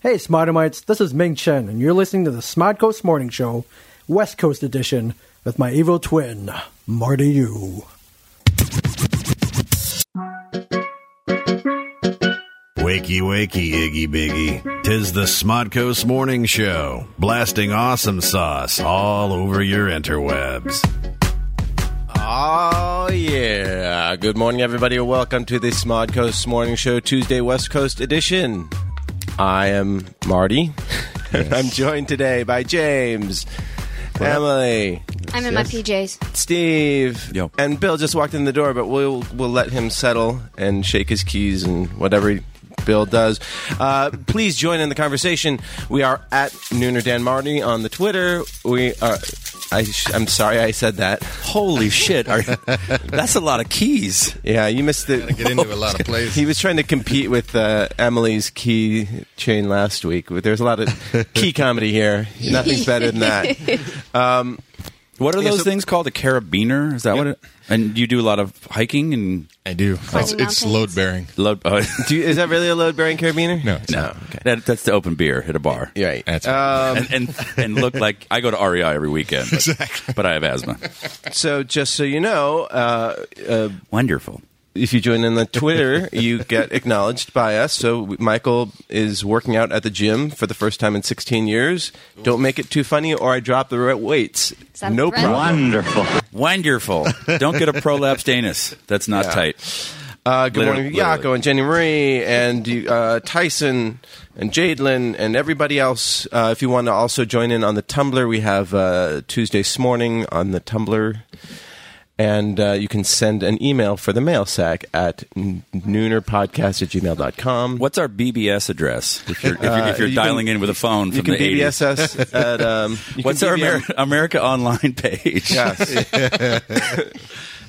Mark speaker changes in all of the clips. Speaker 1: Hey, Smartamites, this is Ming Chen, and you're listening to the Smart Coast Morning Show, West Coast Edition, with my evil twin, Marty Yu.
Speaker 2: Wakey, wakey, Iggy Biggy. Tis the Smodco's Morning Show, blasting awesome sauce all over your interwebs.
Speaker 3: Oh, yeah. Good morning, everybody, and welcome to the Smod Coast Morning Show, Tuesday West Coast edition. I am Marty. and I'm joined today by James, Emily,
Speaker 4: I'm in my PJs.
Speaker 3: Steve,
Speaker 5: Yo.
Speaker 3: and Bill just walked in the door, but we'll, we'll let him settle and shake his keys and whatever he- Bill does. Uh, please join in the conversation. We are at Nooner Dan Marty on the Twitter. We are. I sh- I'm sorry I said that.
Speaker 5: Holy shit! Are, that's a lot of keys.
Speaker 3: Yeah, you missed it.
Speaker 6: get into a lot of places.
Speaker 3: He was trying to compete with uh, Emily's key chain last week. There's a lot of key comedy here. Nothing's better than that.
Speaker 5: What are
Speaker 3: Yeah,
Speaker 5: those
Speaker 3: so-
Speaker 5: things called? A carabiner? Is that what? it And you do a lot of hiking and
Speaker 6: I do. It's,
Speaker 4: Climbing mountains.
Speaker 6: it's load bearing.
Speaker 5: load. Oh,
Speaker 3: Do you, is that really a load bearing carabiner?
Speaker 6: No, it's
Speaker 5: no, that, that's to open beer at a bar.
Speaker 3: You're right.
Speaker 6: That's
Speaker 3: um,
Speaker 5: and, and and look like I go to REI every weekend, but, but I have asthma.
Speaker 3: so, just so you know, uh,
Speaker 5: Wonderful.
Speaker 3: if you join in the Twitter, you get acknowledged by us. So, w- Michael is working out at the gym for the first time in 16 years. Don't make it too funny, or I drop the right weights.
Speaker 4: Is that a
Speaker 3: No
Speaker 4: threat?
Speaker 3: problem.
Speaker 5: Wonderful. Wonderful. Don't get a prolapsed anus. That's not tight.
Speaker 3: Uh, good
Speaker 5: Literally-
Speaker 3: morning, Yako
Speaker 5: literally.
Speaker 3: and Jenny Marie and uh, Tyson and Jadelyn and everybody else. Uh, if you want to also join in on the Tumblr, we have uh, Tuesdays morning on the Tumblr. And uh, you can send an email for the mail sack at n- noonerpodcast at gmail.com.
Speaker 5: What's our BBS address? If you're, if you're, if you're
Speaker 3: you can-
Speaker 5: dialing in with a phone from
Speaker 3: You can
Speaker 5: the 80s.
Speaker 3: BBS us at. Um, you
Speaker 5: What's
Speaker 3: can
Speaker 5: our
Speaker 3: BBM
Speaker 5: Ameri- America Online page?
Speaker 3: Yes.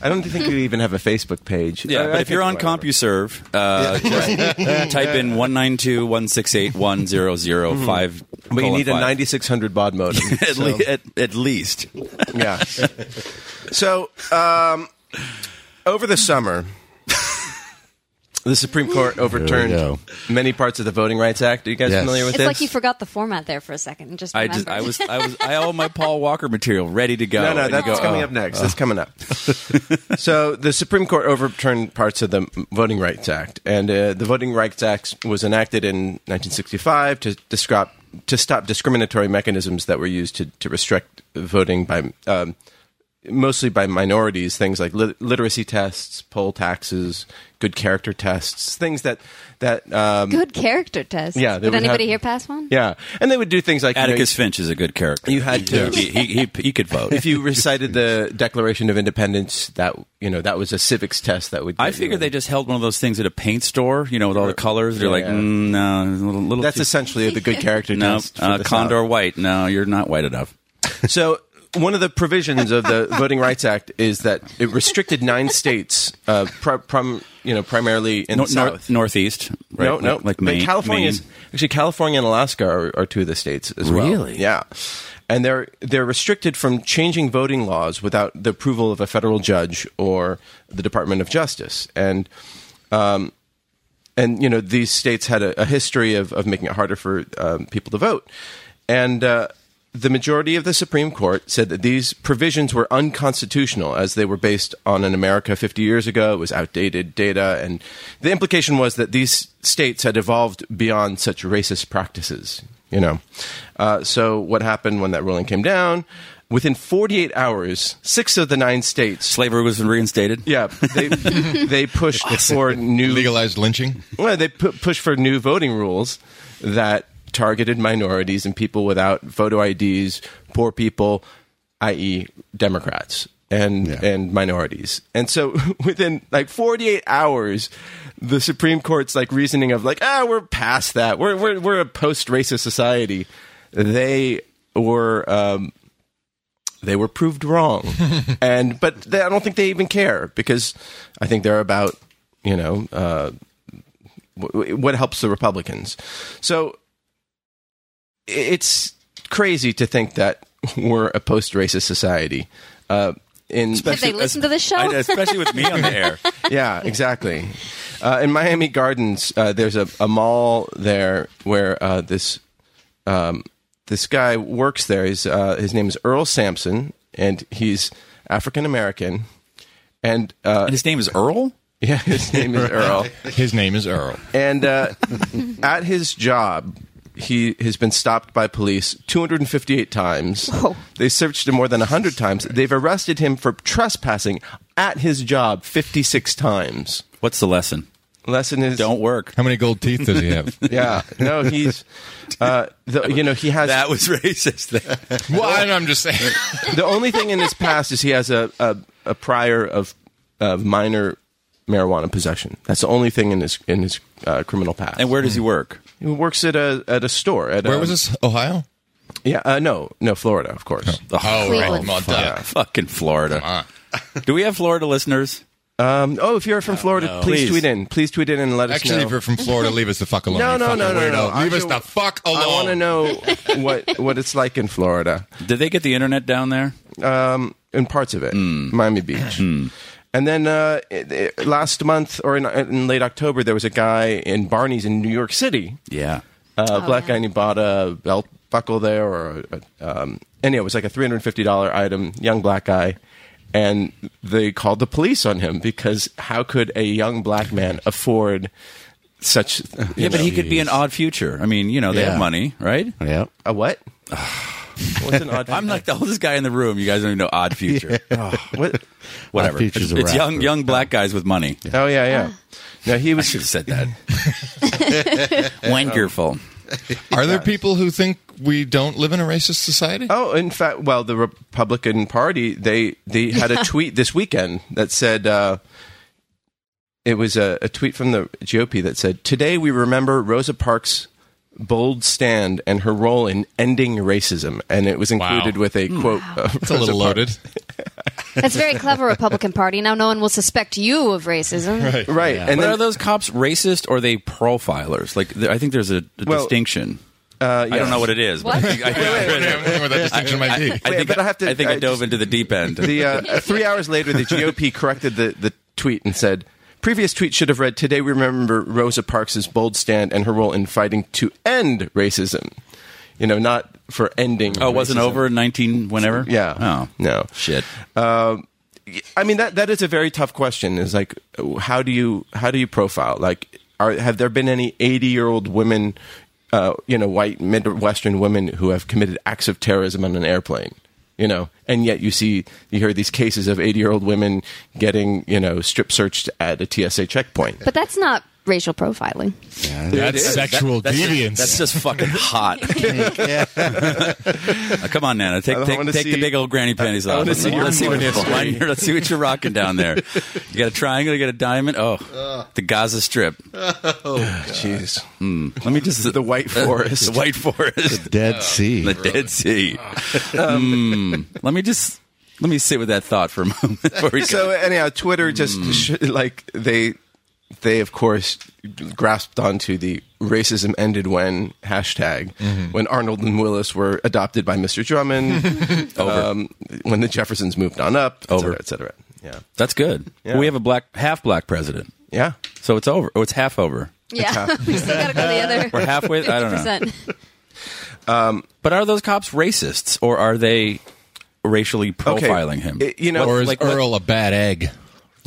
Speaker 3: I don't think we even have a Facebook page.
Speaker 5: Yeah,
Speaker 3: I-
Speaker 5: but
Speaker 3: I
Speaker 5: if you're on
Speaker 3: think-
Speaker 5: CompuServe, uh, just type in one nine two one six eight one zero zero five.
Speaker 3: Mm-hmm. But you need a 9600 baud modem.
Speaker 5: At,
Speaker 3: so-
Speaker 5: le- at, at least.
Speaker 3: Yeah. so, um, over the summer, the Supreme Court overturned
Speaker 6: go.
Speaker 3: many parts of the Voting Rights Act. Are you guys
Speaker 6: Yes.
Speaker 3: familiar with
Speaker 4: It's
Speaker 3: this?
Speaker 4: like you forgot the format there for a second and just
Speaker 5: I just
Speaker 4: remembered.
Speaker 5: I was I was I all my Paul Walker material ready to go.
Speaker 3: no,
Speaker 5: and
Speaker 3: no,
Speaker 5: you
Speaker 3: that's
Speaker 5: go,
Speaker 3: coming
Speaker 5: oh.
Speaker 3: up next. That's coming up. so, the Supreme Court overturned parts of the Voting Rights Act, and uh, the Voting Rights Act was enacted in 1965 to describe to stop discriminatory mechanisms that were used to, to restrict voting by um, mostly by minorities, things like lit- literacy tests, poll taxes, good character tests, things that that um,
Speaker 4: good character test.
Speaker 3: Yeah, they
Speaker 4: Did
Speaker 3: would have-
Speaker 4: anybody here pass one?
Speaker 3: yeah, and they would do things like you know,
Speaker 5: Oh, Atticus Finch is a good character.
Speaker 3: You had to-
Speaker 5: He, he, he, he could vote.
Speaker 3: if you recited the Declaration of Independence, that you know that was a civics test that would.
Speaker 5: I
Speaker 3: get you
Speaker 5: figure
Speaker 3: in.
Speaker 5: they just held one of those things at a paint store, you know, with all the colors. They're like,
Speaker 3: Yeah.
Speaker 5: mm, no, a little, little
Speaker 3: That's
Speaker 5: too,
Speaker 3: essentially the good character
Speaker 5: no,
Speaker 3: test. for
Speaker 5: uh,
Speaker 3: the
Speaker 5: Condor
Speaker 3: South.
Speaker 5: White. No, you're not white enough.
Speaker 3: So one of the provisions of the Voting Rights Act is that it restricted nine states, uh, pri prim, you know, primarily in
Speaker 5: No,
Speaker 3: the
Speaker 5: nor-
Speaker 3: South.
Speaker 5: northeast, right?
Speaker 3: No, no,
Speaker 5: like, like
Speaker 3: but
Speaker 5: Maine.
Speaker 3: California
Speaker 5: Maine.
Speaker 3: actually California and Alaska are, are two of the states as well.
Speaker 5: Really?
Speaker 3: Yeah, and they're they're restricted from changing voting laws without the approval of a federal judge or the Department of Justice, and and you know these states had a, a history of, of making it harder for um, people to vote and uh, the majority of the supreme court said that these provisions were unconstitutional as they were based on an america 50 years ago it was outdated data and the implication was that these states had evolved beyond such racist practices you know uh, so what happened when that ruling came down within 48 hours six of the nine states
Speaker 5: Slavery was reinstated.
Speaker 3: yeah they, they pushed for new
Speaker 6: Legalized lynching.
Speaker 3: well, they pu- pushed for new voting rules that targeted minorities and people without photo IDs, poor people, i.e., Democrats and
Speaker 6: Yeah.
Speaker 3: and minorities. And so, within like 48 hours, the Supreme Court's like reasoning of like, ah, we're past that. We're we're we're a post racist society. They were. Um, they were proved wrong, and but they, I don't think they even care because I think they're about you know uh, w- what helps the Republicans. So i- it's crazy to think that we're a post-racist society. Uh, in
Speaker 4: Have they listened to the show?
Speaker 5: I- especially with me on the air.
Speaker 3: yeah, exactly. Uh, in Miami Gardens, uh, there's a, a mall there where uh, this um, this guy works there. He's, uh, his name is Earl Sampson, and he's African American. And uh,
Speaker 5: And his name is Earl?
Speaker 3: yeah, his name is Earl.
Speaker 6: His name is Earl.
Speaker 3: And uh, at his job, he has been stopped by police 258 times. They searched him more than 100 times. They've arrested him for trespassing at his job 56 times.
Speaker 5: What's the lesson?
Speaker 3: Lesson is
Speaker 5: Don't work.
Speaker 6: How many gold teeth does he have?
Speaker 3: Yeah, no, he's uh, the, you know he has
Speaker 5: That was racist.
Speaker 6: well, I don't know, I'm just saying.
Speaker 3: the only thing in his past is he has a a, a prior of of minor marijuana possession. That's the only thing in his in his uh, criminal past.
Speaker 5: and where does he work?
Speaker 3: he works at a at a store. At
Speaker 6: Where
Speaker 3: um,
Speaker 6: was this? Ohio?
Speaker 3: Yeah, uh, no, no, Florida, of course.
Speaker 6: Oh, right.
Speaker 4: Cleveland.
Speaker 6: Come on, duh.
Speaker 5: Fucking Florida.
Speaker 6: Ah.
Speaker 5: Do we have Florida listeners?
Speaker 3: Um, oh, if you're from Florida,
Speaker 5: no.
Speaker 3: please,
Speaker 5: Please.
Speaker 3: tweet in. Please tweet in and let us
Speaker 6: Actually,
Speaker 3: know.
Speaker 6: if you're from Florida, leave us the fuck alone.
Speaker 3: No,
Speaker 6: you
Speaker 3: no,
Speaker 6: fucking
Speaker 3: no, no, no.
Speaker 6: weirdo. Leave
Speaker 3: I
Speaker 6: us
Speaker 3: do-
Speaker 6: the fuck alone.
Speaker 3: I want to know what what it's like in Florida,
Speaker 5: Did they get the internet down there?
Speaker 3: in parts of it,
Speaker 5: Mm.
Speaker 3: Miami Beach. And then uh, it- it- last month or in, in late October, there was a guy in Barney's in New York City,
Speaker 5: Yeah.
Speaker 3: uh, black
Speaker 4: yeah.
Speaker 3: guy, and he bought a belt buckle there, or a, um, anyway, it was like a three hundred fifty dollar item. Young black guy. And they called the police on him because how could a young black man afford such?
Speaker 5: Yeah, but he could be an odd future. I mean, you know, they
Speaker 7: Yeah.
Speaker 5: have money, right?
Speaker 7: Yeah.
Speaker 3: A what? What's an odd?
Speaker 5: I'm like the oldest guy in the room. You guys don't even know odd future.
Speaker 3: What?
Speaker 5: Whatever.
Speaker 7: Odd Oh, Future's
Speaker 5: It's,
Speaker 7: a
Speaker 5: it's
Speaker 7: rap
Speaker 5: young
Speaker 7: group.
Speaker 5: young black guys with money.
Speaker 3: Oh yeah, yeah. No, he
Speaker 5: I
Speaker 3: was.
Speaker 5: should have said that. Wonderful.
Speaker 6: Are there people who think we don't live in a racist society?
Speaker 3: Oh, in fact, well, the Republican Party they they had a tweet this weekend that said uh, it was a, a tweet from the GOP that said, "Today we remember Rosa Parks." Bold stand and her role in ending racism, and it was included with a
Speaker 5: Hmm.
Speaker 3: quote. of
Speaker 6: It's a little
Speaker 3: Rosa Parks.
Speaker 6: loaded.
Speaker 4: That's very clever, Republican Party. Now no one will suspect you of racism.
Speaker 3: right? And
Speaker 5: but
Speaker 3: then,
Speaker 5: are those cops racist or are they profilers? Like, th- I think there's a, a
Speaker 3: Well,
Speaker 5: distinction.
Speaker 3: uh,
Speaker 5: I
Speaker 3: yes.
Speaker 5: don't know what it is. But
Speaker 4: What?
Speaker 5: I think, I, think I
Speaker 6: I
Speaker 5: read it.
Speaker 6: wonder what that distinction might
Speaker 5: I
Speaker 6: be.
Speaker 3: Wait,
Speaker 5: think,
Speaker 3: but
Speaker 5: I,
Speaker 3: I have to-
Speaker 5: I, think I,
Speaker 3: I
Speaker 5: dove
Speaker 3: just-
Speaker 5: into the deep end.
Speaker 3: the uh, three hours later, the GOP corrected the, the tweet and said, "Previous tweet should have read: Today we remember Rosa Parks' bold stand and her role in fighting to end racism. You know, not for ending.
Speaker 5: oh, it wasn't
Speaker 3: racism.
Speaker 5: over in 19 whenever?
Speaker 3: Yeah.
Speaker 5: Oh.
Speaker 3: No.
Speaker 5: Shit.
Speaker 3: I mean that that is a very tough question. Is like, how do you how do you profile? Like, are have there been any eighty year old women? Uh, you know, white Midwestern women who have committed acts of terrorism on an airplane. You know, and yet you see, you hear these cases of eighty-year-old women getting, you know, strip searched at a TSA checkpoint.
Speaker 4: But that's not racial profiling.
Speaker 6: That's sexual deviance.
Speaker 5: That's just fucking hot. Uh, come on, Nana. Take,
Speaker 3: I
Speaker 5: take,
Speaker 3: wanna
Speaker 5: take the
Speaker 3: see-
Speaker 5: big old granny panties
Speaker 3: I
Speaker 5: off.
Speaker 3: wanna
Speaker 5: Let's
Speaker 3: see your
Speaker 5: let's what
Speaker 3: porn
Speaker 5: you're-
Speaker 3: history.
Speaker 5: let's, see what you're rocking down there. You got a triangle, you got a diamond. Oh, the Gaza Strip.
Speaker 3: Jeez,
Speaker 5: Let me just.
Speaker 3: the White Forest.
Speaker 5: the White Forest.
Speaker 7: Dead Sea.
Speaker 5: The Dead Sea.
Speaker 3: Um,
Speaker 5: Mm. Let me just. Let me sit with that thought for a moment. Before we
Speaker 3: so uh,
Speaker 5: go.
Speaker 3: anyhow, Twitter just
Speaker 5: Hmm.
Speaker 3: sh- like they they of course grasped onto the racism ended when hashtag
Speaker 5: Mm-hmm.
Speaker 3: when Arnold and Willis were adopted by Mr. Drummond, um, when the Jeffersons moved on up, et
Speaker 5: Over.
Speaker 3: cetera, et cetera. Yeah,
Speaker 5: That's good.
Speaker 3: Yeah.
Speaker 5: We have a black, half black president.
Speaker 3: yeah.
Speaker 5: So it's over. Oh, it's half over.
Speaker 4: Yeah. we still gotta go the other
Speaker 5: We're halfway. I don't know.
Speaker 4: percent.
Speaker 5: But are those cops racists or are they racially profiling him?
Speaker 3: It- you know,
Speaker 6: or is
Speaker 5: like-
Speaker 6: Earl a bad egg?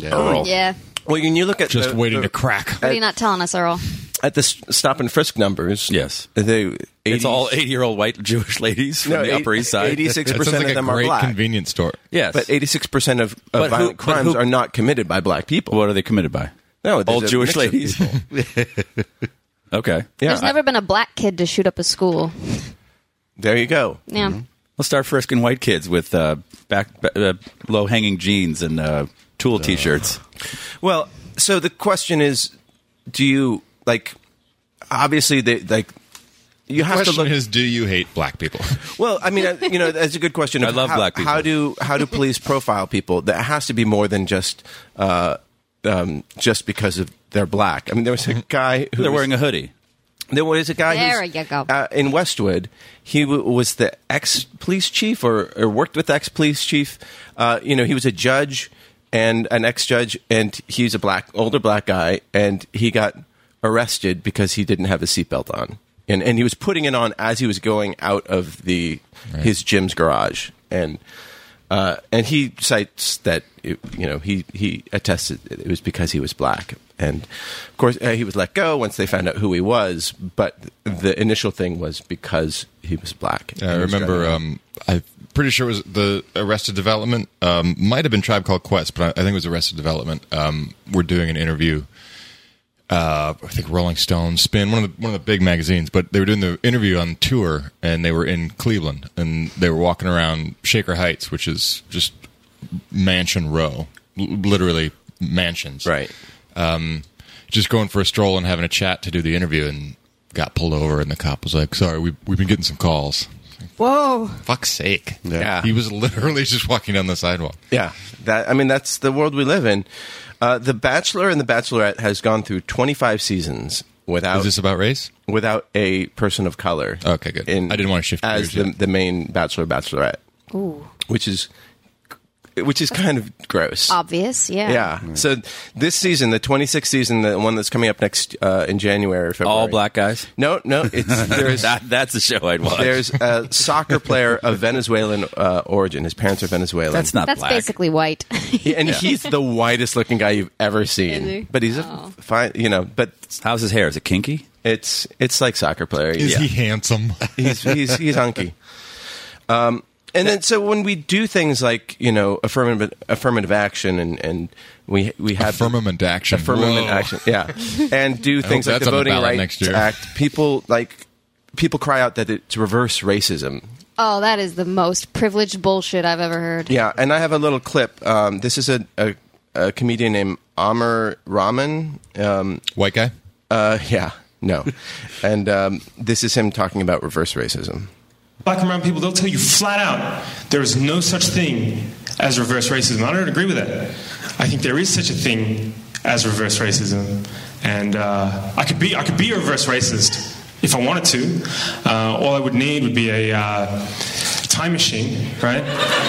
Speaker 5: Earl.
Speaker 4: Yeah.
Speaker 3: well, when you look at
Speaker 6: Just
Speaker 3: the-
Speaker 6: waiting
Speaker 3: the-
Speaker 6: to crack.
Speaker 4: What are you not telling us, Earl?
Speaker 3: at the s- stop and frisk numbers.
Speaker 5: Yes.
Speaker 3: they 80,
Speaker 5: It's all 80 year old white Jewish ladies from
Speaker 3: no,
Speaker 5: the Upper East Side.
Speaker 3: Eighty-six
Speaker 6: That sounds
Speaker 3: percent of
Speaker 6: like a
Speaker 3: them are
Speaker 6: great
Speaker 3: black.
Speaker 6: convenience store.
Speaker 5: Yes.
Speaker 3: But 86% of, of
Speaker 5: But who-
Speaker 3: violent
Speaker 5: but
Speaker 3: crimes
Speaker 5: who-
Speaker 3: are not committed by black people.
Speaker 5: what are they committed by?
Speaker 3: No, there's
Speaker 5: Old
Speaker 3: a
Speaker 5: Jewish
Speaker 3: mix of
Speaker 5: ladies.
Speaker 3: people.
Speaker 5: okay.
Speaker 3: Yeah,
Speaker 4: There's
Speaker 3: I-
Speaker 4: never been a black kid to shoot up a school.
Speaker 3: There you go.
Speaker 4: Yeah.
Speaker 5: Let's start frisking white kids with uh, back ba- uh, low hanging jeans and uh, tool t shirts.
Speaker 3: Well, so the question is, do you like? Obviously, they like. You have
Speaker 6: Question
Speaker 3: to look.
Speaker 6: is, do you hate black people?
Speaker 3: well, I mean, uh, you know, that's a good question.
Speaker 5: I
Speaker 3: of
Speaker 5: love
Speaker 3: how,
Speaker 5: black people.
Speaker 3: How do how do police profile people? That has to be more than just uh, um, just because of they're black. I mean, there was a guy who
Speaker 5: Mm-hmm. They're
Speaker 3: was-
Speaker 5: wearing a hoodie.
Speaker 3: there was a guy
Speaker 4: There
Speaker 3: who's,
Speaker 4: you go.
Speaker 3: Uh, in Westwood. He w- was the ex police chief or, or worked with ex police chief. Uh, you know, he was a judge and an ex judge, and he's a black older black guy, and he got arrested because he didn't have his seatbelt on, and and he was putting it on as he was going out of the his gym's garage, and uh, and he cites that it, you know he he attested that it was because he was black, and of course uh, he was let go once they found out who he was, but the initial thing was because he was black.
Speaker 6: I remember. Um, I'm pretty sure it was the Arrested Development. Um, might have been Tribe Called Quest, but I, I think it was Arrested Development. Um, we're doing an interview. Uh, I think Rolling Stone, Spin, one of the one of the big magazines. But they were doing the interview on tour, and they were in Cleveland, and they were walking around Shaker Heights, which is just Mansion Row, l- literally mansions,
Speaker 3: Right.
Speaker 6: um, just going for a stroll and having a chat to do the interview and got pulled over and the cop was like sorry we, we've been getting some calls
Speaker 4: Whoa.
Speaker 6: fuck's sake
Speaker 3: Yeah.
Speaker 6: he was literally just walking down the sidewalk
Speaker 3: Yeah, that I mean that's the world we live in. Uh, the Bachelor and the Bachelorette has gone through 25 seasons without
Speaker 6: is this about race
Speaker 3: without a person of color.
Speaker 6: Okay, good. I didn't want to shift
Speaker 3: as
Speaker 6: gears
Speaker 3: the,
Speaker 6: yet.
Speaker 3: the main Bachelor Bachelorette. Ooh, which is which is kind of gross.
Speaker 4: Ah, Obvious, yeah.
Speaker 3: yeah. So this season, the 26th season, the one that's coming up next uh, in January or February.
Speaker 5: All black guys.
Speaker 3: No, no. It's there's
Speaker 5: That, that's a show I'd watch.
Speaker 3: there's a soccer player of Venezuelan uh, origin. His parents are Venezuelan.
Speaker 5: that's not
Speaker 4: That's
Speaker 5: black.
Speaker 4: basically white.
Speaker 3: Yeah, and he's the whitest looking guy you've ever seen.
Speaker 4: Really?
Speaker 3: But he's
Speaker 5: Oh.
Speaker 4: Wow.
Speaker 3: a f- fine, you know. But
Speaker 5: How's his hair? Is it kinky?
Speaker 3: it's it's like soccer player.
Speaker 6: is
Speaker 3: yeah.
Speaker 6: he handsome
Speaker 3: he's he's he's hunky. Um, and then so when we do things like you know affirmative affirmative action and and we we have
Speaker 6: Affirmament action.
Speaker 3: affirmative
Speaker 6: Whoa.
Speaker 3: action yeah and do things like
Speaker 6: that's
Speaker 3: the
Speaker 6: on the
Speaker 3: Voting
Speaker 6: ballot
Speaker 3: Rights
Speaker 6: next year.
Speaker 3: Act people like people cry out that it's reverse racism
Speaker 4: oh, that is the most privileged bullshit I've ever heard.
Speaker 3: Yeah, and I have a little clip. Um, this is a, a, a comedian named Amar Rahman. Um,
Speaker 6: white guy
Speaker 3: uh, yeah, no. and um, this is him talking about reverse racism.
Speaker 7: Black and brown people, they'll tell you flat out there is no such thing as reverse racism. I don't agree with that. I think there is such a thing as reverse racism, and uh, I could be I could be a reverse racist if I wanted to. Uh, all I would need would be a uh, time machine, right?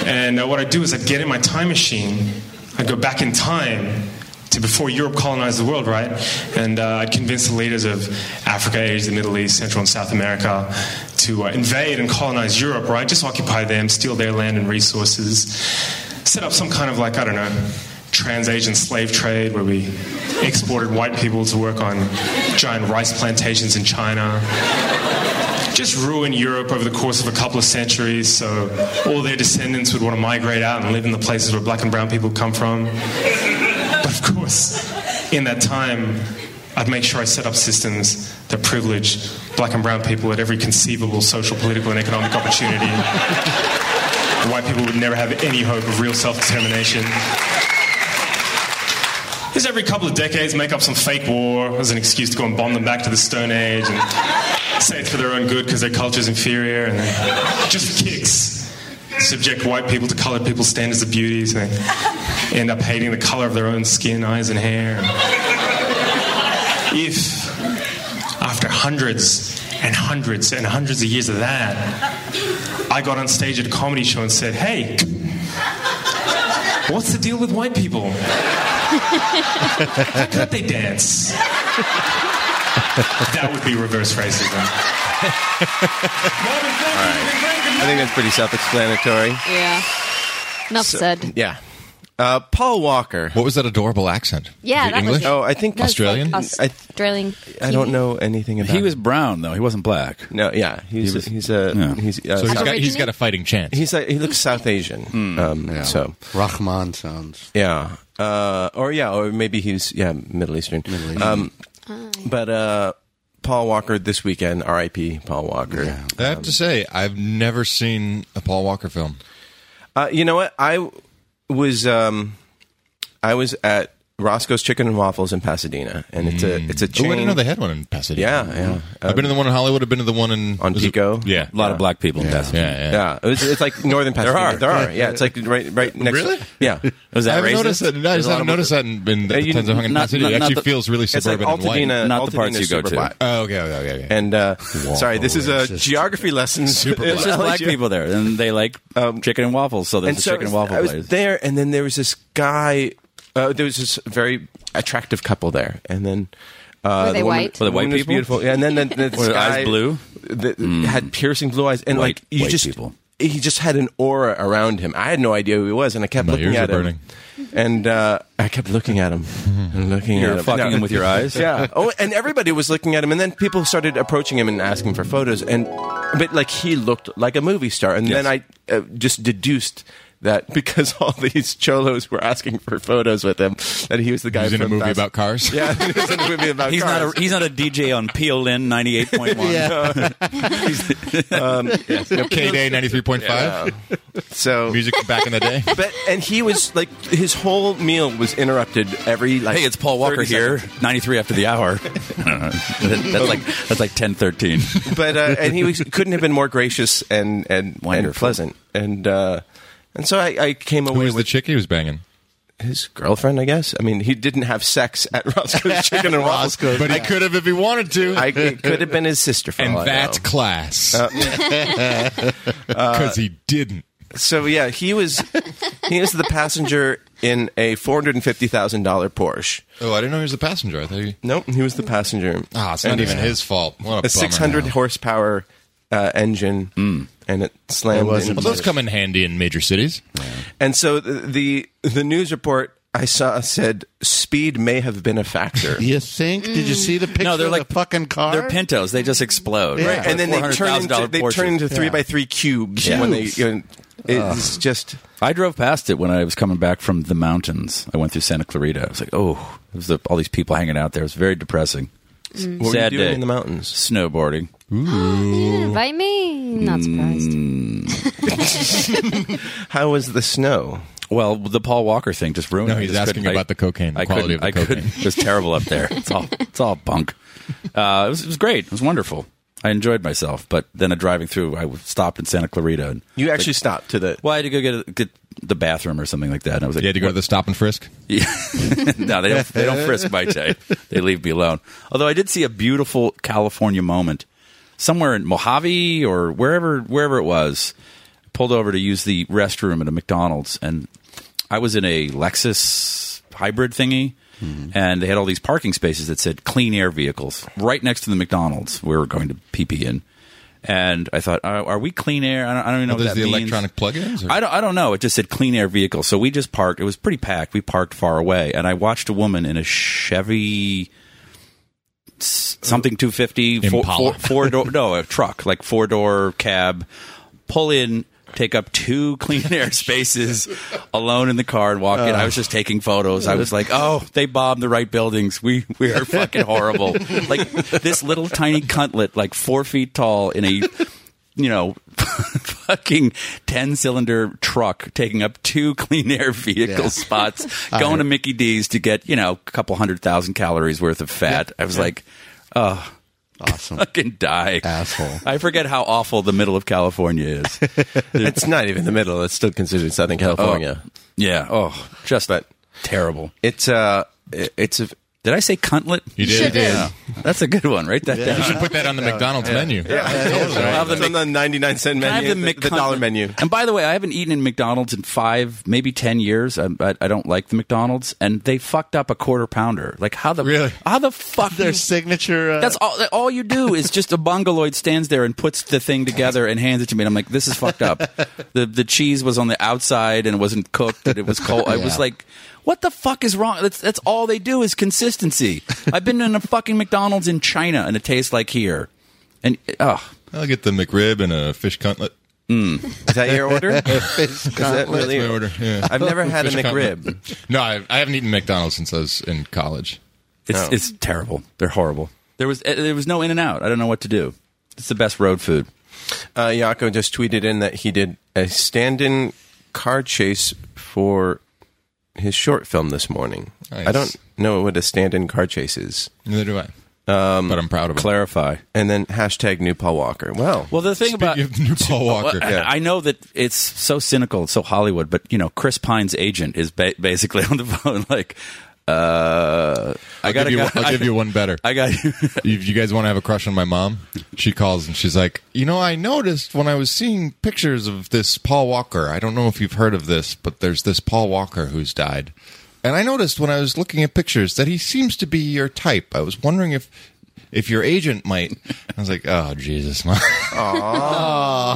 Speaker 7: And uh, what I'd do is I'd get in my time machine, I'd go back in time to before Europe colonized the world, right? And uh, I'd convince the leaders of Africa, Asia, the Middle East, Central and South America to uh, invade and colonize Europe, right? Just occupy them, steal their land and resources, set up some kind of like, I don't know, trans-Asian slave trade where we exported white people to work on giant rice plantations in China just ruin Europe over the course of a couple of centuries, so all their descendants would want to migrate out and live in the places where black and brown people come from. But of course, in that time, I'd make sure I set up systems that privilege black and brown people at every conceivable social, political, and economic opportunity. White people would never have any hope of real self determination. Just every couple of decades, make up some fake war as an excuse to go and bomb them back to the Stone Age and say it's for their own good because their culture's inferior and then just for kicks. Subject white people to colored people's standards of beauty, so they end up hating the color of their own skin, eyes, and hair. If, after hundreds and hundreds and hundreds of years of that, I got on stage at a comedy show and said, Hey, what's the deal with white people? Can't they dance? that would be reverse racism.
Speaker 3: I think that's pretty self-explanatory.
Speaker 4: Yeah. Enough said.
Speaker 3: Yeah. Uh, Paul Walker.
Speaker 6: what was that adorable accent
Speaker 4: Yeah,
Speaker 6: Was it
Speaker 4: that was
Speaker 6: english
Speaker 4: it.
Speaker 3: Oh, I think
Speaker 4: No, it's
Speaker 6: Australian?
Speaker 4: like
Speaker 3: I-
Speaker 4: Australian.
Speaker 3: I don't know anything about.
Speaker 5: He was brown though. He wasn't black.
Speaker 3: no. Yeah, he's
Speaker 5: was-
Speaker 3: he's a
Speaker 5: yeah.
Speaker 3: he's uh,
Speaker 6: so he's
Speaker 3: South-
Speaker 6: got, he's
Speaker 4: Originally-
Speaker 6: got a fighting chance
Speaker 3: he's like, he looks South Asian.
Speaker 6: Hmm.
Speaker 3: um, So
Speaker 8: Rahman sounds.
Speaker 3: yeah, uh, or yeah, or maybe he's yeah Middle Eastern. Middle Eastern. Um, but uh, Paul Walker this weekend, R.I.P. Paul Walker.
Speaker 6: i
Speaker 3: um,
Speaker 6: have to say i've never seen a paul walker film
Speaker 3: Uh, you know what? I was um, I was at Roscoe's Chicken and Waffles in Pasadena, and it's a it's a
Speaker 6: Oh, I
Speaker 3: chain.
Speaker 6: didn't know they had Hmm. one in Pasadena.
Speaker 3: Yeah, yeah. Oh,
Speaker 6: I've been to the one in Hollywood. I've been to the one in
Speaker 3: On
Speaker 6: was it-
Speaker 3: Pico?
Speaker 6: Yeah,
Speaker 5: A lot of black people in Pasadena.
Speaker 6: yeah, yeah.
Speaker 3: yeah, it was, it's like northern Pasadena.
Speaker 5: are.
Speaker 3: there are, yeah. It's like right, right next.
Speaker 6: Really?
Speaker 3: Yeah,
Speaker 5: Was
Speaker 6: I
Speaker 5: that
Speaker 6: haven't
Speaker 5: racist?
Speaker 6: noticed that. I
Speaker 5: There's
Speaker 6: just
Speaker 5: a lot
Speaker 6: haven't
Speaker 5: of-
Speaker 6: noticed that in, in the
Speaker 3: Uh, you-
Speaker 6: times I've hung in
Speaker 5: not-
Speaker 6: Pasadena.
Speaker 5: not-
Speaker 6: it
Speaker 5: not
Speaker 6: actually
Speaker 5: the-
Speaker 6: feels really
Speaker 3: it's like
Speaker 6: suburban and white.
Speaker 3: Altadena.
Speaker 5: Not the parts
Speaker 3: Altadena's
Speaker 5: you go
Speaker 3: super
Speaker 5: to.
Speaker 3: Black.
Speaker 6: Oh, okay, okay, okay. okay.
Speaker 3: And uh,
Speaker 8: Waffle
Speaker 3: sorry, this is a
Speaker 8: racist.
Speaker 3: geography lesson.
Speaker 6: Super
Speaker 5: It's just black people there, and they like chicken and waffles. So there's
Speaker 3: Um, And
Speaker 5: a
Speaker 3: so
Speaker 5: chicken and waffle
Speaker 3: I was
Speaker 5: place.
Speaker 3: there, and then there was this guy. Uh, there was this very attractive couple there, and then. Uh,
Speaker 4: Were they
Speaker 3: the woman-
Speaker 4: white?
Speaker 5: Were
Speaker 3: the
Speaker 5: they white
Speaker 3: woman was
Speaker 5: people?
Speaker 3: Beautiful. Yeah, and then the, the
Speaker 5: Were their eyes
Speaker 3: guy
Speaker 5: blue?
Speaker 3: that had piercing blue eyes, and
Speaker 5: White-
Speaker 3: like you
Speaker 5: white
Speaker 3: just
Speaker 5: people.
Speaker 3: he just had an aura around him. I had no idea who he was, and I kept
Speaker 6: My
Speaker 3: looking
Speaker 6: ears
Speaker 3: at
Speaker 6: are
Speaker 3: him,
Speaker 6: burning.
Speaker 3: and uh, I kept looking at him and looking
Speaker 5: You're
Speaker 3: at him.
Speaker 5: fucking
Speaker 3: No.
Speaker 5: him with your eyes.
Speaker 3: Yeah. Oh, and everybody was looking at him, and then people started approaching him and asking for photos. And but like he looked like a movie star, and
Speaker 5: Yes.
Speaker 3: then I uh, just deduced that because all these cholos were asking for photos with him, that he was the guy
Speaker 6: He's in a
Speaker 3: from
Speaker 6: movie
Speaker 3: Fast-
Speaker 6: about cars.
Speaker 3: Yeah, he was in a movie about
Speaker 5: He's
Speaker 3: cars.
Speaker 5: not a he's not a DJ on PLN ninety eight point one.
Speaker 6: K Day ninety three point five
Speaker 3: so
Speaker 6: music from back in the day.
Speaker 3: But and he was like his whole meal was interrupted every like.
Speaker 5: Hey, it's Paul Walker
Speaker 3: 30
Speaker 5: here.
Speaker 3: seconds.
Speaker 5: Ninety three after the hour. that's like that's like ten thirteen.
Speaker 3: But uh, and he was, couldn't have been more gracious and and and
Speaker 5: Wonderful.
Speaker 3: pleasant and. uh and so I, I came
Speaker 6: Who
Speaker 3: away
Speaker 6: was
Speaker 3: with
Speaker 6: the chick he was banging?
Speaker 3: his girlfriend, I guess. I mean, he didn't have sex at Roscoe's Chicken and Waffles,
Speaker 6: But he could have if he wanted to.
Speaker 3: I, it could have been his sister. For
Speaker 6: and
Speaker 3: all I
Speaker 6: that's
Speaker 3: know.
Speaker 6: class. Because he didn't.
Speaker 3: so. Yeah, he was he was the passenger in a four hundred and fifty thousand dollar Porsche.
Speaker 6: Oh, I didn't know he was a passenger. I thought he.
Speaker 3: Nope, he was the passenger.
Speaker 6: Ah, it's not
Speaker 3: And
Speaker 6: even his fault. What a, bummer
Speaker 3: A six hundred
Speaker 6: now. Mm.
Speaker 3: horsepower uh, engine, and it slammed.
Speaker 8: It wasn't
Speaker 3: into-
Speaker 6: Well, those come in handy in major cities.
Speaker 3: And so the the news report I saw said speed may have been a factor.
Speaker 8: You think? Did you see the picture
Speaker 5: Mm. No, they're
Speaker 8: of
Speaker 5: like
Speaker 8: the fucking car?
Speaker 5: They're Pintos. They just explode.
Speaker 8: Yeah.
Speaker 5: Right.
Speaker 3: And then they turn into,
Speaker 5: $400,000
Speaker 3: they turn
Speaker 5: Porsches.
Speaker 3: into three by three cubes when they. You know, it's just
Speaker 5: I drove past it when I was coming back from the mountains. I went through Santa Clarita. I was like, oh, there's the, all these people hanging out there. It's very depressing.
Speaker 3: what
Speaker 5: Sad
Speaker 3: were you doing
Speaker 5: day.
Speaker 3: in the mountains.
Speaker 5: Snowboarding.
Speaker 4: Invite me. Not surprised.
Speaker 6: Mm.
Speaker 3: How was the snow?
Speaker 5: Well, the Paul Walker thing just ruined.
Speaker 6: No,
Speaker 5: it. I
Speaker 6: he's
Speaker 5: just
Speaker 6: asking
Speaker 5: couldn't-
Speaker 6: about the cocaine, the
Speaker 5: I
Speaker 6: quality
Speaker 5: couldn't.
Speaker 6: of the
Speaker 5: I couldn't.
Speaker 6: cocaine.
Speaker 5: It was terrible up there. It's all it's all bunk. Uh, it, was, it was great. It was wonderful. I enjoyed myself, but then uh, driving through, I stopped in Santa Clarita. And,
Speaker 3: You actually stopped to the.
Speaker 5: well, I had to go get, a, get the bathroom or something like that. And I was like,
Speaker 6: You had to go to the stop and frisk.
Speaker 5: no, they don't. They don't frisk my type. They leave me alone. Although I did see a beautiful California moment somewhere in Mojave or wherever wherever it was. Pulled over to use the restroom at a McDonald's, and I was in a Lexus hybrid thingy,
Speaker 6: Mm-hmm.
Speaker 5: and they had all these parking spaces that said "clean air vehicles" right next to the McDonald's we were going to PP in. And I thought, "Uh, are are we clean air? I don't, I don't even know
Speaker 6: Oh,
Speaker 5: what
Speaker 6: there's
Speaker 5: that
Speaker 6: the
Speaker 5: means.
Speaker 6: electronic plugins.
Speaker 5: I don't, I don't know. It just said clean air vehicle. So we just parked. It was pretty packed. We parked far away. And I watched a woman in a Chevy s- something 250, four,
Speaker 6: Impala.
Speaker 5: four, four door, no, a truck, like four door cab, pull in, take up two clean air spaces alone in the car and walk in. I was just taking photos. I was like, oh, they bombed the right buildings. We, we are fucking horrible. like this little tiny cuntlet, like four feet tall in a you know, fucking 10 cylinder truck taking up two clean air vehicle
Speaker 8: Yeah.
Speaker 5: spots, going to Mickey D's to get, you know, a couple hundred thousand calories worth of fat. I was like, oh,
Speaker 8: awesome.
Speaker 5: fucking die.
Speaker 8: Asshole.
Speaker 5: I forget how awful the middle of California is.
Speaker 3: It's not even the middle. It's still considered Southern California.
Speaker 5: yeah. Oh, just
Speaker 3: But-
Speaker 5: terrible.
Speaker 3: It's uh, it- it's a.
Speaker 5: Did I say cuntlet?
Speaker 6: You did.
Speaker 8: did.
Speaker 5: Yeah. That's a good one. Write that down.
Speaker 6: You should put that on the McDonald's menu.
Speaker 3: Oh,
Speaker 5: I'll have the
Speaker 3: It's on the 99 cent
Speaker 5: Can I
Speaker 3: menu,
Speaker 5: have
Speaker 3: the, the
Speaker 5: McCuntlet?
Speaker 3: dollar menu.
Speaker 5: And by the way, I haven't eaten in McDonald's in five, maybe ten years. I, I, I don't like the McDonald's, and they fucked up a quarter pounder. Like how the
Speaker 6: Really?
Speaker 5: how the fuck
Speaker 8: Their
Speaker 5: you-
Speaker 8: signature. Uh,
Speaker 5: that's all. that- All you do is just a bongoloid stands there and puts the thing together and hands it to me. And I'm like, this is fucked up. the The cheese was on the outside and it wasn't cooked. And it was cold. I was
Speaker 8: Yeah.
Speaker 5: like, what the fuck is wrong? That's that's all they do is consistency. I've been in a fucking McDonald's in China and it tastes like here. And oh,
Speaker 6: I'll get the McRib and a fish cuntlet.
Speaker 3: Is that your order?
Speaker 8: Fish
Speaker 3: Is that
Speaker 8: cuntlet.
Speaker 3: really
Speaker 6: My order. Yeah.
Speaker 3: I've never had a
Speaker 6: Fish cuntlet.
Speaker 3: McRib.
Speaker 6: No, I, I haven't eaten McDonald's since I was in college.
Speaker 5: It's
Speaker 6: Oh.
Speaker 3: No.
Speaker 5: it's terrible. They're horrible. There was eh, there was no in and out. I don't know what to do. It's the best road food.
Speaker 3: Uh, Yako just tweeted in that he did a stand-in car chase for his short film this morning.
Speaker 6: Nice.
Speaker 3: I don't know what a stand-in car chase is.
Speaker 6: Neither do I.
Speaker 3: Um,
Speaker 6: but I'm proud of it.
Speaker 5: Clarify.
Speaker 3: And then hashtag new Paul Walker. Well,
Speaker 5: Well, the thing about
Speaker 6: Speaking of new Paul Walker.
Speaker 5: Well, I I know that it's so cynical, so Hollywood, but you know, Chris Pine's agent is ba- basically on the phone, like, uh, I
Speaker 6: I'll
Speaker 5: got
Speaker 6: give, you,
Speaker 5: guy,
Speaker 6: I'll give you one better.
Speaker 5: I got you.
Speaker 6: if you guys want to have a crush on my mom, she calls and she's like, you know, I noticed when I was seeing pictures of this Paul Walker. I don't know if you've heard of this, but there's this Paul Walker who's died, and I noticed when I was looking at pictures that he seems to be your type. I was wondering if if your agent might. I was like, oh Jesus, mom,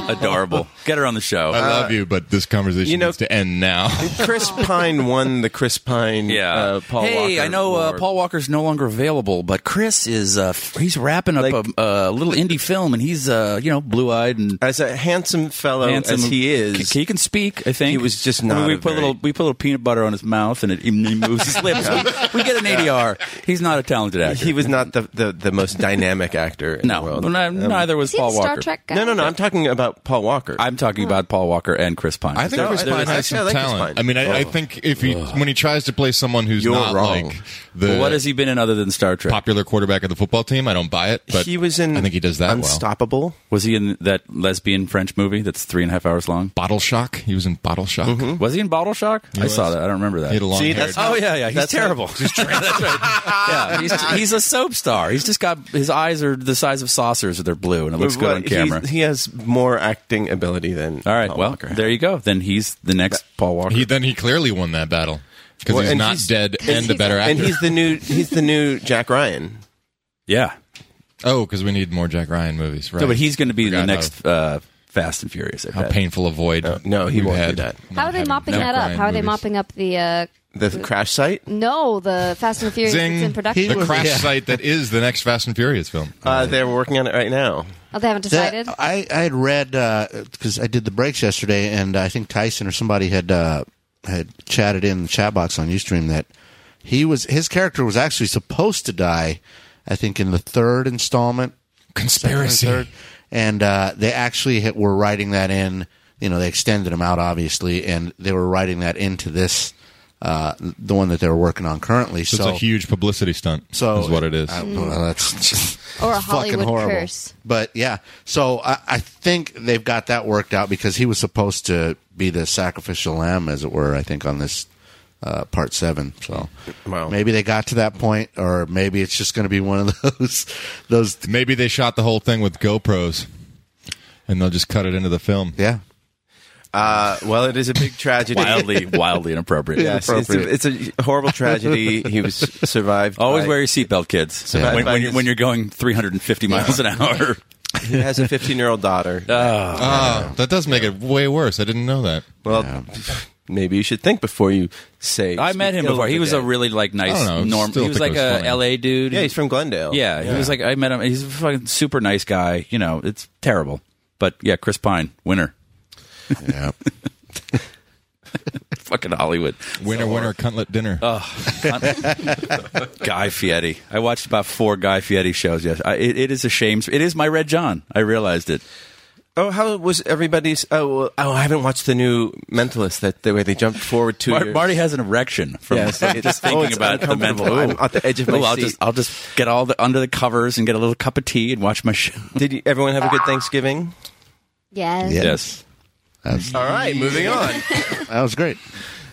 Speaker 5: Adorable. Get her on the show. Um,
Speaker 6: I love you, but this conversation
Speaker 3: Uh, you know-
Speaker 6: needs to end now.
Speaker 3: Chris Pine won the Chris Pine.
Speaker 5: yeah.
Speaker 3: uh, Paul
Speaker 5: hey,
Speaker 3: Walker
Speaker 5: I know uh,
Speaker 3: Award.
Speaker 5: Paul Walker's no longer available, but Chris is uh, f- he's wrapping up a, a little indie film, and he's uh, you know blue eyed and
Speaker 3: as a handsome fellow
Speaker 5: handsome.
Speaker 3: as he is,
Speaker 5: he can speak. I think
Speaker 3: He was just
Speaker 5: I mean,
Speaker 3: not
Speaker 5: we
Speaker 3: a
Speaker 5: put a
Speaker 3: very-
Speaker 5: little we put a little peanut butter on his mouth, and it, he moves his lips. We, we get an ADR. He's not a talented actor.
Speaker 3: he was not the, the, the most dynamic actor in
Speaker 5: no,
Speaker 3: the world.
Speaker 5: well, no- neither was
Speaker 4: Is he
Speaker 5: Paul
Speaker 4: the Star
Speaker 5: Walker.
Speaker 4: Trek guy?
Speaker 3: no, no, no. I'm talking about Paul Walker.
Speaker 5: I'm talking about Paul Walker and Chris Pine.
Speaker 6: I think
Speaker 3: No,
Speaker 6: Chris
Speaker 3: I-
Speaker 6: Pine
Speaker 3: actually,
Speaker 6: has some
Speaker 3: I like Chris Pine.
Speaker 6: talent. I mean, I, I think if he when he tries to play someone who's
Speaker 3: You're
Speaker 6: not
Speaker 3: wrong.
Speaker 6: like the
Speaker 5: Well, what has he been in other than Star Trek?
Speaker 6: popular quarterback of the football team, I don't buy it. But
Speaker 3: he was in.
Speaker 6: I think he does that well.
Speaker 3: Unstoppable.
Speaker 5: was he in that lesbian French movie that's three and a half hours long?
Speaker 6: Bottle Shock. He was in Bottle Shock.
Speaker 5: Was he in Bottle Shock? I
Speaker 6: was.
Speaker 5: saw that. I don't remember
Speaker 6: He had a
Speaker 5: that.
Speaker 6: long
Speaker 3: Mm-hmm. See,
Speaker 6: hair.
Speaker 3: that's
Speaker 5: Oh yeah, yeah. He's
Speaker 3: That's
Speaker 5: terrible. that's right. Yeah, he's, he's a soap star. He's just got his eyes are the size of saucers. They're blue, and it looks good
Speaker 3: Well,
Speaker 5: on camera.
Speaker 3: He, he has more acting ability than.
Speaker 5: All right.
Speaker 3: Paul
Speaker 5: well,
Speaker 3: Walker.
Speaker 5: there you go. Then he's the next Paul Walker.
Speaker 6: he then he clearly won that battle because
Speaker 3: Well,
Speaker 6: he's
Speaker 3: and
Speaker 6: not
Speaker 3: he's-
Speaker 6: dead and, a better actor.
Speaker 3: and he's the new. He's the new Jack Ryan.
Speaker 5: yeah.
Speaker 6: oh, because we need more Jack Ryan movies, right?
Speaker 5: No, but he's going to be the
Speaker 6: Forgot
Speaker 5: next uh, Fast and Furious. I
Speaker 6: How, how
Speaker 5: bet.
Speaker 6: painful a void.
Speaker 3: no, he
Speaker 6: we've
Speaker 3: won't do
Speaker 6: had
Speaker 3: that.
Speaker 6: not
Speaker 4: How are they
Speaker 6: having
Speaker 4: mopping
Speaker 6: Jack
Speaker 4: that up?
Speaker 6: Ryan
Speaker 4: How are they
Speaker 6: movies.
Speaker 4: mopping up the uh,
Speaker 3: The crash site. Uh,
Speaker 4: no the Fast and the Furious that's
Speaker 6: Zing!
Speaker 4: in production?
Speaker 6: The
Speaker 8: was-
Speaker 6: crash
Speaker 8: Yeah.
Speaker 6: site that is the next Fast and Furious film.
Speaker 3: Uh, they're working on it right now.
Speaker 4: oh, they haven't
Speaker 8: That-
Speaker 4: decided.
Speaker 8: I, I had read because I did the breaks yesterday, and I think Tyson or somebody had uh, had chatted in the chat box on UStream that he was his character was actually supposed to die. I think in the third installment, second or
Speaker 6: Conspiracy.
Speaker 8: third, and uh, they actually hit, were writing that in. You know, they extended him out obviously, and they were writing that into this. Uh, the one that they were working on currently.
Speaker 6: So
Speaker 8: So,
Speaker 6: it's a huge publicity stunt.
Speaker 8: so
Speaker 6: is what it is.
Speaker 8: I don't know, that's
Speaker 4: Or a
Speaker 8: fucking
Speaker 4: Hollywood
Speaker 8: horrible.
Speaker 4: curse.
Speaker 8: But yeah, so I, I think they've got that worked out because he was supposed to be the sacrificial lamb, as it were. I think on this uh, part seven. So
Speaker 3: Wow.
Speaker 8: maybe they got to that point, or maybe it's just going to be one of those those.
Speaker 6: Maybe they shot the whole thing with GoPros, and they'll just cut it into the film.
Speaker 8: Yeah,
Speaker 3: Uh, well, it is a big tragedy.
Speaker 5: wildly, wildly inappropriate.
Speaker 3: Yes, it's a, it's a horrible tragedy. He was survived.
Speaker 5: Always
Speaker 3: by-
Speaker 5: wear your seatbelt, kids.
Speaker 3: Yeah.
Speaker 5: When, when,
Speaker 3: By
Speaker 5: you're,
Speaker 3: his-
Speaker 5: when you're going 350 miles an hour,
Speaker 3: He has a 15 year old daughter.
Speaker 5: Uh,
Speaker 6: Ah, that does make it way worse. I didn't know that.
Speaker 3: well, maybe you should think before you say.
Speaker 5: I met him
Speaker 3: ill of
Speaker 5: before.
Speaker 3: the
Speaker 5: He was a
Speaker 3: dead.
Speaker 5: really like
Speaker 6: I
Speaker 5: nice,
Speaker 6: don't know.
Speaker 5: norm.
Speaker 6: Still
Speaker 5: He was
Speaker 6: think
Speaker 5: like
Speaker 6: it was
Speaker 5: a
Speaker 6: funny.
Speaker 5: LA dude.
Speaker 3: Yeah, he's from Glendale.
Speaker 5: yeah, he was like I met him. He's a fucking super nice guy. You know, it's terrible, but yeah, Chris Pine, winner,
Speaker 8: yeah.
Speaker 5: fucking Hollywood
Speaker 6: Winner,
Speaker 3: uh,
Speaker 6: winner, cuntlet dinner.
Speaker 5: Guy Fieri. I watched about four Guy Fieri shows. Yes, I, it, it is a shame. It is my Red John. I realized it.
Speaker 3: Oh, how was everybody's? Oh, well, oh, I haven't watched the new Mentalist. That the way they jumped forward two
Speaker 5: Mar-
Speaker 3: years.
Speaker 5: Marty has an erection from
Speaker 3: Yes, it's-
Speaker 5: just
Speaker 3: oh,
Speaker 5: thinking
Speaker 3: it's
Speaker 5: about the mental.
Speaker 3: uncomfortable. I'm
Speaker 5: Ooh.
Speaker 3: at the edge of my
Speaker 5: Ooh, I'll
Speaker 3: seat.
Speaker 5: just I'll just get all the under the covers and get a little cup of tea and watch my show.
Speaker 3: Did you, everyone have a good Thanksgiving?
Speaker 4: yes.
Speaker 8: Yeah.
Speaker 5: Yes.
Speaker 3: All right, moving on.
Speaker 8: That was great.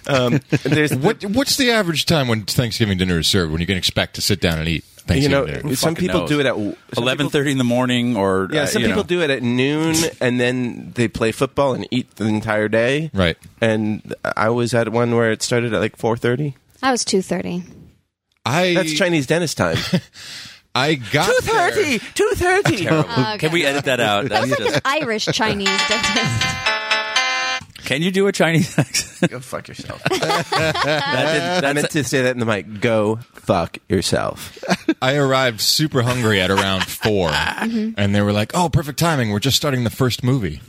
Speaker 3: Um, there's
Speaker 6: What What's the average time when Thanksgiving dinner is served? When you can expect to sit down and eat Thanksgiving
Speaker 3: you know,
Speaker 6: dinner?
Speaker 3: some
Speaker 5: fucking
Speaker 3: people
Speaker 5: knows?
Speaker 3: do it at some
Speaker 5: Eleven
Speaker 3: people-
Speaker 5: thirty in the morning, or
Speaker 3: Yeah,
Speaker 5: uh,
Speaker 3: some
Speaker 5: you
Speaker 3: people
Speaker 5: know.
Speaker 3: do it at noon, and then they play football and eat the entire day.
Speaker 6: Right.
Speaker 3: And I was at one where it started at like four thirty.
Speaker 4: I was two thirty.
Speaker 6: I
Speaker 3: That's Chinese dentist time.
Speaker 6: I got E- there.
Speaker 3: Two thirty.
Speaker 5: Can we edit that out? That's just-
Speaker 4: Irish Chinese dentist.
Speaker 5: can you do a Chinese accent?
Speaker 3: Go fuck yourself.
Speaker 5: That
Speaker 3: I
Speaker 5: did,
Speaker 3: meant
Speaker 5: that's
Speaker 3: to say that in the mic. Go fuck yourself.
Speaker 6: I arrived super hungry at around 4
Speaker 4: Mm-hmm.
Speaker 6: and they were like, "Oh, perfect timing. We're just starting the first movie."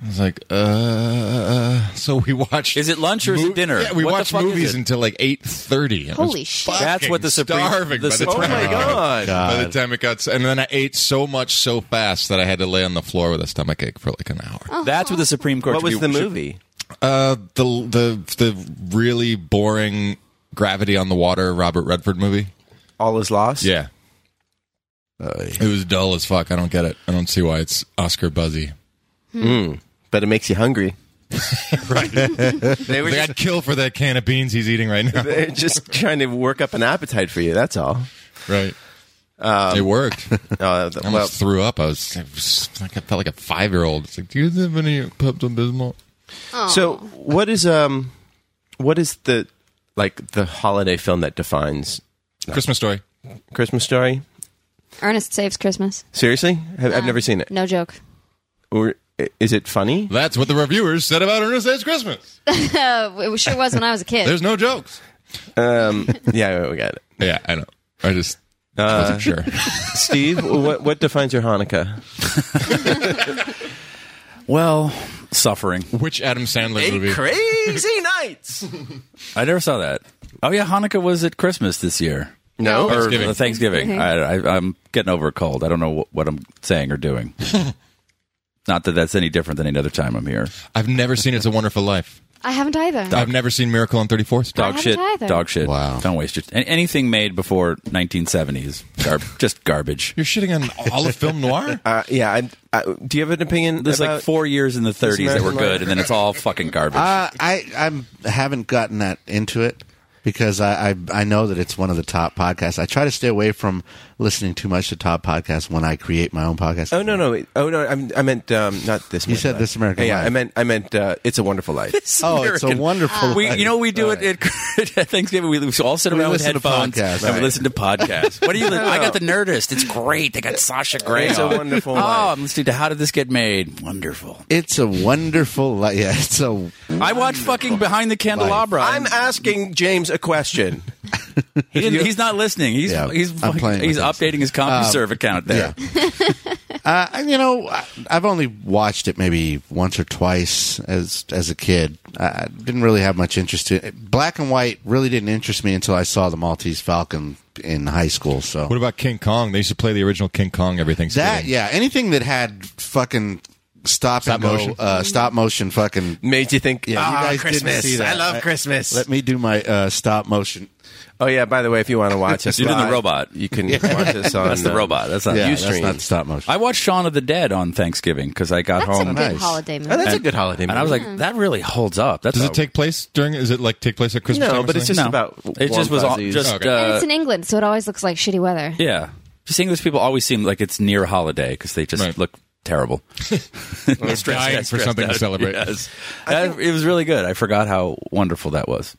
Speaker 6: I was like, "Uh." So we watched.
Speaker 5: Is it lunch or is it dinner?
Speaker 6: Yeah, we
Speaker 5: What the
Speaker 6: watched
Speaker 5: fuck is
Speaker 6: movies
Speaker 5: it?
Speaker 6: until like eight thirty.
Speaker 4: Holy shit.
Speaker 5: That's what the Supreme-
Speaker 6: starving.
Speaker 5: the
Speaker 6: by the
Speaker 5: Supreme-
Speaker 6: time
Speaker 5: Oh
Speaker 6: I
Speaker 5: my
Speaker 3: God.
Speaker 6: got- By the time it got, and then I ate so much so fast that I had to lay on the floor with a stomach ache for like an hour.
Speaker 4: Oh.
Speaker 5: that's what the Supreme Court.
Speaker 3: What
Speaker 5: should
Speaker 3: was the
Speaker 5: be- should-
Speaker 3: movie?
Speaker 6: Uh, the the the really boring Gravity on the Water Robert Redford movie.
Speaker 3: All is lost.
Speaker 6: Yeah, it was dull as fuck. I don't get it. I don't see why it's Oscar buzzy.
Speaker 3: but it makes you hungry. right. they were
Speaker 6: Like,
Speaker 3: just,
Speaker 6: I'd kill for that can of beans he's eating right now.
Speaker 3: they're just trying to work up an appetite for you. That's all.
Speaker 6: right. Um, it worked.
Speaker 3: Uh, th-
Speaker 6: I
Speaker 3: well,
Speaker 6: almost threw up. I was, I was- I felt like a five year old. It's like, do you have any Pepto Bismol?
Speaker 3: so what is um, what is the like the holiday film that defines
Speaker 6: Christmas story.
Speaker 3: Christmas Story?
Speaker 4: Ernest Saves Christmas.
Speaker 3: Seriously, I've, I've never seen it.
Speaker 4: No joke.
Speaker 3: Or i- is it funny?
Speaker 6: That's what the reviewers said about Ernest Saves Christmas.
Speaker 4: Uh, it sure was when I was a kid.
Speaker 6: There's no jokes.
Speaker 3: Um, yeah, we got it. Uh,
Speaker 6: Yeah, I know. I just wasn't sure.
Speaker 3: Steve, what what defines your Hanukkah?
Speaker 5: Well, suffering.
Speaker 6: Which Adam Sandler movie?
Speaker 3: crazy nights.
Speaker 5: I never saw that. Oh yeah, Hanukkah was at Christmas this year.
Speaker 3: No,
Speaker 5: or
Speaker 6: Thanksgiving.
Speaker 5: the Thanksgiving.
Speaker 4: Mhm.
Speaker 5: I, I, I'm getting over a cold. I don't know what, what I'm saying or doing. Not that that's any different than any other time I'm here.
Speaker 6: I've never seen It's a Wonderful Life.
Speaker 4: I haven't either.
Speaker 6: I've never seen Miracle on 34th Street.
Speaker 5: Dog
Speaker 4: haven't
Speaker 5: shit.
Speaker 4: either.
Speaker 5: Dog shit.
Speaker 8: Wow.
Speaker 5: Don't waste your an- anything made before 1970 is gar- just garbage.
Speaker 6: You're shitting on all of film noir?
Speaker 3: uh, yeah. I, I, do you have an opinion?
Speaker 5: There's
Speaker 3: about,
Speaker 5: like four years in the 30s that were good, and then it's all fucking garbage.
Speaker 8: Uh, I I'm haven't gotten that into it because I, I I know that it's one of the top podcasts. I try to stay away from listening too much to top podcasts when I create my own podcast.
Speaker 3: Oh no no wait. oh no I'm, I meant um, not this.
Speaker 8: You
Speaker 3: American
Speaker 8: said
Speaker 3: Life.
Speaker 8: This American
Speaker 3: Yeah,
Speaker 8: Life.
Speaker 3: I meant I meant uh, it's a wonderful life.
Speaker 8: Oh, it's a
Speaker 5: American.
Speaker 8: wonderful.
Speaker 5: We,
Speaker 8: life.
Speaker 5: you know, we do it at, at Thanksgiving. We all sit
Speaker 8: We
Speaker 5: around with
Speaker 8: listen to
Speaker 5: headphones
Speaker 8: podcasts.
Speaker 5: and we listen to podcasts. What do you? li- I got the Nerdist. It's great. They got Sasha Grey.
Speaker 3: It's a
Speaker 5: on.
Speaker 3: Wonderful
Speaker 5: Oh,
Speaker 3: Life.
Speaker 5: I'm listening to How Did This Get Made? Wonderful.
Speaker 8: It's a wonderful life. Yeah, it's a.
Speaker 5: I watched fucking Behind the Candelabra.
Speaker 3: I'm asking James a question.
Speaker 5: He didn't- he's not listening. He's
Speaker 8: Yeah,
Speaker 5: he's
Speaker 8: I'm
Speaker 5: fucking-
Speaker 8: playing with
Speaker 5: he's
Speaker 8: this. Um,
Speaker 5: updating his CompuServe account there.
Speaker 8: Uh, and, you know, I- I've only watched it maybe once or twice as as a kid. I I didn't really have much interest in it. Black and white. Really didn't interest me until I saw the Maltese Falcon in high school. So
Speaker 6: What about King Kong? They used to play the original King Kong every
Speaker 8: That
Speaker 6: Thanksgiving.
Speaker 8: yeah, anything that had fucking stop,
Speaker 6: Stop
Speaker 8: and go,
Speaker 6: motion.
Speaker 8: uh, stop motion fucking.
Speaker 3: Made you think?
Speaker 8: Yeah, you
Speaker 3: ah,
Speaker 8: guys didn't
Speaker 3: Christmas.
Speaker 8: see that.
Speaker 3: I love
Speaker 8: I-
Speaker 3: Christmas.
Speaker 8: Let me do my uh, stop motion.
Speaker 3: oh yeah. By the way, if you want to watch us,
Speaker 5: You're doing the
Speaker 3: live,
Speaker 5: robot.
Speaker 3: You can watch us on.
Speaker 5: That's the
Speaker 3: uh,
Speaker 5: robot. That's not.
Speaker 8: Yeah,
Speaker 5: you.
Speaker 8: that's
Speaker 3: Ustream.
Speaker 8: not stop motion.
Speaker 5: I watched Shaun of the Dead on Thanksgiving because I got
Speaker 4: That's a
Speaker 5: home
Speaker 4: good
Speaker 8: nice.
Speaker 4: holiday movie.
Speaker 3: Oh, that's a good holiday.
Speaker 5: and I was
Speaker 3: movie.
Speaker 5: like, that really holds up. That's
Speaker 6: Does
Speaker 5: a-
Speaker 6: it take place during? Is it like take place at Christmas?
Speaker 3: No,
Speaker 6: time or
Speaker 3: but it's
Speaker 6: something?
Speaker 3: just about
Speaker 5: It
Speaker 3: warm
Speaker 5: just was all,
Speaker 3: fuzzies.
Speaker 5: just
Speaker 6: Okay.
Speaker 5: uh,
Speaker 4: and it's in England, so it always looks like shitty weather.
Speaker 5: Yeah. Just English people always seem like it's near holiday because they just
Speaker 6: Right.
Speaker 5: look terrible. Stressed-
Speaker 6: dying for
Speaker 5: stressed
Speaker 6: something to celebrate.
Speaker 5: Yes. That- it was really good. I forgot how wonderful that was.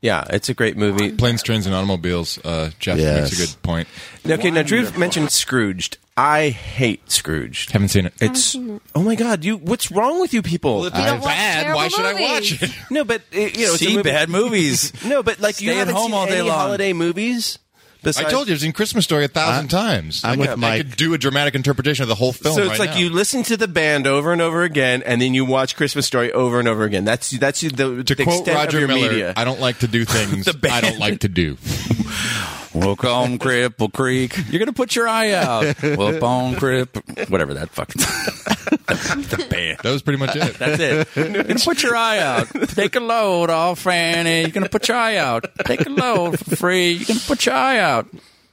Speaker 3: yeah, it's a great movie.
Speaker 6: planes, trains, and automobiles. Uh, Jeff
Speaker 8: Yes.
Speaker 6: makes a good point.
Speaker 3: Okay, now Drew mentioned Scrooged. I hate Scrooged.
Speaker 6: Haven't seen it.
Speaker 3: It's oh my god! You, what's wrong with you people?
Speaker 4: You don't watch terrible movies.
Speaker 6: it?
Speaker 3: no, but uh, you know, it's a
Speaker 5: See
Speaker 3: movie-
Speaker 5: bad movies.
Speaker 3: No, but like you
Speaker 5: Stay at
Speaker 3: haven't
Speaker 5: home
Speaker 3: seen
Speaker 5: all day
Speaker 3: any
Speaker 5: long.
Speaker 3: holiday movies.
Speaker 6: I
Speaker 3: Besides,
Speaker 6: told you I've seen Christmas Story a 1000 times.
Speaker 8: I'm
Speaker 6: I
Speaker 8: with
Speaker 6: could, I
Speaker 8: Mike.
Speaker 6: could do a dramatic interpretation of the whole film.
Speaker 3: So it's
Speaker 6: right
Speaker 3: like
Speaker 6: now.
Speaker 3: you listen to the band over and over again, and then you watch Christmas Story over and over again. That's that's the, the
Speaker 6: To quote
Speaker 3: extent of
Speaker 6: Roger
Speaker 3: your
Speaker 6: Miller,
Speaker 3: media.
Speaker 6: I don't like to do things I don't like to do.
Speaker 5: Welcome, on Cripple Creek. You're going to put your eye out. Welcome, on Cripple. Whatever that fucking. the band.
Speaker 6: That was pretty much it.
Speaker 5: That's it. You're going to put your eye out. Take a load off, Fanny. You're going to put your eye out. Take a load for free. You're going to put your eye out.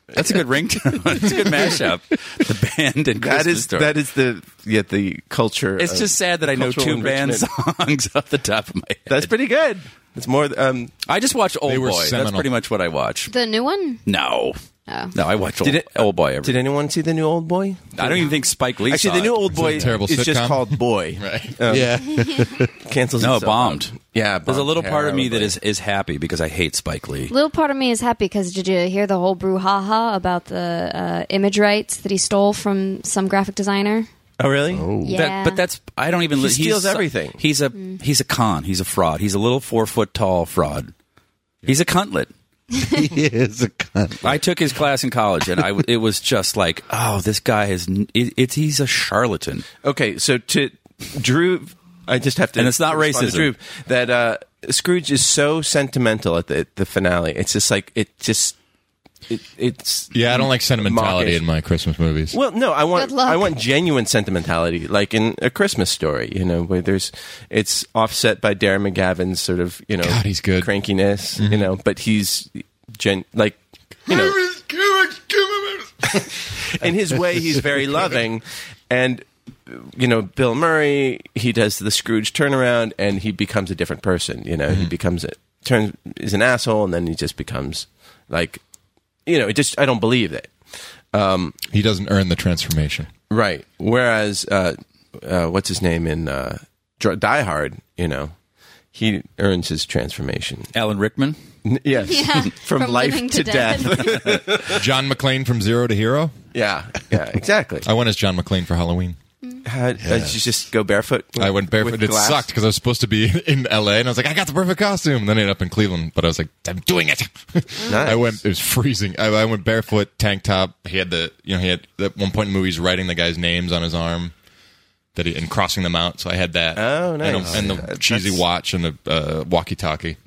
Speaker 5: That's a good ringtone. It's a good mashup. The band and Christmas
Speaker 3: that is
Speaker 5: Story.
Speaker 3: that is the yeah the culture.
Speaker 5: It's
Speaker 3: of-
Speaker 5: just sad that I know
Speaker 3: cultural
Speaker 5: two band
Speaker 3: enrichment.
Speaker 5: songs off the top of my head.
Speaker 3: that's pretty good. It's more um,
Speaker 5: I just watch Old
Speaker 6: They were
Speaker 5: Boy.
Speaker 6: seminal.
Speaker 5: That's pretty much what I watch.
Speaker 4: The new one?
Speaker 5: No.
Speaker 4: Oh.
Speaker 5: No, I watch Old,
Speaker 3: Did it-
Speaker 5: Old Boy every
Speaker 3: uh, Did anyone see the new Old Boy?
Speaker 5: I don't even think Spike Lee saw
Speaker 3: Actually, the new
Speaker 5: it.
Speaker 3: Old Boy
Speaker 6: a terrible
Speaker 3: is just
Speaker 6: sitcom.
Speaker 3: called Boy.
Speaker 6: Right.
Speaker 3: Um,
Speaker 8: Yeah,
Speaker 3: Cancels.
Speaker 5: No, it
Speaker 3: itself
Speaker 5: bombed.
Speaker 3: out. Yeah,
Speaker 5: There's a
Speaker 3: bombed
Speaker 5: little part of me that
Speaker 3: terribly.
Speaker 5: is, is happy because I hate Spike Lee.
Speaker 4: Little part of me is happy because did you hear the whole brouhaha about the uh, image rights that he stole from some graphic designer?
Speaker 3: Oh really?
Speaker 4: Yeah.
Speaker 5: That, but that's I don't even.
Speaker 3: He
Speaker 5: li-
Speaker 3: steals
Speaker 5: he's-
Speaker 3: everything.
Speaker 5: He's a he's a con. He's a fraud. He's a little four foot tall fraud. He's a cuntlet.
Speaker 8: he is a cunt.
Speaker 5: I took his class in college, and I w- it was just like, oh, this guy is n- it, it's he's a charlatan.
Speaker 3: Okay, so to Drew, I just have to,
Speaker 5: And it's not
Speaker 3: respond
Speaker 5: racism.
Speaker 3: to Drew, that uh, Scrooge is so sentimental at the, the finale. It's just like it just it, it's
Speaker 6: Yeah, I don't like sentimentality
Speaker 3: mawkish.
Speaker 6: in my Christmas movies.
Speaker 3: Well, no, I want
Speaker 4: Good luck.
Speaker 3: I want genuine sentimentality, like in a Christmas story, you know, where there's it's offset by Darren McGavin's sort of you know
Speaker 6: God, he's good. Mm-hmm.
Speaker 3: crankiness, you know, but he's gen like you know in his way he's very loving, and you know Bill Murray he does the Scrooge turnaround and he becomes a different person, you know,
Speaker 6: Mm-hmm.
Speaker 3: he becomes a turns is an asshole and then he just becomes like you know it just I don't believe it. Um,
Speaker 6: He doesn't earn the transformation.
Speaker 3: Right. Whereas, uh, uh, what's his name in uh, Dr- Die Hard? You know, he earns his transformation.
Speaker 5: Alan Rickman.
Speaker 3: N- yes,
Speaker 4: Yeah,
Speaker 3: from, life
Speaker 4: living
Speaker 3: to, death.
Speaker 6: John McClane from Zero to Hero.
Speaker 3: yeah, yeah, exactly.
Speaker 6: I went as John McClane for Halloween.
Speaker 3: How, how Did you just go barefoot?
Speaker 6: I went barefoot.
Speaker 3: with
Speaker 6: It
Speaker 3: glass?
Speaker 6: sucked because I was supposed to be in L.A. and I was like, I got the perfect costume. And then I ended up in Cleveland, but I was like, I'm doing it. I went. It was freezing. I, I went barefoot, tank top. He had the, you know, he had at one point in the movie he's writing the guy's names on his arm that he, and crossing them out. So I had that.
Speaker 3: Oh, nice.
Speaker 6: And, a- and the
Speaker 3: That's-
Speaker 6: cheesy watch and the uh, walkie-talkie.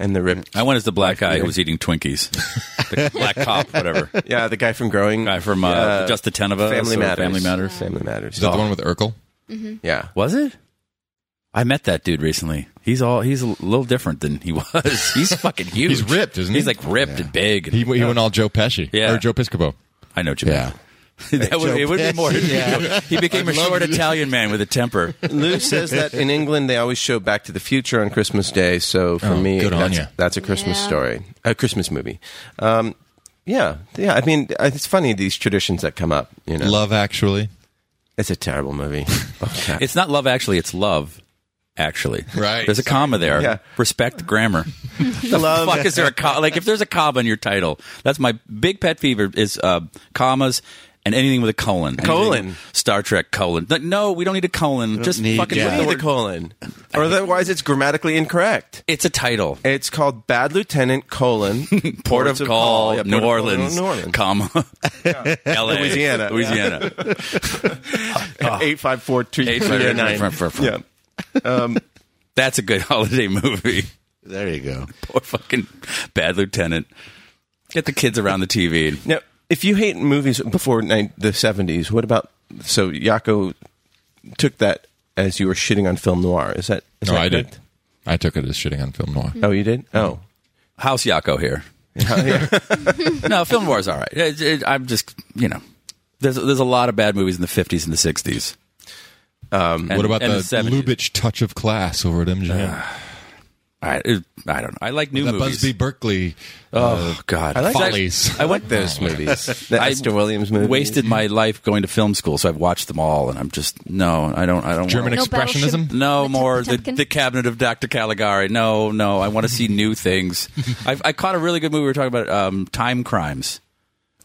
Speaker 3: And the rip.
Speaker 5: I went as the black guy who was eating Twinkies. the black cop, whatever.
Speaker 3: Yeah, the guy from Growing.
Speaker 5: Guy from, uh, Just the Ten of Us
Speaker 3: Family
Speaker 5: or
Speaker 3: Matters.
Speaker 5: Family Matters.
Speaker 3: Family Matters.
Speaker 6: Is that the one with Urkel?
Speaker 3: yeah.
Speaker 5: Was it? I met that dude recently. He's all he's a little different than he was. He's fucking huge.
Speaker 6: He's ripped, isn't he?
Speaker 5: He's like ripped and big.
Speaker 6: He, he went all Joe Pesci
Speaker 5: Yeah.
Speaker 6: or Joe Piscopo.
Speaker 5: I know Japan. that would, it would be more. He became a short Italian man with a temper.
Speaker 3: Lou says that in England they always show Back to the Future on Christmas Day. So for
Speaker 6: Oh,
Speaker 3: me,
Speaker 6: good on
Speaker 3: that's,
Speaker 6: ya.
Speaker 3: that's a Christmas
Speaker 4: Yeah.
Speaker 3: story, a Christmas movie. Um, yeah, yeah. I mean, I- it's funny these traditions that come up. You know,
Speaker 6: Love Actually.
Speaker 3: it's a terrible movie. Okay.
Speaker 5: It's not love, actually. It's love, actually.
Speaker 6: Right.
Speaker 5: There's a comma there.
Speaker 3: Yeah.
Speaker 5: Respect grammar.
Speaker 3: love.
Speaker 5: Fuck, is there a comma? Like, if there's a comma in your title, that's my big pet peeve is uh, commas and anything with a colon. Anything-
Speaker 3: Colon.
Speaker 5: Star Trek colon. Like, No, we don't need a colon. Just
Speaker 8: need-
Speaker 5: fucking
Speaker 8: yeah.
Speaker 5: put the
Speaker 3: Need the
Speaker 5: word-
Speaker 3: colon, or otherwise it's grammatically incorrect.
Speaker 5: It's a title.
Speaker 3: It's called Bad Lieutenant colon Ports
Speaker 5: Port of Call,
Speaker 3: Yeah, Port
Speaker 5: New
Speaker 3: of Call,
Speaker 5: Orleans,
Speaker 3: New Orleans,
Speaker 5: comma, L.A.,
Speaker 3: Louisiana.
Speaker 5: Louisiana.
Speaker 3: eight five four two
Speaker 5: Eight
Speaker 3: eight
Speaker 5: five-
Speaker 3: five nine. Yeah.
Speaker 5: That's a good holiday movie.
Speaker 8: There you go.
Speaker 5: Poor fucking bad lieutenant. Get the kids around the TV. and-
Speaker 3: Now, if you hate movies before nine, the seventies, what about so Yako took that as you were shitting on film noir? Is that is
Speaker 6: No,
Speaker 3: that
Speaker 6: I did.
Speaker 3: correct?
Speaker 6: I took it as shitting on film noir.
Speaker 3: Oh, you did. Oh,
Speaker 5: House Yako here.
Speaker 6: oh,
Speaker 5: no, film noir's all right. It- it- I'm just, you know, there's there's a lot of bad movies in the 50s and the 60s. Um,
Speaker 6: what about the, Lubitsch touch of class over at MGM?
Speaker 5: All right, it- I don't know. I like new
Speaker 6: the
Speaker 5: movies.
Speaker 6: Busby Berkeley.
Speaker 5: oh God,
Speaker 3: I like
Speaker 6: Follies.
Speaker 5: I went
Speaker 3: those movies, the Esther Williams movies.
Speaker 5: Wasted my life going to film school, so I've watched them all, and I'm just no. I don't. I don't.
Speaker 6: German
Speaker 5: wanna-
Speaker 4: No
Speaker 6: expressionism.
Speaker 5: No
Speaker 4: Potemkin-
Speaker 5: more the,
Speaker 4: Potemkin?
Speaker 5: the cabinet of Dr. Caligari. No, no. I want to see new things. I, I caught a really good movie. We were talking about um, Time Crimes,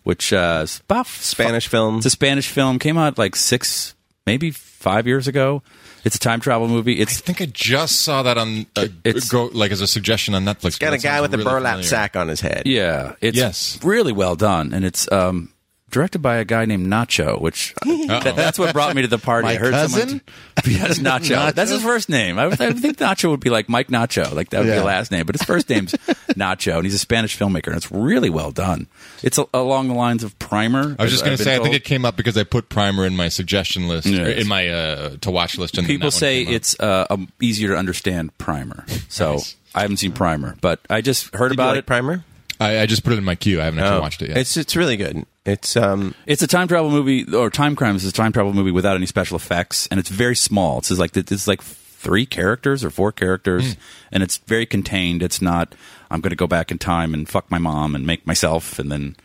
Speaker 5: which uh, is about
Speaker 3: Spanish film.
Speaker 5: It's a Spanish film. Came out like six, maybe five years ago. It's a time travel movie.
Speaker 6: I
Speaker 5: It's
Speaker 6: think I just saw that on uh,
Speaker 5: It's-
Speaker 6: go, like as a suggestion on Netflix.
Speaker 3: Got a
Speaker 6: That
Speaker 3: guy
Speaker 6: sounds
Speaker 3: with a
Speaker 6: really
Speaker 3: burlap
Speaker 6: familiar.
Speaker 3: sack on his head.
Speaker 5: yeah. It's
Speaker 6: Yes.
Speaker 5: really well done, and it's um, directed by a guy named Nacho, which that, that's what brought me to the party.
Speaker 8: My
Speaker 5: I heard
Speaker 8: cousin?
Speaker 5: someone. Yes, Nacho.
Speaker 8: Nacho?
Speaker 5: That's his first name. I, would, I would think Nacho would be like Mike Nacho, like that would be
Speaker 8: Yeah.
Speaker 5: the last name, but his first name's Nacho, and he's a Spanish filmmaker, and it's really well done. It's a, along the lines of Primer.
Speaker 6: I was just
Speaker 5: as
Speaker 6: going
Speaker 5: I've been
Speaker 6: to say, I
Speaker 5: told.
Speaker 6: think it came up because I put Primer in my suggestion list,
Speaker 5: Yes.
Speaker 6: or in my uh, to watch list. And then that
Speaker 5: people
Speaker 6: one
Speaker 5: say
Speaker 6: came up.
Speaker 5: it's uh, um, easier to understand Primer. So I haven't seen Primer, but I just heard
Speaker 3: Did you
Speaker 5: about
Speaker 3: like
Speaker 5: it.
Speaker 3: Primer? Oh.
Speaker 6: I, I just put it in my queue. I haven't actually watched it yet.
Speaker 3: It's it's really good. It's um
Speaker 5: It's a time travel movie, or Time Crimes is a time travel movie without any special effects, and it's very small. It's just like it's like three characters or four characters, and it's very contained. It's not I'm going to go back in time and fuck my mom and make myself, and then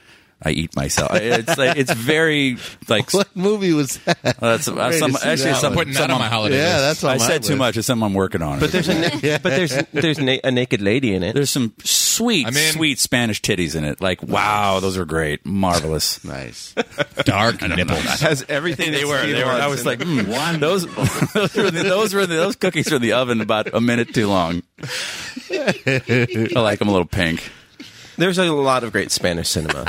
Speaker 5: I eat myself. it's like it's very like
Speaker 8: What movie was that?
Speaker 5: uh, it's, uh,
Speaker 8: Great to
Speaker 5: some,
Speaker 8: see
Speaker 5: actually
Speaker 8: that
Speaker 5: some,
Speaker 8: one.
Speaker 6: putting that
Speaker 5: some
Speaker 6: on my
Speaker 5: I'm-
Speaker 6: holiday.
Speaker 8: yeah,
Speaker 6: list.
Speaker 8: that's on
Speaker 5: I
Speaker 8: my
Speaker 5: said too
Speaker 8: list.
Speaker 5: much. It's something I'm working on.
Speaker 3: but there's a na- but there's there's na- a naked lady in it.
Speaker 5: There's some sweet,
Speaker 6: I'm in.
Speaker 5: sweet Spanish titties in it. Like, wow, those are great, marvelous.
Speaker 8: Nice.
Speaker 6: dark nipples.
Speaker 3: has everything
Speaker 5: they
Speaker 3: that
Speaker 5: were.
Speaker 3: Steve
Speaker 5: They were. I
Speaker 3: wants
Speaker 5: was
Speaker 3: in it.
Speaker 5: like, mm, those, those, were the, those were the, those cookies were in the oven about a minute too long. I like them a little pink.
Speaker 3: there's a lot of great Spanish cinema.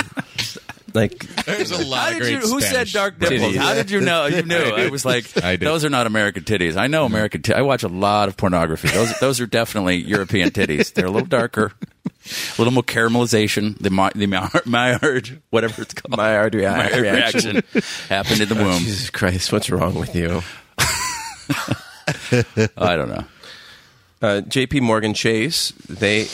Speaker 3: like
Speaker 6: There's a lot
Speaker 5: How
Speaker 6: of
Speaker 5: did
Speaker 6: great
Speaker 5: you, who said
Speaker 6: Spanish
Speaker 5: dark
Speaker 6: movies.
Speaker 5: nipples? How did you know? You knew. I was like,
Speaker 6: I did.
Speaker 5: those are not American titties. I know American. T- I watch a lot of pornography. Those those are definitely European titties. They're a little darker. a little more caramelization. The my, the Maillard, Maillard, whatever it's called,
Speaker 3: Maillard rea-
Speaker 5: Maillard reaction, Oh, happened in the
Speaker 6: Um.
Speaker 5: womb.
Speaker 3: Jesus Christ, what's wrong with you?
Speaker 5: I don't know.
Speaker 3: Uh, J.P. Morgan Chase, they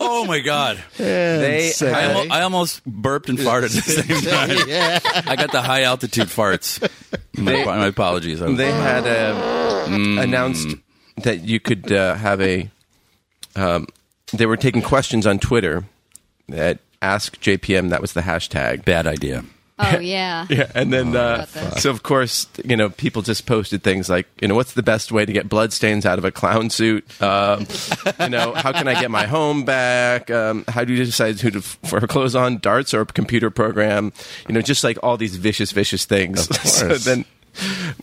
Speaker 5: Oh my god!
Speaker 3: they
Speaker 5: I,
Speaker 3: had-
Speaker 5: almo- I almost burped and farted at the same time. I got the high altitude farts. My,
Speaker 3: They-
Speaker 5: my apologies. I was-
Speaker 3: Um, they had uh, announced that you could uh, have a. Um, they were taking questions on Twitter at Ask JPM. That was the hashtag.
Speaker 5: bad idea.
Speaker 4: Oh yeah.
Speaker 3: Yeah, and then uh,
Speaker 4: about that.
Speaker 3: so of course you know people just posted things like you know what's the best way to get bloodstains out of a clown suit? Um, you know how can I get my home back? Um, how do you decide who to f- foreclose on? Darts or a computer program? You know just like all these vicious, vicious things. so then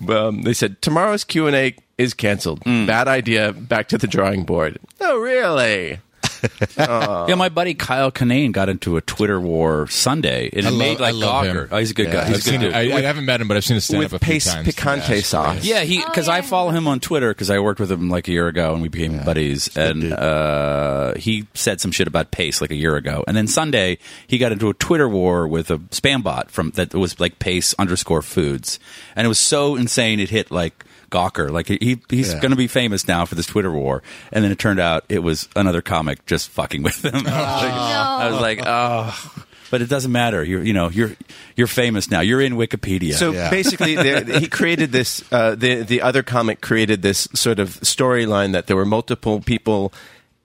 Speaker 3: um, they said tomorrow's Q and A is canceled.
Speaker 6: Mm.
Speaker 3: Bad idea. Back to the drawing board. Oh really?
Speaker 5: Yeah, my buddy Kyle Kinane got into a Twitter war Sunday, and it
Speaker 6: I love-
Speaker 5: made
Speaker 6: I
Speaker 5: like
Speaker 6: love him.
Speaker 5: Gawker. Oh, he's a good guy.
Speaker 6: I've
Speaker 5: He's a good
Speaker 6: seen,
Speaker 5: dude.
Speaker 6: I, I haven't met him, but I've seen his stand up a
Speaker 3: With
Speaker 6: few
Speaker 3: pace
Speaker 6: times.
Speaker 3: picante sauce.
Speaker 5: Yeah, he
Speaker 4: Oh,
Speaker 5: because
Speaker 4: yeah,
Speaker 5: I
Speaker 4: I
Speaker 5: follow
Speaker 4: know.
Speaker 5: him on Twitter because I worked with him like a year ago and we became buddies. And uh, he said some shit about Pace like a year ago, and then Sunday he got into a Twitter war with a spam bot from that was like Pace underscore Foods, and it was so insane it hit like. Gawker, like he he's
Speaker 8: Yeah.
Speaker 5: going to be famous now for this Twitter war, and then it turned out it was another comic just fucking with him. I was like, oh, but it doesn't matter. You you know you're you're famous now. You're in Wikipedia.
Speaker 3: So
Speaker 8: Yeah.
Speaker 3: basically, there- he created this. Uh, the the other comic created this sort of storyline that there were multiple people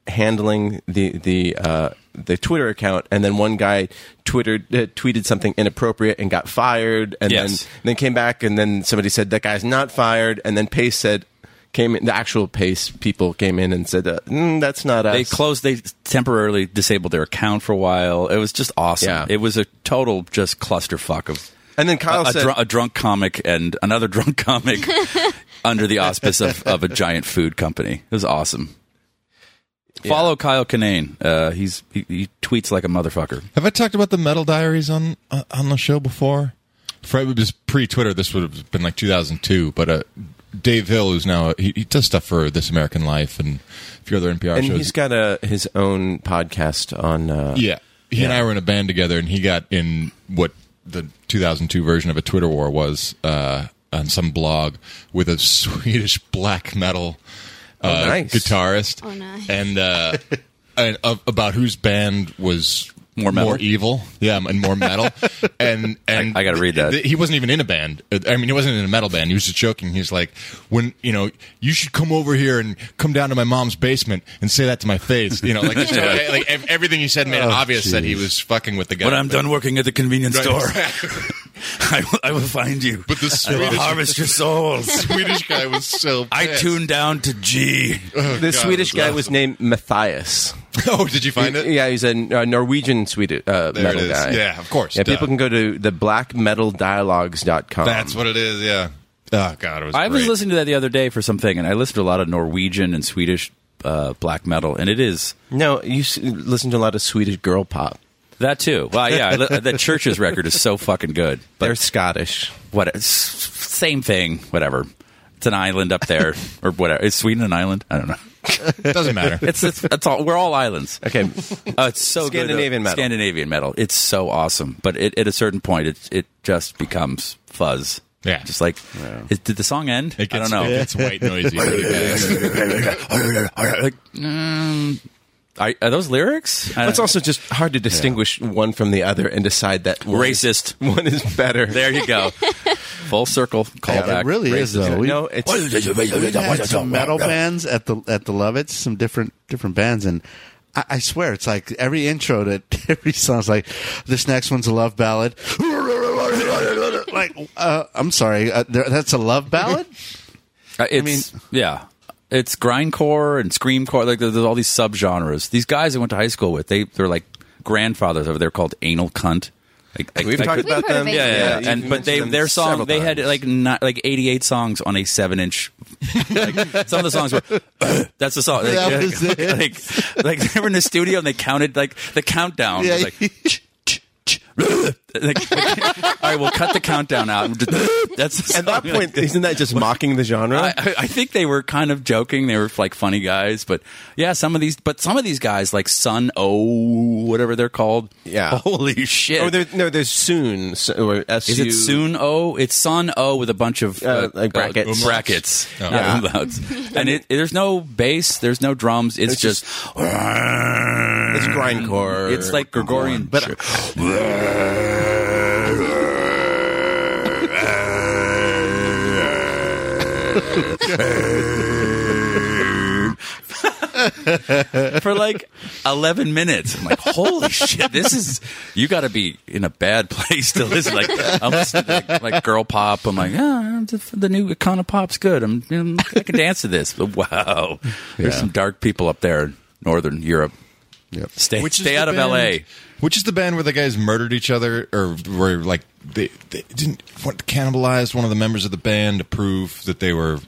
Speaker 3: handling the the uh, the Twitter account, and then one guy twittered uh, tweeted something inappropriate and got fired, and then
Speaker 5: Yes.
Speaker 3: and then came back, and then somebody said that guy's not fired, and then Pace said. Came in, the actual Pace people came in and said, uh, mm, "That's not us."
Speaker 5: They closed. They temporarily disabled their account for a while. It was just awesome.
Speaker 3: Yeah.
Speaker 5: It was a total just clusterfuck of
Speaker 3: and then Kyle
Speaker 5: a, a
Speaker 3: said,
Speaker 5: dr- a drunk comic and another drunk comic under the auspice of, of a giant food company. It was awesome. Follow Kyle Kinane. Uh, he's he, he tweets like a motherfucker.
Speaker 6: Have I talked about the Metal Diaries on uh, on the show before? For, it was pre Twitter. This would have been like 2002. But uh, Dave Hill, who's now he, he does stuff for This American Life and a few other NPR
Speaker 3: and
Speaker 6: shows.
Speaker 3: he's got a his own podcast on. Uh,
Speaker 6: yeah, he and I were in a band together, and he got in what the 2002 version of a Twitter war was uh, on some blog with a Swedish black metal
Speaker 5: Oh,
Speaker 6: uh,
Speaker 3: nice.
Speaker 6: guitarist,
Speaker 4: Oh, nice.
Speaker 6: and uh, and of, about whose band was.
Speaker 5: More metal?
Speaker 6: evil, yeah, and more metal, and and
Speaker 5: I gotta read that.
Speaker 6: th- he wasn't even in a band. Uh, I mean, he wasn't in a metal band. He was just joking. He was like, "When you know, you should come over here and come down to my mom's basement and say that to my face." You know, like, so, like ev- everything he said made it obvious that he was fucking with the guy.
Speaker 5: When Oh, I'm
Speaker 6: But-
Speaker 5: done working at the convenience
Speaker 6: Right,
Speaker 5: store,
Speaker 6: exactly.
Speaker 5: I will- I will find you.
Speaker 6: But the
Speaker 5: I will
Speaker 6: Swedish-
Speaker 5: harvest your souls.
Speaker 6: Swedish guy was so.
Speaker 5: I
Speaker 6: pissed.
Speaker 5: tuned down to G.
Speaker 3: the
Speaker 6: God,
Speaker 3: Swedish
Speaker 6: that's
Speaker 3: guy
Speaker 6: awesome.
Speaker 3: was named Matthias.
Speaker 6: Oh, did you find it?
Speaker 3: Yeah, he's a uh, Norwegian Swedish uh,
Speaker 6: There it
Speaker 3: metal
Speaker 6: is.
Speaker 3: guy.
Speaker 6: Yeah, of course,
Speaker 3: Yeah,
Speaker 6: duh.
Speaker 3: people can go to the blackmetaldialogues.com.
Speaker 6: that's what it is. Yeah. Oh God, it was.
Speaker 5: I was
Speaker 6: great.
Speaker 5: listening to that the other day for something, and I listened to a lot of Norwegian and Swedish uh, black metal, and it is
Speaker 3: No, you s- listen to a lot of Swedish girl pop.
Speaker 5: that too. Well, yeah, li- that Church's record is so fucking good. But
Speaker 3: They're Scottish.
Speaker 5: what? s- Same thing, whatever. It's an island up there, or whatever. Is Sweden an island? I don't know.
Speaker 6: Doesn't matter.
Speaker 5: It's, it's that's all. We're all islands.
Speaker 3: Okay.
Speaker 5: Uh, it's so good.
Speaker 3: Scandinavian metal.
Speaker 5: Scandinavian metal. It's so awesome, but it, at a certain point, it it just becomes fuzz.
Speaker 6: Yeah.
Speaker 5: just like is- did the song end?
Speaker 6: It gets,
Speaker 5: I don't know.
Speaker 6: It gets white noisy. pretty fast.
Speaker 5: like, mm, are, are those lyrics? I
Speaker 3: It's
Speaker 5: don't-
Speaker 3: also just hard to distinguish one from the other and decide that one is-
Speaker 5: racist.
Speaker 3: one is better.
Speaker 5: There you go. Full circle callback.
Speaker 8: it really is though. We,
Speaker 3: no, it's
Speaker 8: we had some metal bands at the at the Lovitz, some different different bands, and I, I swear it's like every intro to every song's like this next one's a love ballad. like uh, I'm sorry, uh, there, that's a love ballad.
Speaker 5: Uh, It's, yeah, it's grindcore and screamcore. Like there's, there's all these subgenres. These guys I went to high school with, they they're like grandfathers of. it. They're called anal cunt. Like, like-
Speaker 3: we've
Speaker 5: like-
Speaker 3: talked
Speaker 4: We've
Speaker 3: about
Speaker 4: heard
Speaker 3: them.
Speaker 4: of it.
Speaker 5: Yeah, yeah,
Speaker 3: you've
Speaker 5: yeah. and but
Speaker 3: mentioned
Speaker 5: they
Speaker 3: them
Speaker 5: their song
Speaker 3: several
Speaker 5: they had
Speaker 3: times.
Speaker 5: like not like 88 songs on a 7 inch like, some of the songs were that's the song like,
Speaker 8: That
Speaker 5: like,
Speaker 8: was it.
Speaker 5: like like they were in the studio and they counted like the countdown
Speaker 8: Yeah.
Speaker 5: It was like Like, all right, we'll cut the countdown out. And just, that's
Speaker 3: At that point, isn't that just mocking the genre?
Speaker 5: I, I- I think they were kind of joking. They were like funny guys, but yeah, some of these, but some of these guys like Sun O, whatever they're called.
Speaker 3: Yeah.
Speaker 5: holy shit!
Speaker 3: or there, Oh, no, there's soon. so- Or
Speaker 5: Is
Speaker 3: S-U-
Speaker 5: it Sun O? It's Sun O with a bunch of
Speaker 3: Uh, like brackets. Umlauts.
Speaker 5: brackets,
Speaker 6: Oh.
Speaker 5: not
Speaker 3: Yeah.
Speaker 5: umlauts. and it, there's no bass, there's no drums. It's,
Speaker 3: It's
Speaker 5: just,
Speaker 3: It's grindcore.
Speaker 5: it's like Gregorian,
Speaker 3: But
Speaker 5: shit. for like 11 minutes. I'm like, holy shit, this is, you got to be in a bad place to listen. Like, I'm listening to like, like girl pop. I'm like, oh, the new Econo pop's good. I'm, I'm- I can dance to this. But wow. There's some dark people up there in Northern Europe.
Speaker 8: Yep.
Speaker 5: Stay,
Speaker 6: Which is
Speaker 5: stay
Speaker 6: the
Speaker 5: out of
Speaker 6: band-
Speaker 5: LA.
Speaker 6: Which is the band where the guys murdered each other, or where like they, they didn't what, cannibalized one of the members of the band to prove that they were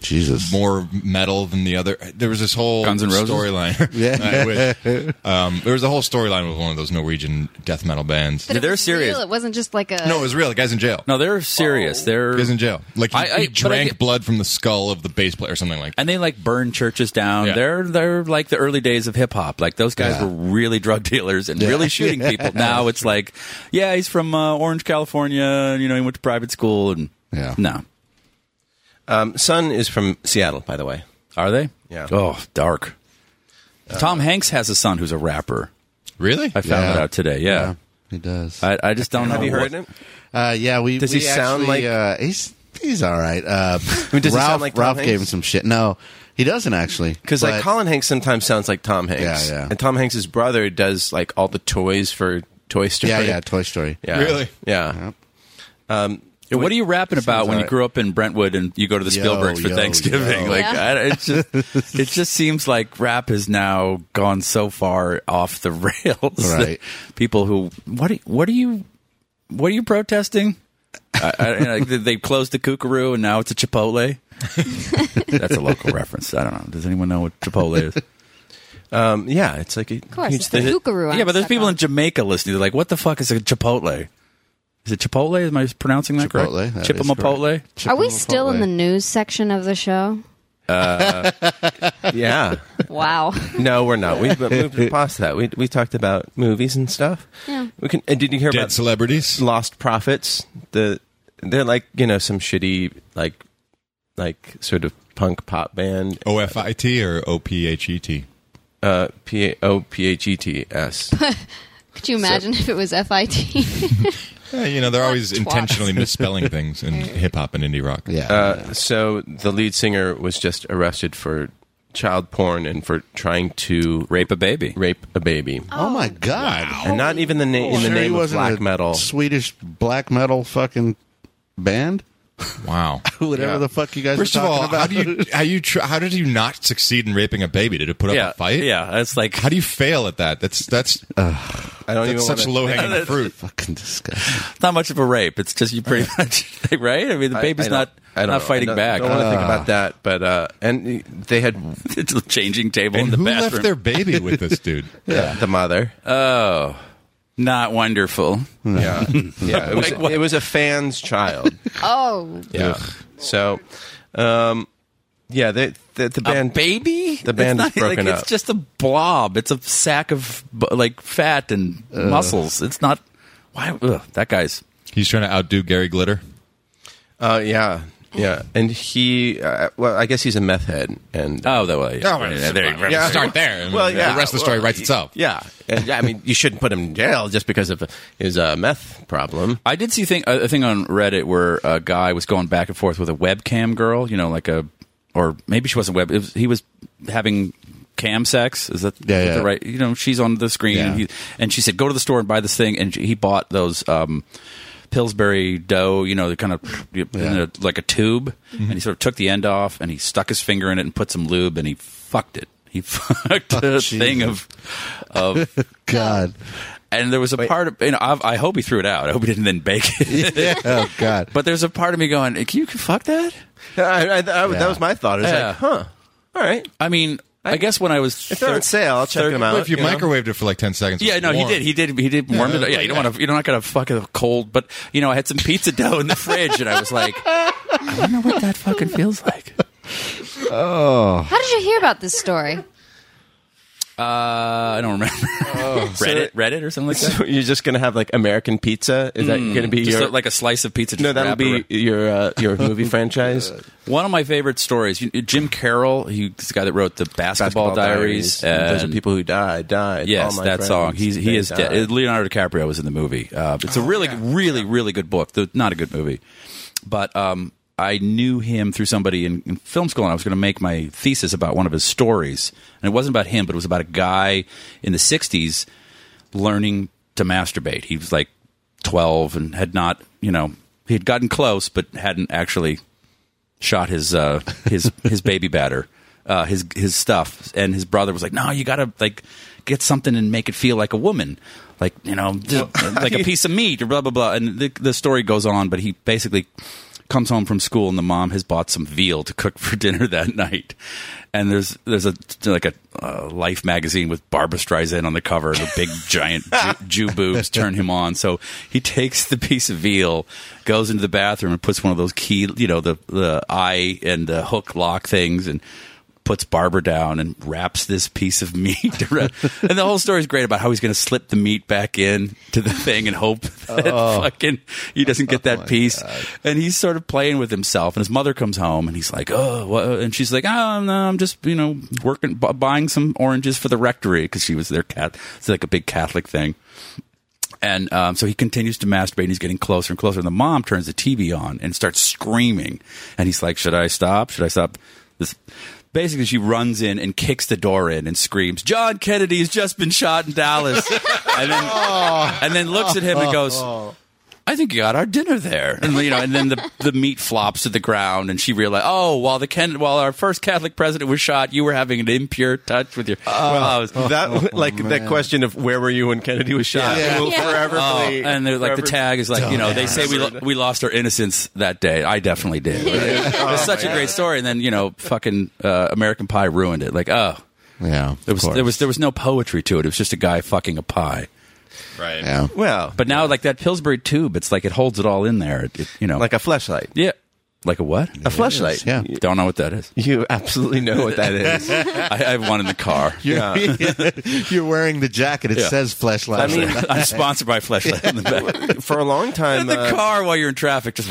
Speaker 8: Jesus.
Speaker 6: more metal than the other. There was this whole
Speaker 5: Guns N' Roses?
Speaker 6: storyline.
Speaker 8: Yeah.
Speaker 6: I wish. um, there was a whole storyline with one of those Norwegian death metal bands.
Speaker 4: But it
Speaker 5: They're
Speaker 4: was
Speaker 5: serious.
Speaker 4: Real. It wasn't just like a.
Speaker 6: no, it was real. The guy's in jail.
Speaker 5: No, they're serious. They're
Speaker 6: The guy's in jail. Like he,
Speaker 5: I- I-
Speaker 6: he
Speaker 5: but I
Speaker 6: drank
Speaker 5: get-
Speaker 6: blood from the skull of the bass player or something like. that.
Speaker 5: and they like burn churches down.
Speaker 6: Yeah.
Speaker 5: They're they're like the early days of hip hop. Like those guys
Speaker 8: Yeah.
Speaker 5: were really drug dealers and really shooting people. Now it's like, yeah, he's from uh, Orange, California. You know, he went to private school and
Speaker 8: Yeah.
Speaker 5: no,
Speaker 3: um, Sun is from Seattle, by the way.
Speaker 5: are they?
Speaker 3: Yeah.
Speaker 5: Oh, dark. Tom Hanks has a son who's a rapper.
Speaker 6: Really?
Speaker 5: I found
Speaker 8: Yeah.
Speaker 5: that out today. Yeah.
Speaker 8: He does.
Speaker 5: I, I just don't know.
Speaker 3: Have you heard
Speaker 5: Oh, what-
Speaker 3: him?
Speaker 8: Uh, yeah, we.
Speaker 3: Does
Speaker 8: we
Speaker 3: he sound
Speaker 8: actually,
Speaker 3: like-
Speaker 8: uh, he's he's all right. Uh,
Speaker 3: mean, does he
Speaker 8: Ralph,
Speaker 3: sound like Tom
Speaker 8: Ralph gave
Speaker 3: Hanks?
Speaker 8: him some shit. No, he doesn't actually.
Speaker 3: Because like
Speaker 8: but-
Speaker 3: Colin Hanks sometimes sounds like Tom Hanks.
Speaker 8: Yeah, yeah.
Speaker 3: And Tom Hanks's brother does like all the toys for Toy Story.
Speaker 8: yeah, yeah, Toy Story.
Speaker 3: Yeah.
Speaker 6: Really?
Speaker 3: Yeah.
Speaker 5: Yeah, What are you rapping about when you
Speaker 8: alright.
Speaker 5: grew up in Brentwood and you go to the
Speaker 8: Yo,
Speaker 5: Spielbergs for
Speaker 8: yo,
Speaker 5: Thanksgiving?
Speaker 8: yo.
Speaker 5: Like,
Speaker 4: Yeah.
Speaker 5: I, it's just, it just seems like rap has now gone so far off the rails. that
Speaker 8: Right.
Speaker 5: People who what are, what are you what are you protesting? I, I, you know, like, they closed the Kookaroo and now it's a Chipotle. That's a local reference. I don't know. Does anyone know what Chipotle is?
Speaker 3: Um, yeah. It's like a
Speaker 4: Of course,
Speaker 3: huge
Speaker 4: it's the
Speaker 3: thing.
Speaker 4: Kookaroo.
Speaker 5: yeah, but there's
Speaker 4: I'm
Speaker 5: people in
Speaker 4: stuck
Speaker 5: Jamaica listening. They're like, "What the fuck is a Chipotle?" Is it Chipotle? Am I pronouncing that
Speaker 8: Chipotle, that
Speaker 5: correct?
Speaker 8: is
Speaker 5: Chipotle.
Speaker 8: correct.
Speaker 4: on. Are we
Speaker 8: Chipotle.
Speaker 4: still in the news section of the show?
Speaker 3: Yeah.
Speaker 4: Wow.
Speaker 3: No, we're not. We've moved past that. We we talked about movies and stuff.
Speaker 4: Yeah.
Speaker 3: We can. And did you hear
Speaker 6: Dead
Speaker 3: about
Speaker 6: celebrities.
Speaker 3: Lost Prophets? The they're like you know some shitty like like sort of punk pop band.
Speaker 6: O F I T or O P H E T.
Speaker 3: Uh, P O P H E T S.
Speaker 4: Could you imagine if it was FIT?
Speaker 6: Yeah, Eh, you know, they're always
Speaker 4: Twats.
Speaker 6: intentionally misspelling things in hip hop and indie rock.
Speaker 8: Yeah.
Speaker 3: Uh, so the lead singer was just arrested for child porn and for trying to
Speaker 5: Rape a baby.
Speaker 3: rape a baby.
Speaker 8: oh my god!
Speaker 3: And not even the name in the
Speaker 5: Oh,
Speaker 8: Sure he
Speaker 3: name of
Speaker 8: wasn't
Speaker 3: black
Speaker 8: a
Speaker 3: metal.
Speaker 8: Swedish black metal fucking band.
Speaker 6: Wow.
Speaker 8: Whatever
Speaker 3: Yeah.
Speaker 8: the fuck you guys.
Speaker 6: First
Speaker 8: are
Speaker 6: of all,
Speaker 8: talking about.
Speaker 6: how do you how you tr- how did you not succeed in raping a baby? Did it put up
Speaker 5: yeah,
Speaker 6: a fight?
Speaker 5: Yeah, that's like
Speaker 6: How do you fail at that? That's that's
Speaker 3: I don't even
Speaker 6: that's such
Speaker 3: wanna-
Speaker 6: low hanging fruit.
Speaker 8: fucking disgusting?
Speaker 5: not much of a rape. It's just you pretty much right. I mean, the
Speaker 3: I-
Speaker 5: baby's
Speaker 3: I don't-
Speaker 5: not
Speaker 3: I don't
Speaker 5: not
Speaker 3: know.
Speaker 5: fighting
Speaker 3: I don't-
Speaker 5: back. Ah.
Speaker 3: Don't want to think about that, but uh, and they had
Speaker 5: it's a changing table
Speaker 6: And
Speaker 5: in the
Speaker 6: who
Speaker 5: bathroom.
Speaker 6: left their baby with this dude?
Speaker 3: the mother.
Speaker 5: not wonderful.
Speaker 3: yeah, yeah. It was,
Speaker 5: Hmm. Like what?
Speaker 3: it was a fan's child.
Speaker 4: oh,
Speaker 3: Yeah. So, um, yeah, they, the the band
Speaker 5: a baby.
Speaker 3: the band
Speaker 5: It's
Speaker 3: is broken
Speaker 5: like,
Speaker 3: up.
Speaker 5: It's just a blob. It's a sack of bu- like fat and muscles. It's not. Why ugh, that guy's
Speaker 6: He's trying to outdo Gary Glitter.
Speaker 3: Uh, yeah, yeah, and he. Uh, well, I guess he's a meth head, and
Speaker 5: oh that way.
Speaker 6: Oh, well, yeah. Start there. and the rest of the story
Speaker 3: Well,
Speaker 6: writes
Speaker 3: y-
Speaker 6: itself.
Speaker 3: Yeah, and, yeah. I mean, you shouldn't put him in jail just because of his uh, meth problem.
Speaker 5: I did see thing, a a thing on Reddit where a guy was going back and forth with a webcam girl, you know, like a, or maybe she wasn't web. It was, he was having cam sex. Is that,
Speaker 8: Yeah,
Speaker 5: is that
Speaker 8: yeah.
Speaker 5: the right? You know, she's on the screen, and,
Speaker 8: Yeah.
Speaker 5: he, and she said, "Go to the store and buy this thing." And she, he bought those um, Pillsbury dough, you know, the kind of in a, like a tube,
Speaker 8: Mm-hmm.
Speaker 5: and he sort of took the end off and he stuck his finger in it and put some lube and he fucked it. He fucked a
Speaker 8: Oh, Jesus.
Speaker 5: thing of of
Speaker 8: God.
Speaker 5: and there was a part of you know I, I hope he threw it out. I hope he didn't then bake it.
Speaker 8: Oh God.
Speaker 5: But there's a part of me going, "Can you fuck that?"
Speaker 3: I, I, I, That was my thought. It's
Speaker 5: Yeah.
Speaker 3: like, huh? All right.
Speaker 5: I mean, I guess when I was
Speaker 3: If they're on
Speaker 5: thir-
Speaker 3: sale, I'll check
Speaker 5: thir-
Speaker 3: them out.
Speaker 6: If you,
Speaker 3: you know?
Speaker 6: microwaved it for like ten seconds,
Speaker 5: Yeah,
Speaker 6: it's
Speaker 5: no, he
Speaker 6: warm.
Speaker 5: did. He did. He did warm it. up. Yeah, you don't want to. You're not gonna fuck it cold. But you know, I had some pizza dough in the fridge, and I was like, uh, I wonder what that fucking feels like.
Speaker 4: How did you hear about this story?
Speaker 5: Uh, I don't remember. Reddit, Reddit, or something like that.
Speaker 3: Oh. So you're just gonna have like American pizza? Is that going to be
Speaker 5: Hmm. Just
Speaker 3: your
Speaker 5: like a slice of pizza. Just
Speaker 3: no? That'll
Speaker 5: wrap it
Speaker 3: be
Speaker 5: around.
Speaker 3: your uh, your movie franchise.
Speaker 5: one of my favorite stories. You- Jim Carroll, he's the guy that wrote the Basketball, Diaries.
Speaker 3: and those are
Speaker 5: and-
Speaker 3: people who died. Died.
Speaker 5: Yes,
Speaker 3: All my
Speaker 5: that
Speaker 3: friends,
Speaker 5: song. He's he
Speaker 3: they
Speaker 5: is dead.
Speaker 3: died. Oh,
Speaker 5: Leonardo DiCaprio was in the movie. Uh, it's a really, really, really good book. Though Not a good movie, but um, I knew him through somebody in, in film school, and I was going to make my thesis about one of his stories. And it wasn't about him, but it was about a guy in the '60s learning to masturbate. He was like 12 and had not, you know, he had gotten close, but hadn't actually shot his uh, his his baby batter, uh, his his stuff, and his brother was like, "No, you gotta like get something and make it feel like a woman, like you know, like a piece of meat or blah blah blah." And the, the story goes on, but he basically comes home from school and the mom has bought some veal to cook for dinner that night. And there's there's a like a uh, Life magazine with Barbara Streisand on the cover and the big giant Jew, Jew boobs turn him on. So he takes the piece of veal, goes into the bathroom and puts one of those key, you know, the the eye and the hook lock things and puts Barbara down and wraps this piece of meat around. and the whole story is great about how he's going to slip the meat back in to the thing and hope that fucking he doesn't get that piece. And he's sort of playing with himself. And his mother comes home and he's like, oh, what? and she's like, oh, no, I'm just, you know, working, bu buying some oranges for the rectory because she was their cat. It's like a big Catholic thing. And um, so he continues to masturbate. And he's getting closer and closer. And the mom turns the TV on and starts screaming. And he's like, "Should I stop? Should I stop?" This basically, she runs in and kicks the door in and screams, "John Kennedy has just been shot in Dallas." and then and then looks at him and goes. I think you got our dinner there, and you know, and then the, the meat flops to the ground, and she realized, oh, while the Ken, while our first Catholic president was shot, you were having an impure touch with your. Well, I was-
Speaker 3: that like that question of where were you when Kennedy was shot
Speaker 8: Yeah.
Speaker 3: will forever
Speaker 5: Oh,
Speaker 3: be-
Speaker 5: and they're like the
Speaker 3: forever-
Speaker 5: tag is like you know they say we lo- we lost our innocence that day. I definitely did.
Speaker 3: Oh,
Speaker 5: it's such a great story, and then you know fucking uh, American Pie ruined it. Like oh,
Speaker 8: Yeah,
Speaker 5: there was there was there was no poetry to it. It was just a guy fucking a pie.
Speaker 6: Right.
Speaker 8: Yeah.
Speaker 3: Well,
Speaker 5: But now like that Pillsbury tube, it's like it holds it all in there. It, it- you know,
Speaker 3: like a flashlight.
Speaker 5: yeah, like a what?
Speaker 3: A flashlight.
Speaker 8: yeah.
Speaker 5: Don't know what that is.
Speaker 3: You absolutely know what that is.
Speaker 5: I, I have one in the car.
Speaker 8: You're, you're wearing the jacket. It
Speaker 5: Yeah.
Speaker 8: says flashlight.
Speaker 3: I mean,
Speaker 5: I'm sponsored by Fleshlight in the back.
Speaker 3: For a long time,
Speaker 5: In the
Speaker 3: uh,
Speaker 5: car while you're in traffic, just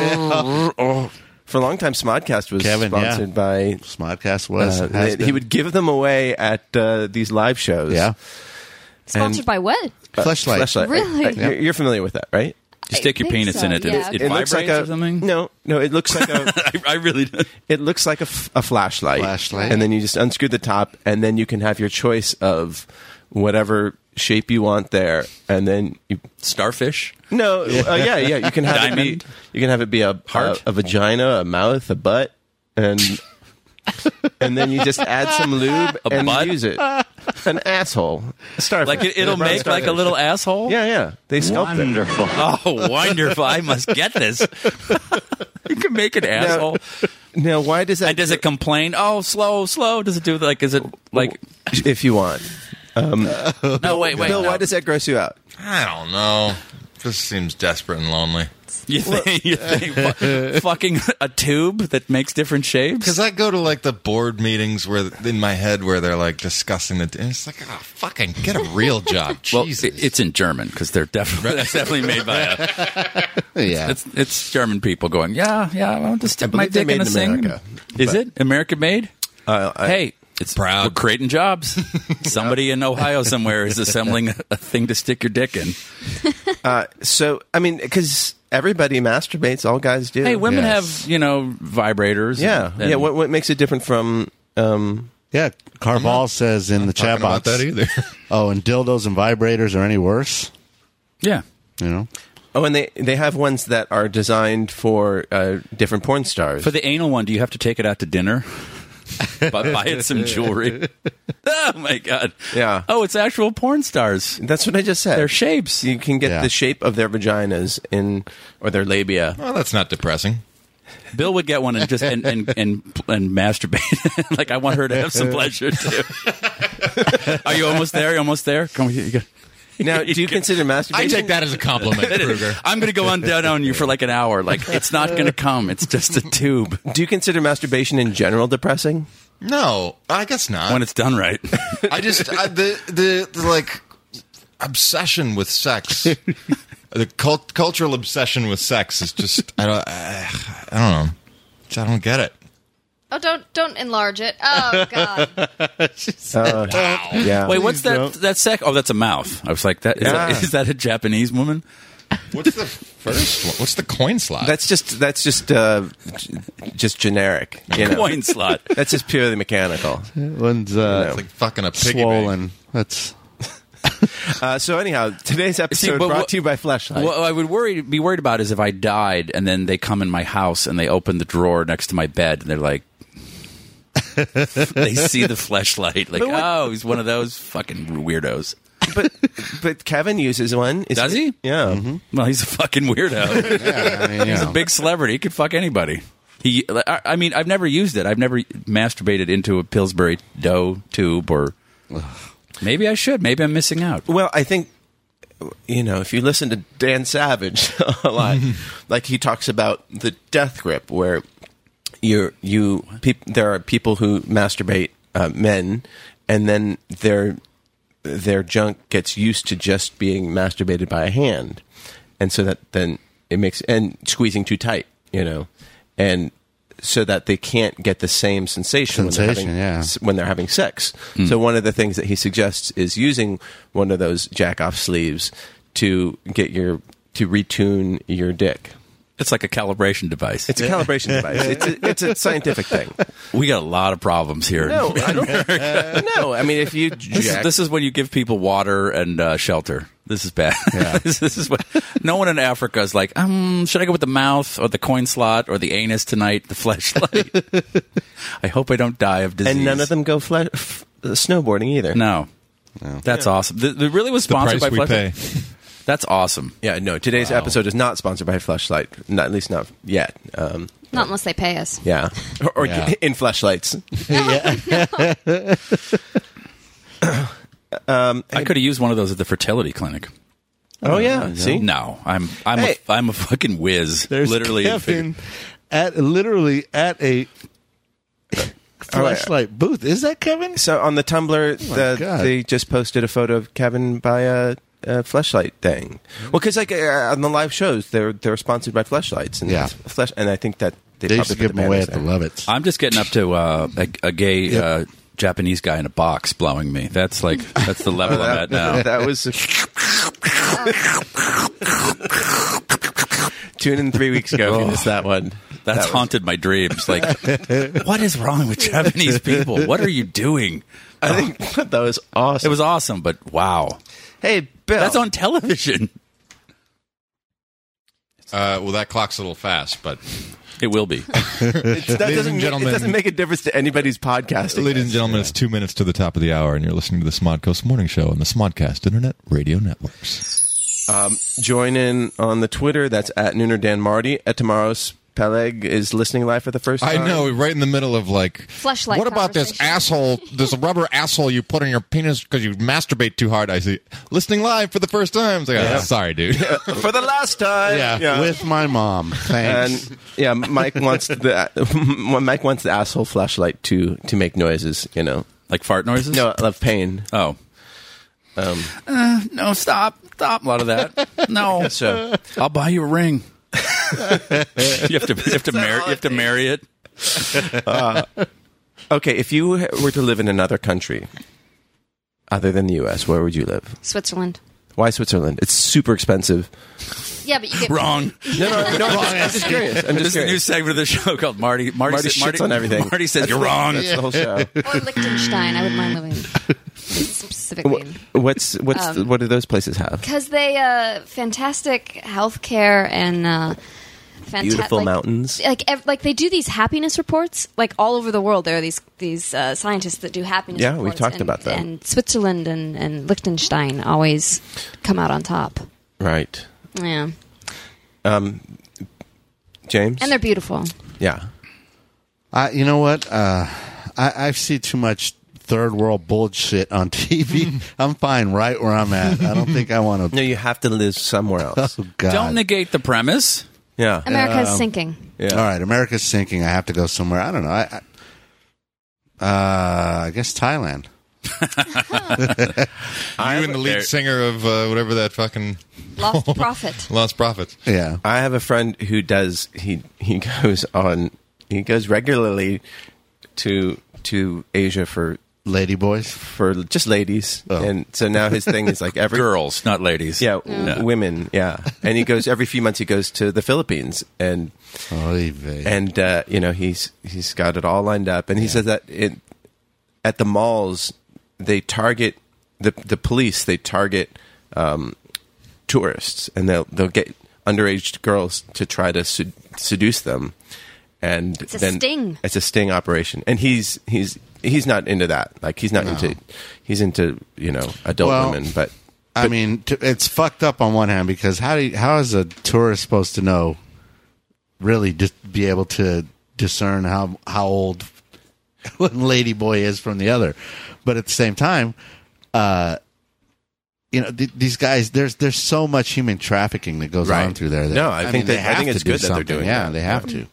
Speaker 3: for a long time, Smodcast was
Speaker 8: Kevin, yeah.
Speaker 3: sponsored by.
Speaker 8: Smodcast was.
Speaker 3: Uh,
Speaker 8: has
Speaker 3: they- he
Speaker 8: been.
Speaker 3: would give them away at uh, these live shows.
Speaker 8: Yeah.
Speaker 4: Sponsored by what?
Speaker 8: Flashlight.
Speaker 3: Fleshlight.
Speaker 4: Really?
Speaker 3: I- I- you're- You're familiar with that, right?
Speaker 5: you stick your
Speaker 4: think
Speaker 5: penis
Speaker 4: so,
Speaker 5: in it. and
Speaker 4: yeah.
Speaker 5: It, it,
Speaker 3: It
Speaker 5: vibrates
Speaker 3: looks like a
Speaker 5: or something.
Speaker 3: No, no. It looks like a.
Speaker 5: I, I really.
Speaker 3: it looks like a, f- a flashlight.
Speaker 8: Flashlight.
Speaker 3: And then you just unscrew the top, and then you can have your choice of whatever shape you want there, and then you
Speaker 5: starfish.
Speaker 3: No, uh, yeah, yeah. You can have it
Speaker 5: Diamond?
Speaker 3: be you can have it be a
Speaker 5: Heart?
Speaker 3: a, a vagina, a mouth, a butt, and and then you just add some lube
Speaker 5: A
Speaker 3: and
Speaker 5: butt?
Speaker 3: use it. An asshole, a starfish.
Speaker 5: Like it, it'll
Speaker 3: They're
Speaker 5: make like a
Speaker 3: starfish.
Speaker 5: little asshole.
Speaker 3: Yeah, yeah. They sculpt it.
Speaker 5: Oh, wonderful! I must get this. you can make an asshole.
Speaker 3: Now, why does that?
Speaker 5: And does it complain? Oh, slow, slow. Does it do like? Is it like?
Speaker 3: if you want,
Speaker 5: No, wait, wait.
Speaker 3: Bill?
Speaker 5: no.
Speaker 3: Why does that gross you out?
Speaker 6: I don't know. This seems desperate and lonely.
Speaker 5: you think? You think fu- fucking a tube that makes different shapes?
Speaker 6: Because I go to like the board meetings where in my head where they're like discussing the. And it's like, ah, fucking get a real job.
Speaker 5: Well,
Speaker 6: Jesus.
Speaker 5: it- it's in German because they're definitely that's definitely made by a,
Speaker 8: Yeah.
Speaker 5: it's it's German people going yeah yeah I want to stick my
Speaker 3: believe they're
Speaker 5: dick in
Speaker 3: made
Speaker 5: a
Speaker 3: in
Speaker 5: thing.
Speaker 3: America,
Speaker 5: Is it American made? hey, it's
Speaker 6: Proud.
Speaker 5: We're creating jobs. Somebody in Ohio somewhere is assembling a thing to stick your dick in.
Speaker 3: So, I mean, because everybody masturbates, all guys do.
Speaker 5: Hey, women
Speaker 8: Yes.
Speaker 5: have you know vibrators.
Speaker 3: yeah,
Speaker 5: and-
Speaker 3: yeah. What what makes it different from? Um,
Speaker 8: yeah. Carval says in the chat
Speaker 6: Talking about
Speaker 8: box.
Speaker 6: that either.
Speaker 8: Oh, and dildos and vibrators are any worse?
Speaker 5: yeah.
Speaker 8: You know.
Speaker 3: oh, and they they have ones that are designed for uh, different porn stars.
Speaker 5: For the anal one, do you have to take it out to dinner? Bu- buy it some jewelry. Oh my god.
Speaker 3: Yeah.
Speaker 5: Oh, it's actual porn stars.
Speaker 3: That's what I just said.
Speaker 5: Their shapes.
Speaker 3: You can get
Speaker 8: Yeah.
Speaker 3: the shape of their vaginas in or their labia.
Speaker 6: well, that's not depressing.
Speaker 5: Bill would get one and just and and and, and masturbate. like I want her to have some pleasure too. Are you almost there? You almost there? Come here. You go.
Speaker 3: Now, do you consider
Speaker 6: I
Speaker 3: masturbation?
Speaker 6: take that as a compliment, Kruger.
Speaker 5: I'm going to go on down on you for like an hour. Like it's not going to come. It's just a tube
Speaker 3: Do you consider masturbation in general depressing?
Speaker 6: No, I guess not.
Speaker 5: when it's done right.
Speaker 6: I just I, the, the the like obsession with sex, the cult, cultural obsession with sex is just I don't I, I don't know. Just- I don't get it.
Speaker 4: Oh, don't don't enlarge it. Oh God.
Speaker 3: Yeah.
Speaker 5: Wait, what's that? That sec? Oh, that's a mouth. I was like, that is,
Speaker 3: Yeah.
Speaker 5: that, is that a Japanese woman?
Speaker 6: What's the first one? What's the coin slot?
Speaker 3: That's just that's just uh, j- just generic. You know?
Speaker 5: Coin slot.
Speaker 3: That's just purely mechanical.
Speaker 8: One's uh,
Speaker 6: It's like fucking a piggy bank.
Speaker 8: swollen. That's
Speaker 3: Uh, so anyhow, today's episode
Speaker 5: but
Speaker 3: brought
Speaker 5: what-
Speaker 3: to you by Fleshlight.
Speaker 5: What I would worry, be worried about is if I died and then they come in my house and they open the drawer next to my bed and they're like, they see the fleshlight, like, oh, he's one of those fucking weirdos.
Speaker 3: but but Kevin uses one. Is
Speaker 5: Does he?
Speaker 3: Yeah.
Speaker 5: Well, he's a fucking weirdo.
Speaker 8: yeah, I mean, you know.
Speaker 5: Big celebrity, he could fuck anybody. He, I I mean, I've never used it. I've never masturbated into a Pillsbury dough tube, or maybe I should. Maybe I'm missing out.
Speaker 3: Well, I think you know if you listen to Dan Savage a lot, like he talks about the death grip, where you're you peop, there are people who masturbate uh, men, and then their their junk gets used to just being masturbated by a hand, and so that then it makes and squeezing too tight, you know, and so that they can't get the same sensation,
Speaker 8: Sensation,
Speaker 3: when they're having
Speaker 8: yeah. Hmm.
Speaker 3: s- when they're having sex. So one of the things that he suggests is using one of those jack off sleeves to get your to retune your dick.
Speaker 5: It's like a calibration device.
Speaker 3: It's a calibration device. It's a, it's a scientific thing.
Speaker 5: we got a lot of problems here.
Speaker 3: No, I don't. No, I mean if you
Speaker 5: This is,
Speaker 3: jack-
Speaker 5: this is when you give people water and uh, shelter. This is bad. this, this is what no one in Africa is like. Um, should I go with the mouth or the coin slot or the anus tonight? The fleshlight. I hope I don't die of disease.
Speaker 3: and none of them go fle- f- snowboarding either.
Speaker 5: No, that's awesome. The, the really was
Speaker 6: the
Speaker 5: sponsored
Speaker 6: price we
Speaker 5: by
Speaker 6: pay.
Speaker 5: fleshlight. That's awesome.
Speaker 3: Yeah, no. Today's episode is not sponsored by Fleshlight. Not at least not yet. Um,
Speaker 4: Not unless they pay us.
Speaker 3: yeah, or, or
Speaker 6: Yeah.
Speaker 3: in flashlights.
Speaker 5: I could have used one of those at the fertility clinic.
Speaker 3: Oh yeah. See,
Speaker 5: No, I'm I'm
Speaker 3: Hey.
Speaker 5: a, I'm a fucking whiz.
Speaker 8: There's
Speaker 5: literally, and figuratively.
Speaker 8: Kevin at literally at a flashlight booth. Is that Kevin?
Speaker 3: So on the Tumblr, the,
Speaker 8: God.
Speaker 3: they just posted a photo of Kevin by a, a flashlight thing. Well, because like uh, on the live shows, they're they're sponsored by flashlights and
Speaker 8: Yeah.
Speaker 3: it's flash, and I think that they,
Speaker 8: They used
Speaker 3: probably
Speaker 8: to give
Speaker 3: put
Speaker 8: them away
Speaker 3: banners
Speaker 8: at the
Speaker 3: there.
Speaker 8: Lovitz.
Speaker 5: I'm just getting up to uh, a, a gay uh, Japanese guy in a box blowing me. That's like that's the level I'm at now.
Speaker 3: That was. Tune in three weeks ago if you missed that one.
Speaker 5: That's
Speaker 3: that was-
Speaker 5: haunted my dreams. Like, what is wrong with Japanese people? What are you doing?
Speaker 3: I think that was awesome.
Speaker 5: It was awesome, but wow,
Speaker 3: hey Bill.
Speaker 5: that's on television.
Speaker 6: Uh, well, that clock's a little fast, but
Speaker 5: It will be.
Speaker 3: that
Speaker 6: Ladies
Speaker 3: doesn't
Speaker 6: and
Speaker 3: ma-
Speaker 6: gentlemen.
Speaker 3: It doesn't make a difference to anybody's podcasting.
Speaker 6: ladies and gentlemen, it's two minutes to the top of the hour, and you're listening to the Smodcoast Morning Show on the Smodcast Internet Radio Networks.
Speaker 3: Um, Join in on the Twitter. That's at Nooner Dan Marty. At tomorrow's Peleg is listening live for the first
Speaker 6: I
Speaker 3: time.
Speaker 6: know, right in the middle of like,
Speaker 4: Fleshlight
Speaker 6: What about this
Speaker 4: conversation.
Speaker 6: asshole, this rubber asshole you put on your penis because you masturbate too hard? I see. Listening live for the first time. It's like, oh, sorry, dude.
Speaker 3: for the last time.
Speaker 6: Yeah.
Speaker 8: With my mom. Thanks.
Speaker 3: and yeah, Mike wants the Mike wants the asshole flashlight to to make noises. You know,
Speaker 5: Like fart noises?
Speaker 3: no, Um. of pain.
Speaker 5: Oh. Uh, no, stop. Stop. A lot of that. No.
Speaker 3: So
Speaker 5: I'll buy you a ring. you have to, you have to marry, you have to marry it.
Speaker 3: okay, if you were to live in another country other than the U.S., where would you live?
Speaker 4: Switzerland.
Speaker 3: Why Switzerland? It's super expensive.
Speaker 4: Yeah, but you get
Speaker 5: Wrong.
Speaker 3: No, no, no. I'm just curious. I'm
Speaker 5: This
Speaker 3: just
Speaker 5: is a new
Speaker 3: curious.
Speaker 5: segment of the show called Marty. Marty,
Speaker 3: Marty
Speaker 5: says-
Speaker 3: shits on everything.
Speaker 5: Marty says you're wrong.
Speaker 3: That's the whole show.
Speaker 4: or Liechtenstein. I wouldn't mind living specifically. in-
Speaker 3: What's what's
Speaker 4: Um,
Speaker 3: what do those places have?
Speaker 4: because they uh, fantastic healthcare and uh, fanta-
Speaker 3: Beautiful
Speaker 4: like-
Speaker 3: mountains.
Speaker 4: Like ev- like they do these happiness reports like all over the world. There are these these uh, scientists that do happiness.
Speaker 3: Yeah, we've
Speaker 4: reports,
Speaker 3: talked
Speaker 4: and-
Speaker 3: about that.
Speaker 4: And Switzerland and, and Liechtenstein always come out on top.
Speaker 3: Right.
Speaker 4: Yeah.
Speaker 3: James?
Speaker 4: And they're beautiful.
Speaker 3: yeah.
Speaker 8: I, you know what? Uh, I, I see too much third world bullshit on TV. I'm fine right where I'm at. I don't think I want
Speaker 3: No,
Speaker 8: to.
Speaker 3: you have to live somewhere else.
Speaker 8: Oh, God.
Speaker 5: Don't negate the premise.
Speaker 3: yeah.
Speaker 4: America's sinking.
Speaker 3: yeah.
Speaker 8: All right, America's sinking. I have to go somewhere. I don't know. I, I, uh, I guess Thailand.
Speaker 6: you and the lead singer of uh, whatever that fucking
Speaker 4: Lost profit.
Speaker 6: Lost Prophets.
Speaker 8: Yeah.
Speaker 3: I have a friend who does he he goes on he goes regularly to to Asia for
Speaker 8: Lady boys.
Speaker 3: for just ladies.
Speaker 8: Oh.
Speaker 3: And so now his thing is like every
Speaker 5: Girls, not ladies.
Speaker 3: Yeah, w- women, yeah. And he goes every few months he goes to the Philippines and
Speaker 8: Oy vey.
Speaker 3: and uh, you know he's he's got it all lined up, and he says that it, at the malls they target the the police, they target um, tourists, and they'll they'll get underage girls to try to sed- seduce them, and
Speaker 4: a
Speaker 3: then
Speaker 4: sting.
Speaker 3: It's a sting operation, and he's he's he's not into that. Like he's not into he's into you know adult
Speaker 8: Well,
Speaker 3: women, but
Speaker 8: I mean, t- it's fucked up on one hand because how do you, how is a tourist supposed to know? Really, just be able to discern how how old one lady boy is from the other, but at the same time, uh, you know th- these guys. There's there's so much human trafficking that goes
Speaker 3: Right.
Speaker 8: on through there. That,
Speaker 3: No, I think
Speaker 8: they
Speaker 3: that- I think
Speaker 8: have to
Speaker 3: it's
Speaker 8: do
Speaker 3: good that they're
Speaker 8: something.
Speaker 3: doing
Speaker 8: Yeah,
Speaker 3: that.
Speaker 8: they have to.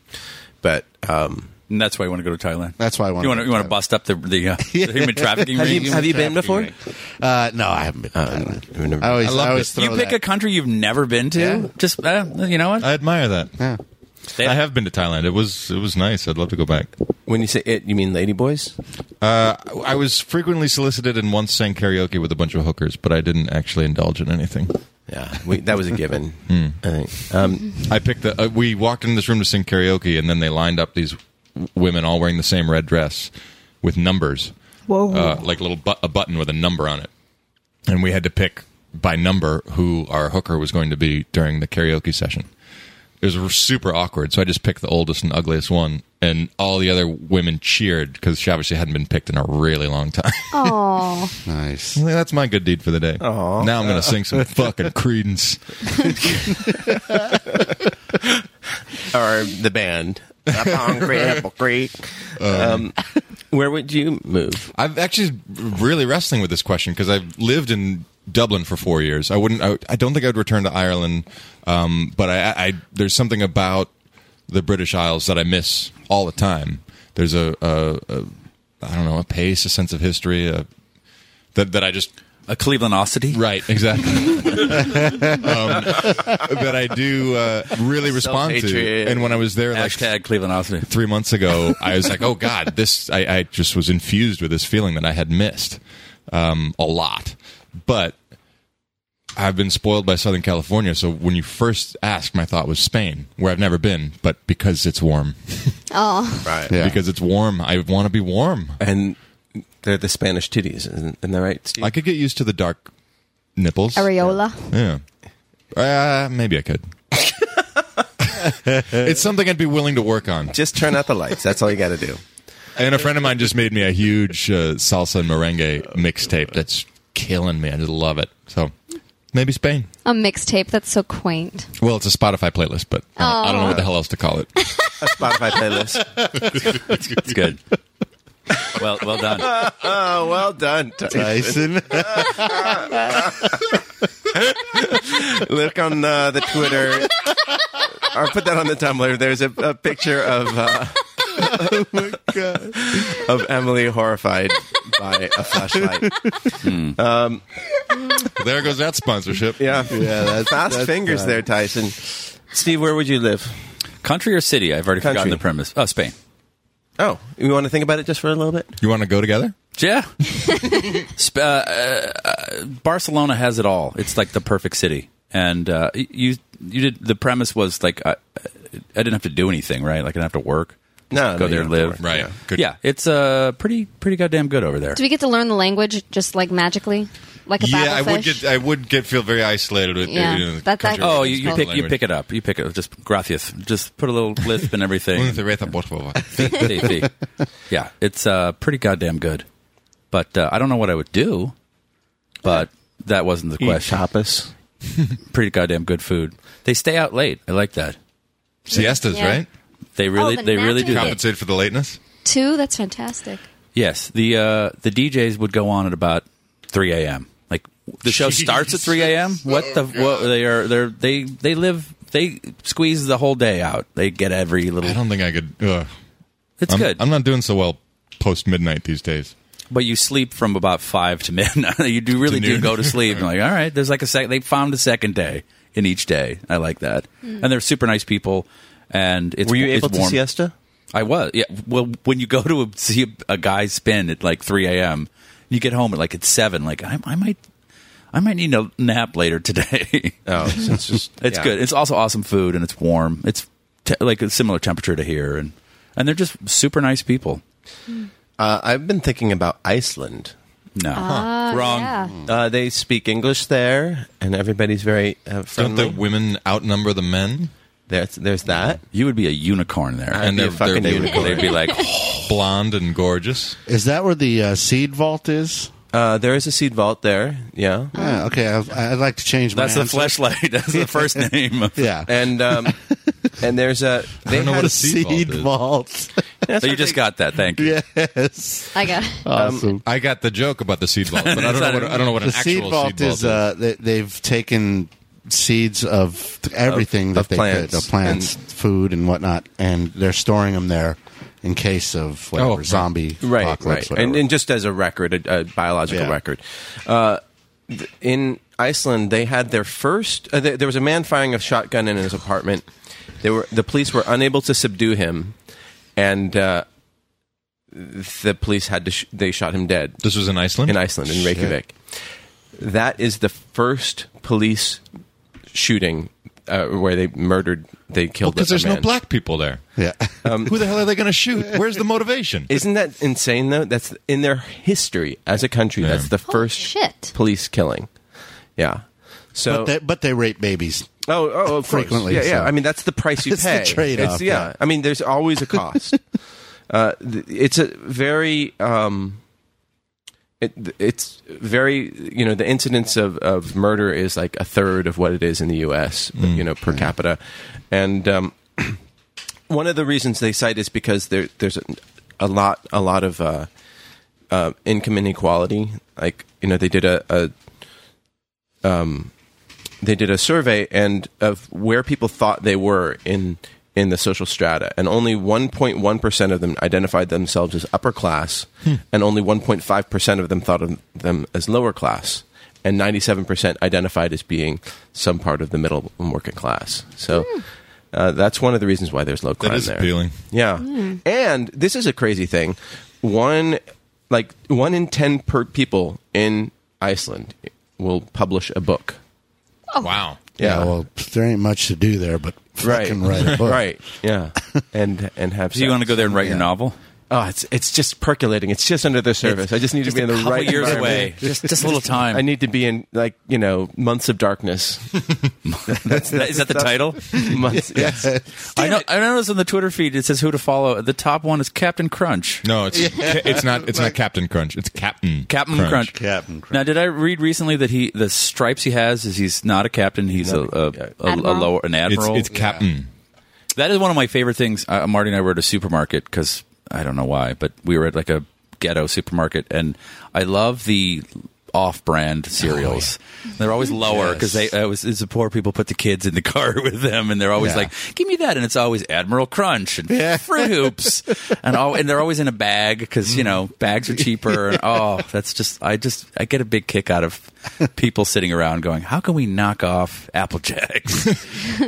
Speaker 3: but um,
Speaker 5: And that's why you want to go to Thailand.
Speaker 8: That's why I want
Speaker 5: you
Speaker 8: to
Speaker 5: want
Speaker 8: go
Speaker 5: to
Speaker 8: to
Speaker 5: you want to
Speaker 8: Thailand.
Speaker 5: bust up the, the, uh, the human trafficking
Speaker 3: have you
Speaker 5: ring.
Speaker 3: have you been before?
Speaker 8: Uh, no, I haven't been. to Thailand.
Speaker 3: I've never-
Speaker 8: I always,
Speaker 6: I
Speaker 8: I
Speaker 6: love
Speaker 8: always
Speaker 6: it.
Speaker 8: throw
Speaker 5: You pick a
Speaker 8: that.
Speaker 5: country you've never been to.
Speaker 8: Yeah.
Speaker 5: Just uh, you know what?
Speaker 6: I admire that.
Speaker 8: Yeah.
Speaker 5: They-
Speaker 6: I have been to Thailand. It was it was nice. I'd love to go back.
Speaker 3: When you say it, you mean ladyboys?
Speaker 6: Uh, I was frequently solicited and once sang karaoke with a bunch of hookers, but I didn't actually indulge in anything.
Speaker 3: Yeah, we, that was a given. I think. Um,
Speaker 6: I picked the. Uh, we walked in this room to sing karaoke, and then they lined up these w- women all wearing the same red dress with numbers. Whoa! Uh, like a little bu- a button with a number on it, and we had to pick by number who our hooker was going to be during the karaoke session. It was r- super awkward, so I just picked the oldest and ugliest one, and all the other women cheered because she obviously hadn't been picked in a really long time.
Speaker 4: Oh,
Speaker 8: Nice.
Speaker 6: Well, That's my good deed for the day. Now I'm going to sing some fucking Credence.
Speaker 3: or the band. Up on Cripple Creek. Um, where would you move?
Speaker 6: I've actually really wrestling with this question because I've lived in Dublin for four years. I wouldn't. I, I don't think I'd return to Ireland. Um, but I, I there's something about the British Isles that I miss all the time. There's a, a, a I don't know a pace, a sense of history, a, that that I just
Speaker 5: a Clevelandosity.
Speaker 6: right exactly um, that I do uh, really respond to.
Speaker 3: Self-hatred.
Speaker 6: And when I was there, like
Speaker 5: Hashtag Clevelandosity.
Speaker 6: three months ago, I was like, oh God, this, I, I just was infused with this feeling that I had missed um, a lot. But I've been spoiled by Southern California. So when you first asked, my thought was Spain, where I've never been, but because it's warm.
Speaker 4: oh,
Speaker 3: Right.
Speaker 8: Yeah.
Speaker 6: Because it's warm, I want to be warm.
Speaker 3: And they're the Spanish titties, isn't, isn't that right? Steve?
Speaker 6: I could get used to the dark nipples.
Speaker 4: areola.
Speaker 6: Yeah. Uh, maybe I could. it's something I'd be willing to work on.
Speaker 3: Just turn out the lights. That's all you got to do.
Speaker 6: And a friend of mine just made me a huge uh, salsa and merengue mixtape that's killing me. I just love it. So maybe Spain.
Speaker 4: A mixtape that's so quaint.
Speaker 6: Well, it's a Spotify playlist, but I don't, I don't know what the hell else to call it.
Speaker 3: A Spotify playlist.
Speaker 5: That's good. well, well done.
Speaker 3: Oh, well done.
Speaker 8: Tyson.
Speaker 3: Look on uh, the Twitter or put that on the Tumblr. There's a, a picture of uh, of Emily horrified by a flashlight.
Speaker 6: there goes that sponsorship.
Speaker 3: Yeah.
Speaker 8: yeah, that's,
Speaker 3: Fast
Speaker 8: that's
Speaker 3: fingers
Speaker 8: bad.
Speaker 3: there, Tyson. Steve, where would you live?
Speaker 5: Country or city? I've already forgotten
Speaker 3: Country.
Speaker 5: the premise. Oh, Spain.
Speaker 3: Oh, you want to think about it just for a little bit?
Speaker 6: You want to go together?
Speaker 5: Yeah. Sp- uh, uh, uh, Barcelona has it all. It's like the perfect city. And uh, y- you, you did. The premise was like I, I didn't have to do anything, right? Like I didn't have to work.
Speaker 3: No,
Speaker 5: go
Speaker 3: no,
Speaker 5: there
Speaker 3: you
Speaker 5: and
Speaker 3: don't have to work.
Speaker 5: live.
Speaker 6: Right. Good.
Speaker 5: Yeah, it's uh pretty pretty goddamn good over there.
Speaker 4: Do we get to learn the language just like magically, like a
Speaker 6: Yeah, I
Speaker 4: babblefish?
Speaker 6: would get. I would get feel very isolated. With, uh,
Speaker 4: Yeah.
Speaker 6: you know, the
Speaker 4: That's
Speaker 6: country.
Speaker 4: actually-
Speaker 5: Oh, you, you
Speaker 4: It's
Speaker 5: pick you
Speaker 6: language.
Speaker 5: pick it up. You pick it up. Just gracias. Just put a little lisp and
Speaker 6: Mm,
Speaker 5: everything. Fee, fee, fee. Yeah, it's uh, pretty goddamn good. But uh, I don't know what I would do. But that wasn't the
Speaker 3: Eat
Speaker 5: question.
Speaker 3: tapas.
Speaker 5: Pretty goddamn good food. They stay out late. I like that.
Speaker 6: Siestas,
Speaker 4: Yeah.
Speaker 6: right?
Speaker 5: They really,
Speaker 4: the
Speaker 5: they really
Speaker 4: natural
Speaker 5: do. that.
Speaker 4: bit.
Speaker 6: Compensate for the lateness.
Speaker 4: Two? That's fantastic.
Speaker 5: Yes, the uh, the DJs would go on at about three a.m. Like the show starts at three a.m. What the what they are they're, they they live they squeeze the whole day out. They get every
Speaker 6: I
Speaker 5: little.
Speaker 6: don't think I could. Uh,
Speaker 5: It's
Speaker 6: I'm,
Speaker 5: good,
Speaker 6: I'm not doing so well post midnight these days.
Speaker 5: but you sleep from about five to midnight. you do really do
Speaker 6: noon.
Speaker 5: go to sleep. like all right, there's like a sec. They found a second day in each day. I like that, and they're super nice people. And it's
Speaker 3: Were you
Speaker 5: it's
Speaker 3: able to
Speaker 5: warm.
Speaker 3: siesta?
Speaker 5: I was. Yeah. Well, when you go to a, see a, a guy spin at like 3 a.m., you get home at like at seven. Like I, I might, I might need a nap later today.
Speaker 3: Oh, so it's just
Speaker 5: it's
Speaker 3: yeah.
Speaker 5: good. It's also awesome food and it's warm. It's te- like a similar temperature to here, and and they're just super nice people.
Speaker 3: Uh, I've been thinking about Iceland.
Speaker 5: No,
Speaker 4: Uh,
Speaker 5: wrong.
Speaker 4: Yeah.
Speaker 3: Uh, they speak English there, and everybody's very uh,
Speaker 6: Don't
Speaker 3: friendly.
Speaker 6: the women outnumber the men?
Speaker 3: there's, there's that.
Speaker 5: You would be a unicorn there.
Speaker 3: I'd
Speaker 6: And
Speaker 3: be a
Speaker 6: they're-
Speaker 3: fucking
Speaker 6: they're-
Speaker 3: unicorn.
Speaker 5: They'd be like, "Oh,
Speaker 6: Blonde and gorgeous.
Speaker 8: Is that where the uh, seed vault is?
Speaker 3: Uh, there is a seed vault there, yeah.
Speaker 8: Yeah, okay, I, I'd like to change my
Speaker 5: "That's the
Speaker 8: answer.
Speaker 5: fleshlight. That's the first name."
Speaker 8: Yeah.
Speaker 3: And um, and there's a they
Speaker 6: don't know
Speaker 3: had-
Speaker 6: what a
Speaker 8: seed,
Speaker 6: seed
Speaker 8: vault.
Speaker 6: vault
Speaker 5: so you just got that. Thank you.
Speaker 8: yes.
Speaker 4: I got
Speaker 8: Awesome.
Speaker 6: I got the joke about the seed vault, but I don't know what I don't know what an
Speaker 8: the
Speaker 6: actual
Speaker 8: seed vault, is, uh, they, they've taken seeds of th- everything that
Speaker 3: of
Speaker 8: they
Speaker 3: plants
Speaker 8: could, of plants, food, and whatnot, and they're storing them there in case of whatever
Speaker 6: Oh, right.
Speaker 8: zombie
Speaker 3: right,
Speaker 8: apocalypse.
Speaker 3: right, and,
Speaker 8: whatever.
Speaker 3: and just as a record, a, a biological
Speaker 8: Yeah.
Speaker 3: record. Uh, th- in Iceland, they had their first. Uh, there there was a man firing a shotgun in his apartment. They were the police were unable to subdue him, and uh, the police had to. Sh- they shot him dead.
Speaker 6: this was in Iceland.
Speaker 3: in Iceland, in Reykjavik. That is the first police shooting uh, where they murdered, they killed.
Speaker 6: because
Speaker 3: a
Speaker 6: there's no
Speaker 3: man.
Speaker 6: black people there.
Speaker 8: yeah.
Speaker 6: Who the hell are they going to shoot? Where's the motivation?
Speaker 3: Isn't that insane though? That's in their history as a country. That's the
Speaker 4: Holy
Speaker 3: first
Speaker 4: shit.
Speaker 3: police killing. Yeah. So
Speaker 8: but, they, but they rape babies.
Speaker 3: oh, oh, of course.
Speaker 8: frequently,
Speaker 3: Yeah, yeah.
Speaker 8: so.
Speaker 3: I mean, that's the price you
Speaker 8: It's the
Speaker 3: pay.
Speaker 8: trade-off,
Speaker 3: It's- yeah.
Speaker 8: yeah.
Speaker 3: I mean, there's always a cost. uh, th- it's a very. Um, it, it's very you know the incidence of, of murder is like a third of what it is in the U.S.
Speaker 8: Mm,
Speaker 3: you know per capita, and um, one of the reasons they cite is because there there's a, a lot a lot of uh, uh, income inequality. Like you know they did a, a um they did a survey and of where people thought they were in in the social strata and only 1.1% of them identified themselves as upper class
Speaker 6: Hmm.
Speaker 3: and only 1.5% of them thought of them as lower class and 97% identified as being some part of the middle and working class so uh, that's one of the reasons why there's low crime
Speaker 6: Hmm. That is
Speaker 3: there
Speaker 6: appealing. Hmm.
Speaker 3: yeah. And this is a crazy thing. One like one in 10 per people in Iceland will publish a book.
Speaker 6: Oh. Wow.
Speaker 3: Yeah.
Speaker 8: Well, there ain't much to do there, but
Speaker 3: right.
Speaker 8: fucking write a book.
Speaker 3: Right. Yeah. And and have
Speaker 5: So you
Speaker 3: sex.
Speaker 5: want to go there and write your
Speaker 8: Yeah.
Speaker 5: novel?
Speaker 3: Oh, it's it's just percolating. It's just under the surface. I just need to be in the
Speaker 5: Couple
Speaker 3: right
Speaker 5: years
Speaker 3: environment.
Speaker 5: away, just just a little time.
Speaker 3: I need to be in like, you know, months of darkness.
Speaker 5: Is that- is that the title?
Speaker 3: months. Yes.
Speaker 5: I know. I noticed on the Twitter feed it says who to follow. The top one is Captain Crunch.
Speaker 6: No, it's it's not it's not Captain Crunch. It's Captain
Speaker 5: Captain Crunch.
Speaker 8: Captain Crunch.
Speaker 5: Now, did I read recently that he the stripes he has is he's not a captain. He's a, a, a, a
Speaker 4: Admiral.
Speaker 5: lower an
Speaker 6: It's
Speaker 5: admiral.
Speaker 6: it's Captain.
Speaker 5: that is one of my favorite things. Uh, Marty and I were at a supermarket because I don't know why, but we were at like a ghetto supermarket, and I love the off-brand cereals. They're always lower because they it was it's the poor people put the kids in the car with them, and they're always
Speaker 8: Yeah.
Speaker 5: like, "Give me that," and it's always Admiral Crunch and Fruit Hoops, and all, and they're always in a bag because you know bags are cheaper. And, oh, that's just I just I get a big kick out of people sitting around going, "How can we knock off Apple Jacks?"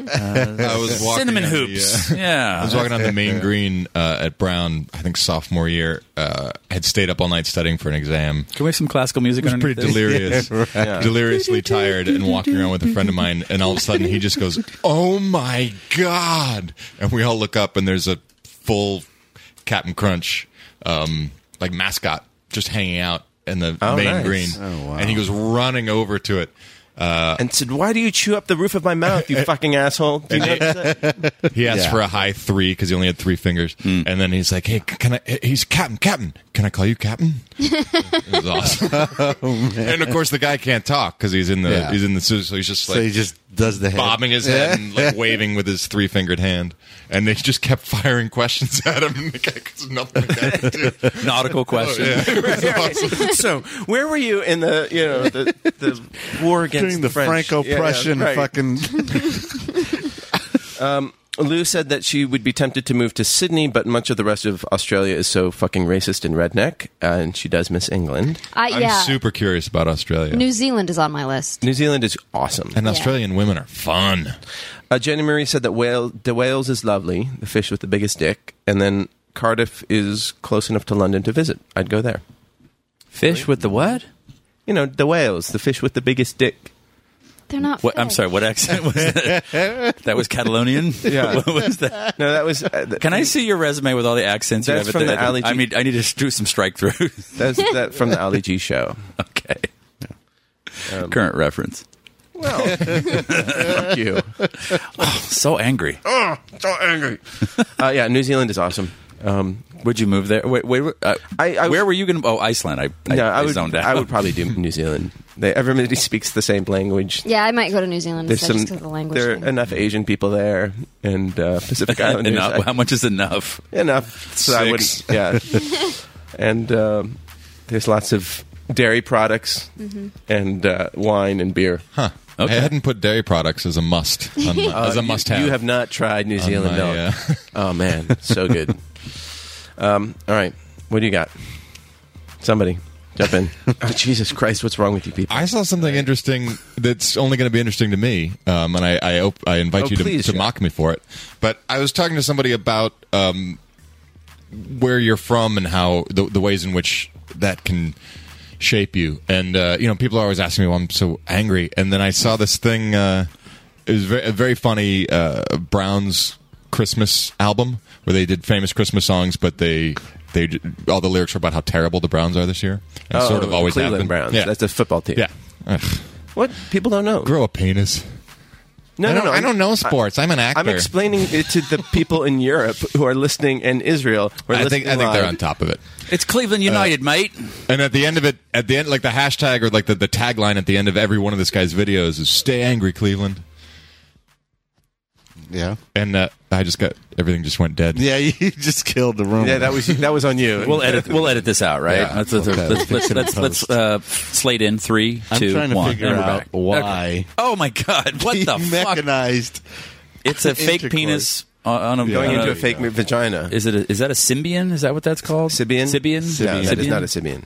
Speaker 6: I was
Speaker 5: cinnamon
Speaker 6: on the,
Speaker 5: hoops.
Speaker 6: uh,
Speaker 5: yeah.
Speaker 6: I was walking on the main green uh, at Brown. I think sophomore year. Uh, I had stayed up all night studying for an exam.
Speaker 5: Can we have some classical music?
Speaker 6: I was
Speaker 5: underneath
Speaker 6: pretty
Speaker 5: this?
Speaker 6: delirious, deliriously tired, and walking around with a friend of mine. And all of a sudden, he just goes, "Oh my god!" And we all look up, and there's a full Captain Crunch, um, like mascot, just hanging out in the
Speaker 3: Oh,
Speaker 6: main
Speaker 3: nice.
Speaker 6: green. And he goes running over to it.
Speaker 3: and said, "Why do you chew up the roof of my mouth, you fucking asshole?" Do you notice that?
Speaker 6: He asked
Speaker 8: Yeah. Hmm.
Speaker 6: for a high three because he only had three fingers, and then eh, he's like, "Hey, c- can I?" He's Captain, Captain, "Can I call you Captain?" it was awesome. and of course, the guy can't talk because he's in the
Speaker 8: Oh, Yeah.
Speaker 6: he's in the so so he's just like
Speaker 8: so he just does the head.
Speaker 6: bobbing his head and like waving with his three fingered hand. And they just kept firing questions at him. And the guy could nothing the guy could do. Oh,
Speaker 5: Nautical
Speaker 3: Oh,
Speaker 5: question.
Speaker 4: Uh,
Speaker 3: so where were you in the you know the, the war against
Speaker 8: During the
Speaker 3: French?
Speaker 8: Franco-Prussian
Speaker 3: Yeah, yeah, right.
Speaker 8: fucking
Speaker 3: Lou said that she would be tempted to move to Sydney, but much of the rest of Australia is so fucking racist and redneck, and she does miss England.
Speaker 4: I,
Speaker 6: I'm
Speaker 4: yeah.
Speaker 6: super curious about Australia.
Speaker 4: New Zealand is on my list.
Speaker 3: New Zealand is awesome.
Speaker 6: and Australian women are fun.
Speaker 3: Uh, Jenny Marie said that Wales, the Wales is lovely, the fish with the biggest dick, and then Cardiff is close enough to London to visit. I'd go there.
Speaker 5: Fish with the what?
Speaker 3: You know, the whales, the fish with the biggest dick.
Speaker 4: They're not.
Speaker 5: what I'm
Speaker 4: fish.
Speaker 5: sorry. What accent was that? that was Catalonian.
Speaker 3: Yeah.
Speaker 5: what was that?
Speaker 3: No, that was uh, th-
Speaker 5: Can I see your resume with all the accents
Speaker 3: That's
Speaker 5: you have?
Speaker 3: from
Speaker 5: at
Speaker 3: the Ali G.
Speaker 5: I mean, I need to do some strike throughs.
Speaker 3: that was that from the Ali G show.
Speaker 5: okay.
Speaker 3: Um,
Speaker 5: Current reference. Oh,
Speaker 3: Fuck you.
Speaker 5: So angry.
Speaker 3: Oh, Uh, yeah, New Zealand is awesome. Um,
Speaker 5: Would you move there? Wait, wait. wait, Uh,
Speaker 3: I- I-
Speaker 5: where were you going to? Oh, Iceland. I, I,
Speaker 3: no,
Speaker 5: I,
Speaker 3: I would.
Speaker 5: zoned out.
Speaker 3: I would probably do New Zealand. They, everybody speaks the same language.
Speaker 4: Yeah, I might go to New Zealand
Speaker 3: There's
Speaker 4: instead
Speaker 3: some.
Speaker 4: just 'cause of the language.
Speaker 3: there are
Speaker 4: thing.
Speaker 3: enough Asian people there and uh, Pacific Islanders.
Speaker 5: enough.
Speaker 3: I-
Speaker 5: How much is enough?
Speaker 3: enough. So I
Speaker 6: Six.
Speaker 3: would, yeah. and um, there's lots of dairy products
Speaker 4: Mm-hmm.
Speaker 3: and uh, wine and beer.
Speaker 6: Huh.
Speaker 5: Okay.
Speaker 6: I hadn't put dairy products as a must on, as a
Speaker 3: Uh, You-
Speaker 6: must have.
Speaker 3: You have not tried New Zealand
Speaker 6: my,
Speaker 3: milk. oh man, so good. um, all right, what do you got? Somebody jump in. oh, Jesus Christ, what's wrong with you people?
Speaker 6: I saw something interesting that's only going to be interesting to me, um, and I I, op- I invite
Speaker 3: Oh,
Speaker 6: you to,
Speaker 3: please,
Speaker 6: to
Speaker 3: yeah.
Speaker 6: mock me for it. But I was talking to somebody about um, where you're from and how the, the ways in which that can shape you. And uh, you know, people are always asking me why I'm so angry. And then I saw this thing. Uh, it was very, a very funny uh, Browns Christmas album where they did famous Christmas songs, but they. They, all the lyrics were about how terrible the Browns are this year, and
Speaker 3: Oh,
Speaker 6: sort of always
Speaker 3: Cleveland
Speaker 6: happened.
Speaker 3: Browns. That's a football team.
Speaker 6: Yeah. Ugh.
Speaker 3: What people don't know.
Speaker 6: Grow a penis.
Speaker 3: No,
Speaker 6: I
Speaker 3: no,
Speaker 6: don't,
Speaker 3: no.
Speaker 6: I don't know sports. I, am an actor.
Speaker 3: I'm explaining it to the people in Europe who are listening and Israel. who are
Speaker 6: I think
Speaker 3: listening
Speaker 6: I think they're
Speaker 3: live.
Speaker 6: on top of it.
Speaker 5: It's Cleveland
Speaker 3: Uh,
Speaker 5: United, mate.
Speaker 6: And at the end of it, at the end, like the hashtag or like the, the tagline at the end of every one of this guy's videos is "Stay angry, Cleveland."
Speaker 8: yeah.
Speaker 6: And uh, I just got everything just went dead.
Speaker 8: Yeah, you just killed the room.
Speaker 3: Yeah, that was that was on you.
Speaker 5: We'll edit. We'll edit this out, right?
Speaker 6: Yeah.
Speaker 5: Let's let's
Speaker 8: Okay.
Speaker 5: let's, let's, let's, let's, uh, slate in three,
Speaker 8: I'm
Speaker 5: two,
Speaker 8: trying to
Speaker 5: one.
Speaker 8: figure
Speaker 5: And we're
Speaker 8: out
Speaker 5: back.
Speaker 8: why
Speaker 5: Okay. Oh my god! What the
Speaker 8: he
Speaker 5: fuck?
Speaker 8: mechanized.
Speaker 5: It's a fake
Speaker 8: intercourse.
Speaker 5: penis on, on a,
Speaker 3: going
Speaker 5: on
Speaker 3: into
Speaker 5: a-
Speaker 3: a fake vagina.
Speaker 5: Is it a, is that a symbian? Is that what that's called?
Speaker 3: Sibian?
Speaker 5: Sibian?
Speaker 3: No, that is not a Sibian.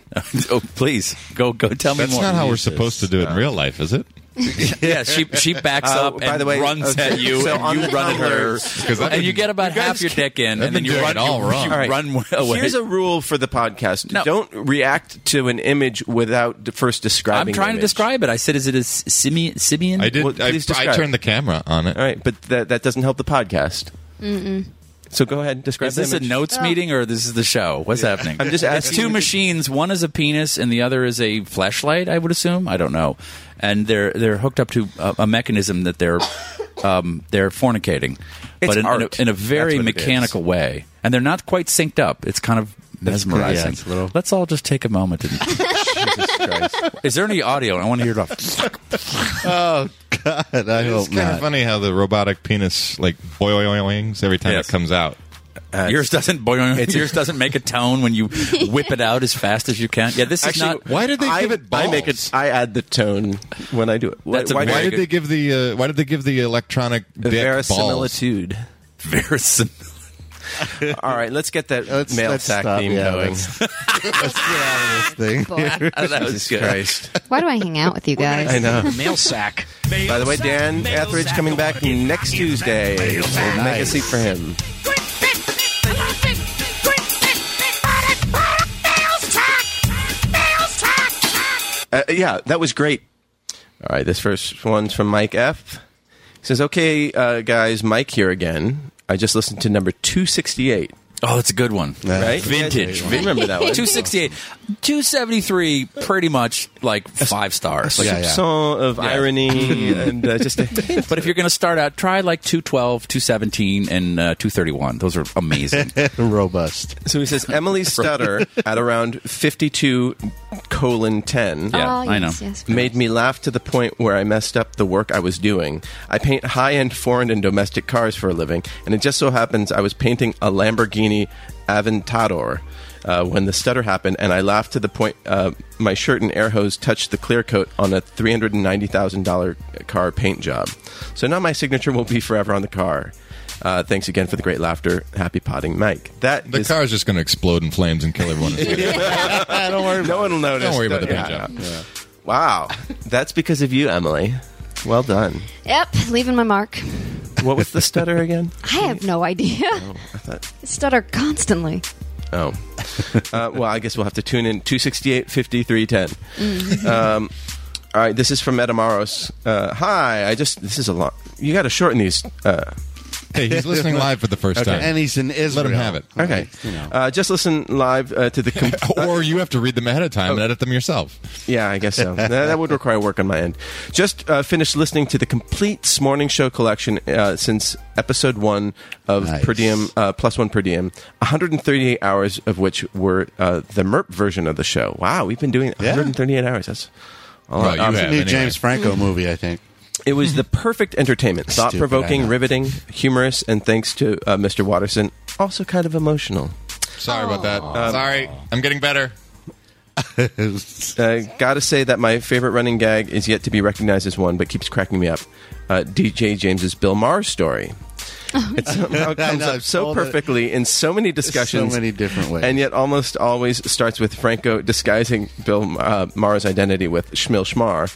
Speaker 5: oh, please go go tell
Speaker 6: That's
Speaker 5: me more.
Speaker 6: not how we're supposed to do it in real life, is it?
Speaker 5: yeah, she she backs
Speaker 3: Uh,
Speaker 5: up
Speaker 3: by
Speaker 5: and
Speaker 3: the way,
Speaker 5: runs
Speaker 3: okay,
Speaker 5: at you,
Speaker 3: so on
Speaker 5: and you
Speaker 3: the
Speaker 5: run at her,
Speaker 6: I've been-
Speaker 5: and you get about
Speaker 6: you guys
Speaker 5: half your dick in,
Speaker 6: I've
Speaker 5: and then
Speaker 6: been
Speaker 5: you
Speaker 6: doing
Speaker 5: run
Speaker 6: it all
Speaker 5: you,
Speaker 6: wrong.
Speaker 5: you
Speaker 6: All right.
Speaker 5: run away.
Speaker 3: Here's a rule for the podcast:
Speaker 5: No.
Speaker 3: don't react to an image without d- first describing.
Speaker 5: I'm trying
Speaker 3: the
Speaker 5: to
Speaker 3: image.
Speaker 5: describe it. I said, is it a s- simi- Sibian?
Speaker 6: I did.
Speaker 3: Well,
Speaker 6: I,
Speaker 3: please describe.
Speaker 6: I turned the camera on it.
Speaker 3: All right, but that that doesn't help the podcast. So go ahead and describe.
Speaker 5: Is this
Speaker 3: the
Speaker 5: a
Speaker 3: image.
Speaker 5: notes meeting or this is the show? What's happening?
Speaker 3: I'm just
Speaker 5: It's
Speaker 3: asking you
Speaker 5: two
Speaker 3: to-
Speaker 5: machines. One is a penis, and the other is a flashlight. I would assume. I don't know. And they're they're hooked up to a, a mechanism that they're um, they're fornicating, but in, in,
Speaker 3: art.
Speaker 5: a, in a very
Speaker 3: That's what it
Speaker 5: mechanical way. And they're not quite synced up. It's kind of mesmerizing.
Speaker 8: yeah, it's a little-
Speaker 5: Let's all just take a moment. And... is there any audio? I want to hear it off.
Speaker 8: God,
Speaker 6: It's
Speaker 8: I hope
Speaker 6: kind of
Speaker 8: not.
Speaker 6: funny how the robotic penis like boing every time
Speaker 5: Yes.
Speaker 6: it comes out.
Speaker 5: yours doesn't. yours doesn't make a tone when you whip it out as fast as you can. Yeah, this
Speaker 3: Actually,
Speaker 5: is not.
Speaker 6: Why did they
Speaker 3: I,
Speaker 6: give it
Speaker 3: I make
Speaker 6: balls?
Speaker 3: it. I add the tone when I do it. Why-
Speaker 5: That's a
Speaker 3: why,
Speaker 6: Why
Speaker 5: very
Speaker 6: did they give the uh, Why did they give the electronic dick balls?
Speaker 3: verisimilitude?
Speaker 5: Verisimilitude.
Speaker 3: All right, let's get that
Speaker 8: Let's-
Speaker 3: male
Speaker 8: let's
Speaker 3: sack
Speaker 8: stop.
Speaker 3: theme
Speaker 8: Yeah,
Speaker 3: going.
Speaker 8: let's- Let's get out of this thing.
Speaker 4: Boy.
Speaker 5: Oh, that was
Speaker 3: Jesus Christ!
Speaker 4: Why do I hang out with you guys?
Speaker 3: I know.
Speaker 9: Mail sack.
Speaker 3: By the way, Dan Etheridge coming back next Tuesday. We'll make a seat for him. Uh, yeah, that was great. All right, this first one's from Mike F. He says, "Okay, uh, guys, Mike here again. I just listened to number 268.
Speaker 5: Oh, that's a good one.
Speaker 8: Yeah.
Speaker 3: right?
Speaker 5: Vintage.
Speaker 3: I remember that one.
Speaker 5: 268. 273, pretty much like five stars. Like,
Speaker 8: Yeah, yeah.
Speaker 3: Song of irony and uh, just a hint.
Speaker 5: But if you're going to start out, try like 212, 217, and uh, 231. Those are amazing.
Speaker 8: Robust.
Speaker 3: So he says Emily Stutter at around fifty-two colon ten.
Speaker 5: Yeah,
Speaker 4: oh, yes,
Speaker 5: I know.
Speaker 4: Yes,
Speaker 3: Made me laugh to the point where I messed up the work I was doing. I paint high end foreign and domestic cars for a living, and it just so happens I was painting a Lamborghini Aventador uh, when the stutter happened, and I laughed to the point uh, my shirt and air hose touched the clear coat on a $390,000 car paint job. So now my signature will be forever on the car. Uh, thanks again for the great laughter. Happy potting, Mike. That is
Speaker 6: The car's just going to explode in flames and kill everyone.
Speaker 3: don't worry. No one will notice.
Speaker 6: Don't worry about the paint job.
Speaker 3: Wow, that's because of you, Emily. Well done.
Speaker 4: Yep, leaving my mark.
Speaker 3: What was the stutter again?
Speaker 4: I have no idea. I stutter constantly.
Speaker 3: Oh, uh, well, I guess we'll have to tune in. 268 5310. Um, all right, this is from Edamaros. Uh, hi, I just, this is a lot. You got to shorten these. Uh,
Speaker 6: hey, he's listening live for the first time.
Speaker 8: And he's in Israel.
Speaker 6: have it.
Speaker 8: Like,
Speaker 3: okay.
Speaker 8: you know.
Speaker 3: Uh, just listen live uh, to the. Com-
Speaker 6: or you have to read them ahead of time and edit them yourself.
Speaker 3: Yeah, I guess so. that, that would require work on my end. Just uh, finished listening to the complete S'morning Show collection uh, since episode one of
Speaker 8: Nice.
Speaker 3: Per Diem, uh, plus one Per Diem, 138 hours of which were uh, the MERP version of the show. Wow, we've been doing 138 hours. That's a lot.
Speaker 6: Well, you
Speaker 3: Um,
Speaker 6: have.
Speaker 8: New
Speaker 6: anyway.
Speaker 8: James Franco movie, I think.
Speaker 3: It was the perfect entertainment, thought
Speaker 8: I
Speaker 3: provoking,
Speaker 8: know.
Speaker 3: riveting, humorous, and thanks to uh, Mr. Watterson, also kind of emotional.
Speaker 6: Sorry about that. Sorry. I'm getting better.
Speaker 3: Uh, gotta say that my favorite running gag is yet to be recognized as one, but keeps cracking me up. Uh, DJ James's Bill Maher story. It somehow comes
Speaker 8: know,
Speaker 3: up
Speaker 8: I've
Speaker 3: so
Speaker 8: told it-
Speaker 3: perfectly in so many discussions,
Speaker 8: many different ways.
Speaker 3: and yet almost always starts with Franco disguising Bill uh, Maher's identity with Schmil Schmar,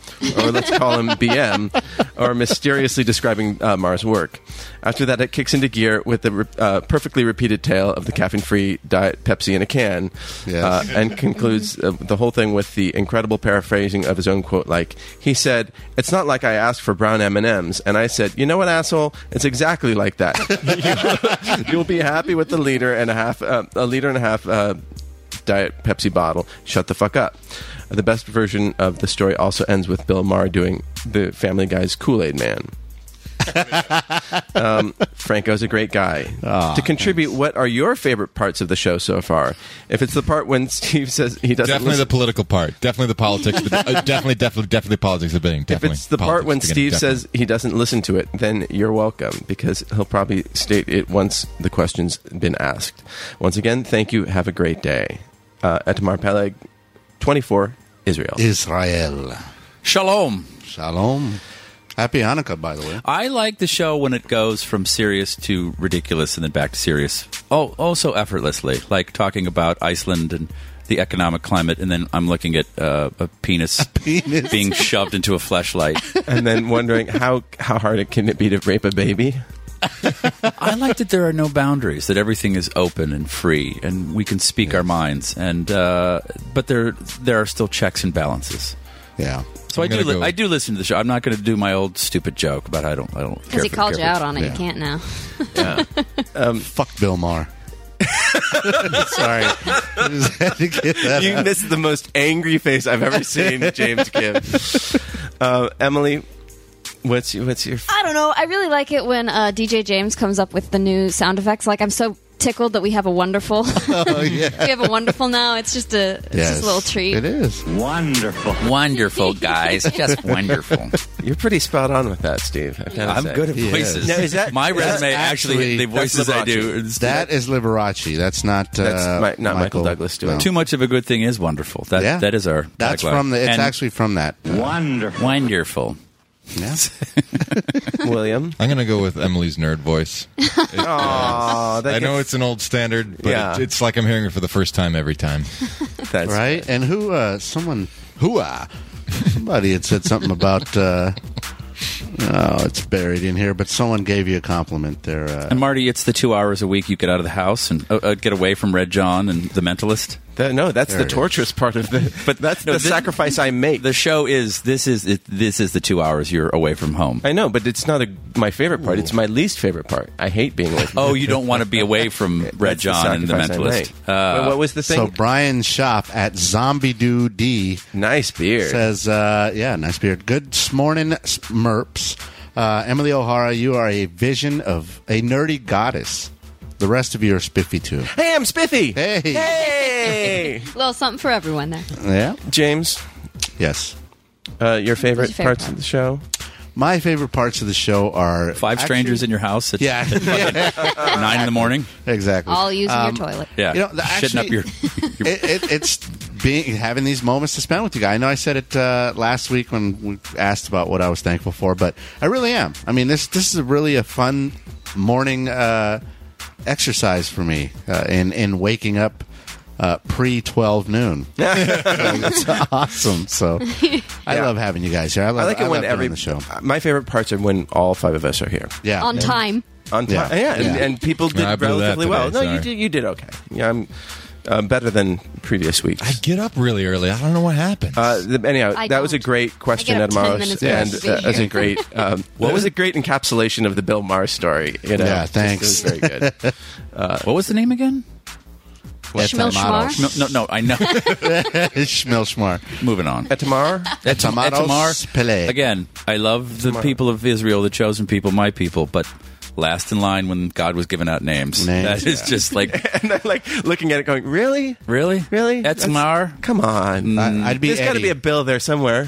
Speaker 3: or let's call him BM, or mysteriously describing uh, Maher's work. After that, it kicks into gear with the re- uh, perfectly repeated tale of the caffeine-free diet Pepsi in a can,
Speaker 8: Yes.
Speaker 3: uh, and concludes uh, the whole thing with the incredible paraphrasing of his own quote like he said it's not like i asked for brown m&ms and i said you know what asshole it's exactly like that you'll be happy with the liter and a half uh, a liter and a half uh, diet pepsi bottle shut the fuck up the best version of the story also ends with bill maher doing the family guy's kool-aid man Um, Franco's a great guy. to contribute, what are your favorite parts of the show so far? If it's the part when Steve says he doesn't
Speaker 6: Definitely
Speaker 3: listen,
Speaker 6: the political part. Definitely the politics. of the- uh, definitely, definitely, definitely politics of bidding.
Speaker 3: if
Speaker 6: Definitely.
Speaker 3: it's the part
Speaker 6: Politics
Speaker 3: when
Speaker 6: of bidding,
Speaker 3: Steve
Speaker 6: definitely.
Speaker 3: says he doesn't listen to it, then you're welcome because he'll probably state it once the question's been asked. Once again, thank you. Have a great day. Uh, Etamar Peleg, 24, Israel.
Speaker 8: Israel.
Speaker 5: Shalom.
Speaker 8: Shalom. Happy Hanukkah, by the way.
Speaker 5: I like the show when it goes from serious to ridiculous and then back to serious. Oh, also effortlessly, like talking about Iceland and the economic climate, and then I'm looking at uh, a penis,
Speaker 8: penis.
Speaker 5: being shoved into a flashlight.
Speaker 3: and then wondering how how hard it can it be to rape a baby.
Speaker 5: I like that there are no boundaries; that everything is open and free, and we can speak our minds. And uh, but there there are still checks and balances.
Speaker 8: Yeah.
Speaker 5: So I
Speaker 6: I'm
Speaker 5: do
Speaker 6: gonna
Speaker 5: li-
Speaker 6: go-
Speaker 5: I do listen to the show. I'm not going to do my old stupid joke about I don't I don't
Speaker 4: Because he called you out on it.
Speaker 8: Yeah.
Speaker 4: You can't now.
Speaker 8: Fuck Bill Maher. Sorry. I just had to get that
Speaker 3: you
Speaker 8: out.
Speaker 3: missed the most angry face I've ever seen James give. Uh, Emily, what's what's your
Speaker 4: I don't know. I really like it when uh, DJ James comes up with the new sound effects. Like I'm so tickled that we have a wonderful.
Speaker 8: Oh, yeah.
Speaker 4: we have a wonderful now. It's just a it's just a little treat.
Speaker 8: It is.
Speaker 5: Wonderful guys, just wonderful.
Speaker 3: You're pretty spot on with that, Steve. I've gotta
Speaker 5: I'm
Speaker 3: say.
Speaker 5: good at
Speaker 8: He
Speaker 5: voices.
Speaker 8: is.
Speaker 3: Now, is that-
Speaker 5: my
Speaker 3: that's
Speaker 5: resume?
Speaker 8: actually-
Speaker 5: Actually, the
Speaker 3: that's
Speaker 5: voices I do. is-
Speaker 8: That is Liberace. That's not. Uh,
Speaker 3: That's my- not Michael Douglas doing it.
Speaker 5: too much of a good thing is wonderful. That
Speaker 8: Yeah.
Speaker 5: that is our.
Speaker 8: That's
Speaker 5: tagline.
Speaker 8: from the. It's
Speaker 5: And
Speaker 8: actually from that.
Speaker 5: wonderful.
Speaker 8: Yeah.
Speaker 3: William.
Speaker 6: I'm going to go with Emily's nerd voice.
Speaker 3: Aw, that
Speaker 6: I know
Speaker 3: gets-
Speaker 6: it's an old standard, but
Speaker 3: Yeah.
Speaker 6: it- it's like I'm hearing it for the first time every time.
Speaker 3: that's
Speaker 8: right? And who? Uh, someone. Whoa. Somebody had said something about. Uh, oh, it's buried in here, but someone gave you a compliment there. Uh,
Speaker 5: And Marty, it's the two hours a week you get out of the house and uh, uh, get away from Red John and The Mentalist.
Speaker 3: That, no, that's the
Speaker 8: it is.
Speaker 3: torturous part of the. But that's
Speaker 5: no,
Speaker 3: the
Speaker 5: this-
Speaker 3: sacrifice I make.
Speaker 5: The show is this is it, this is the two hours you're away from home.
Speaker 3: I know, but it's not a, my favorite part. It's my least favorite part. I hate being away. From
Speaker 5: Oh, you don't want to be away from Red
Speaker 3: That's
Speaker 5: John and the
Speaker 3: sacrifice
Speaker 5: Mentalist.
Speaker 3: I make. Wait,
Speaker 5: Uh,
Speaker 3: what was the thing?
Speaker 8: So Brian Shop at Zombie Doo D
Speaker 3: nice beard.
Speaker 8: says, uh, "Yeah, nice beard. Good morning, Merps. Uh, Emily O'Hara, you are a vision of a nerdy goddess. The rest of you are spiffy too.
Speaker 3: hey, I'm spiffy.
Speaker 8: Hey.
Speaker 3: hey,
Speaker 4: A little something for everyone there.
Speaker 8: Yeah,
Speaker 3: James.
Speaker 8: yes.
Speaker 3: Uh, your favorite,
Speaker 4: What's your favorite
Speaker 3: parts
Speaker 4: part?
Speaker 3: of the show?
Speaker 8: My favorite parts of the show are
Speaker 5: five
Speaker 8: actually-
Speaker 5: strangers in your house at
Speaker 8: Yeah,
Speaker 5: nine in the morning.
Speaker 8: exactly.
Speaker 4: All using
Speaker 8: Um,
Speaker 4: your toilet.
Speaker 5: Yeah,
Speaker 8: You know, the-
Speaker 5: shitting up
Speaker 8: actually-
Speaker 5: your. your
Speaker 8: it, it, it's being having these moments to spend with you guys. I know I said it uh, last week when we asked about what I was thankful for, but I really am. I mean this this is really a fun morning uh, exercise for me uh, in in waking up uh, pre twelve noon. It's awesome. So I
Speaker 3: Yeah.
Speaker 8: love having you guys here. I, love,
Speaker 3: I like it
Speaker 8: I
Speaker 3: when
Speaker 8: love
Speaker 3: every
Speaker 8: doing the show.
Speaker 3: My favorite parts are when all five of us are here
Speaker 8: Yeah,
Speaker 4: On time.
Speaker 3: on time. Yeah,
Speaker 8: Yeah.
Speaker 3: and,
Speaker 8: Yeah.
Speaker 3: and people did
Speaker 6: No, I blew that
Speaker 3: relatively well.
Speaker 6: today,
Speaker 3: No, you
Speaker 6: sorry.
Speaker 3: did. You did okay. Yeah, I'm uh, better than previous weeks.
Speaker 6: I get up really early. I don't know what happens.
Speaker 3: Uh, the, anyhow,
Speaker 4: I
Speaker 3: that was a
Speaker 4: don't.
Speaker 3: great question,
Speaker 4: I
Speaker 3: Ed
Speaker 4: get up 10
Speaker 3: Morris,
Speaker 4: minutes
Speaker 3: and
Speaker 4: early to be
Speaker 3: uh, it was a
Speaker 4: here.
Speaker 3: great. Um, what was a great encapsulation of the Bill Maher story? You know,
Speaker 8: Yeah,
Speaker 3: Just-
Speaker 8: thanks.
Speaker 3: It was very good.
Speaker 5: uh, what was the name again?
Speaker 8: That's
Speaker 4: Schmil
Speaker 8: a model.
Speaker 5: No, no, no. I know.
Speaker 8: Schmil Schmar.
Speaker 5: Moving on.
Speaker 3: Ed Maher?
Speaker 8: Tomatoes
Speaker 5: Etamar.
Speaker 8: Pele.
Speaker 5: Again, I love the people of Israel, the chosen people, my people, but last in line when God was giving out names.
Speaker 8: Names,
Speaker 5: That is just like,
Speaker 3: and I'm like looking at it, going, "Really,
Speaker 5: really?
Speaker 3: really? That's-
Speaker 5: Etamar?
Speaker 3: Come on,
Speaker 8: I, I'd be
Speaker 3: there's got to
Speaker 8: Eddie
Speaker 3: be a bill there somewhere."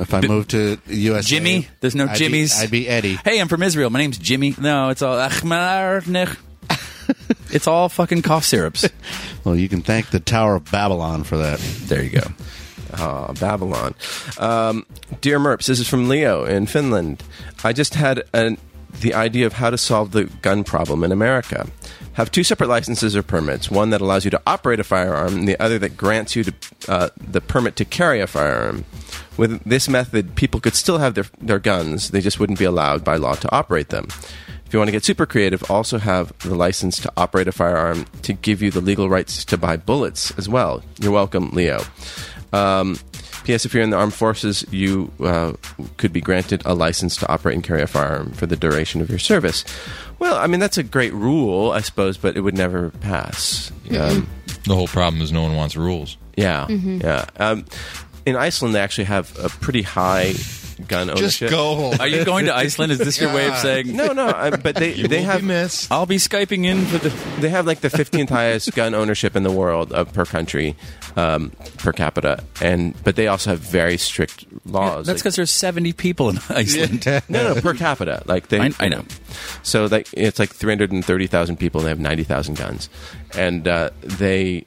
Speaker 8: if I moved to the USA.
Speaker 5: Jimmy? There's no
Speaker 8: I'd be-
Speaker 5: Jimmys.
Speaker 8: I'd be Eddie.
Speaker 5: Hey, I'm from Israel. My name's Jimmy. No, it's all Achmar Nech. It's all fucking cough syrups.
Speaker 8: Well, you can thank the Tower of Babylon for that.
Speaker 5: There you go.
Speaker 3: Oh, Babylon. Um, Dear Merps, this is from Leo in Finland. I just had an, the idea of how to solve the gun problem in America. Have two separate licenses or permits one that allows you to operate a firearm, and the other that grants you to, uh, the permit to carry a firearm. With this method, people could still have their, their guns, they just wouldn't be allowed by law to operate them. If you want to get super creative, also have the license to operate a firearm to give you the legal rights to buy bullets as well. You're welcome, Leo. Um, P.S. If you're in the armed forces, you uh, could be granted a license to operate and carry a firearm for the duration of your service. Well, I mean that's a great rule, I suppose, but it would never pass.
Speaker 6: Mm-hmm.
Speaker 3: Um,
Speaker 6: the whole problem is no one wants rules.
Speaker 3: yeah,
Speaker 6: Mm-hmm.
Speaker 3: yeah. Um, in Iceland, they actually have a pretty high gun
Speaker 6: Just
Speaker 3: ownership.
Speaker 6: go.
Speaker 5: Are you going to Iceland? Is this your way of saying,
Speaker 3: No, no, I, but they
Speaker 6: You
Speaker 3: they
Speaker 6: will
Speaker 3: have
Speaker 6: be missed.
Speaker 5: I'll be Skyping in for the.
Speaker 3: they have like the 15th highest gun ownership in the world uh, per country um, per capita and but they also have very strict laws
Speaker 5: That's
Speaker 3: Like-
Speaker 5: because there's 70 people in Iceland.
Speaker 3: no, no, per capita. Like they,
Speaker 5: I- I know.
Speaker 3: So like it's like three hundred and thirty thousand people, and they have ninety thousand guns, and uh, they,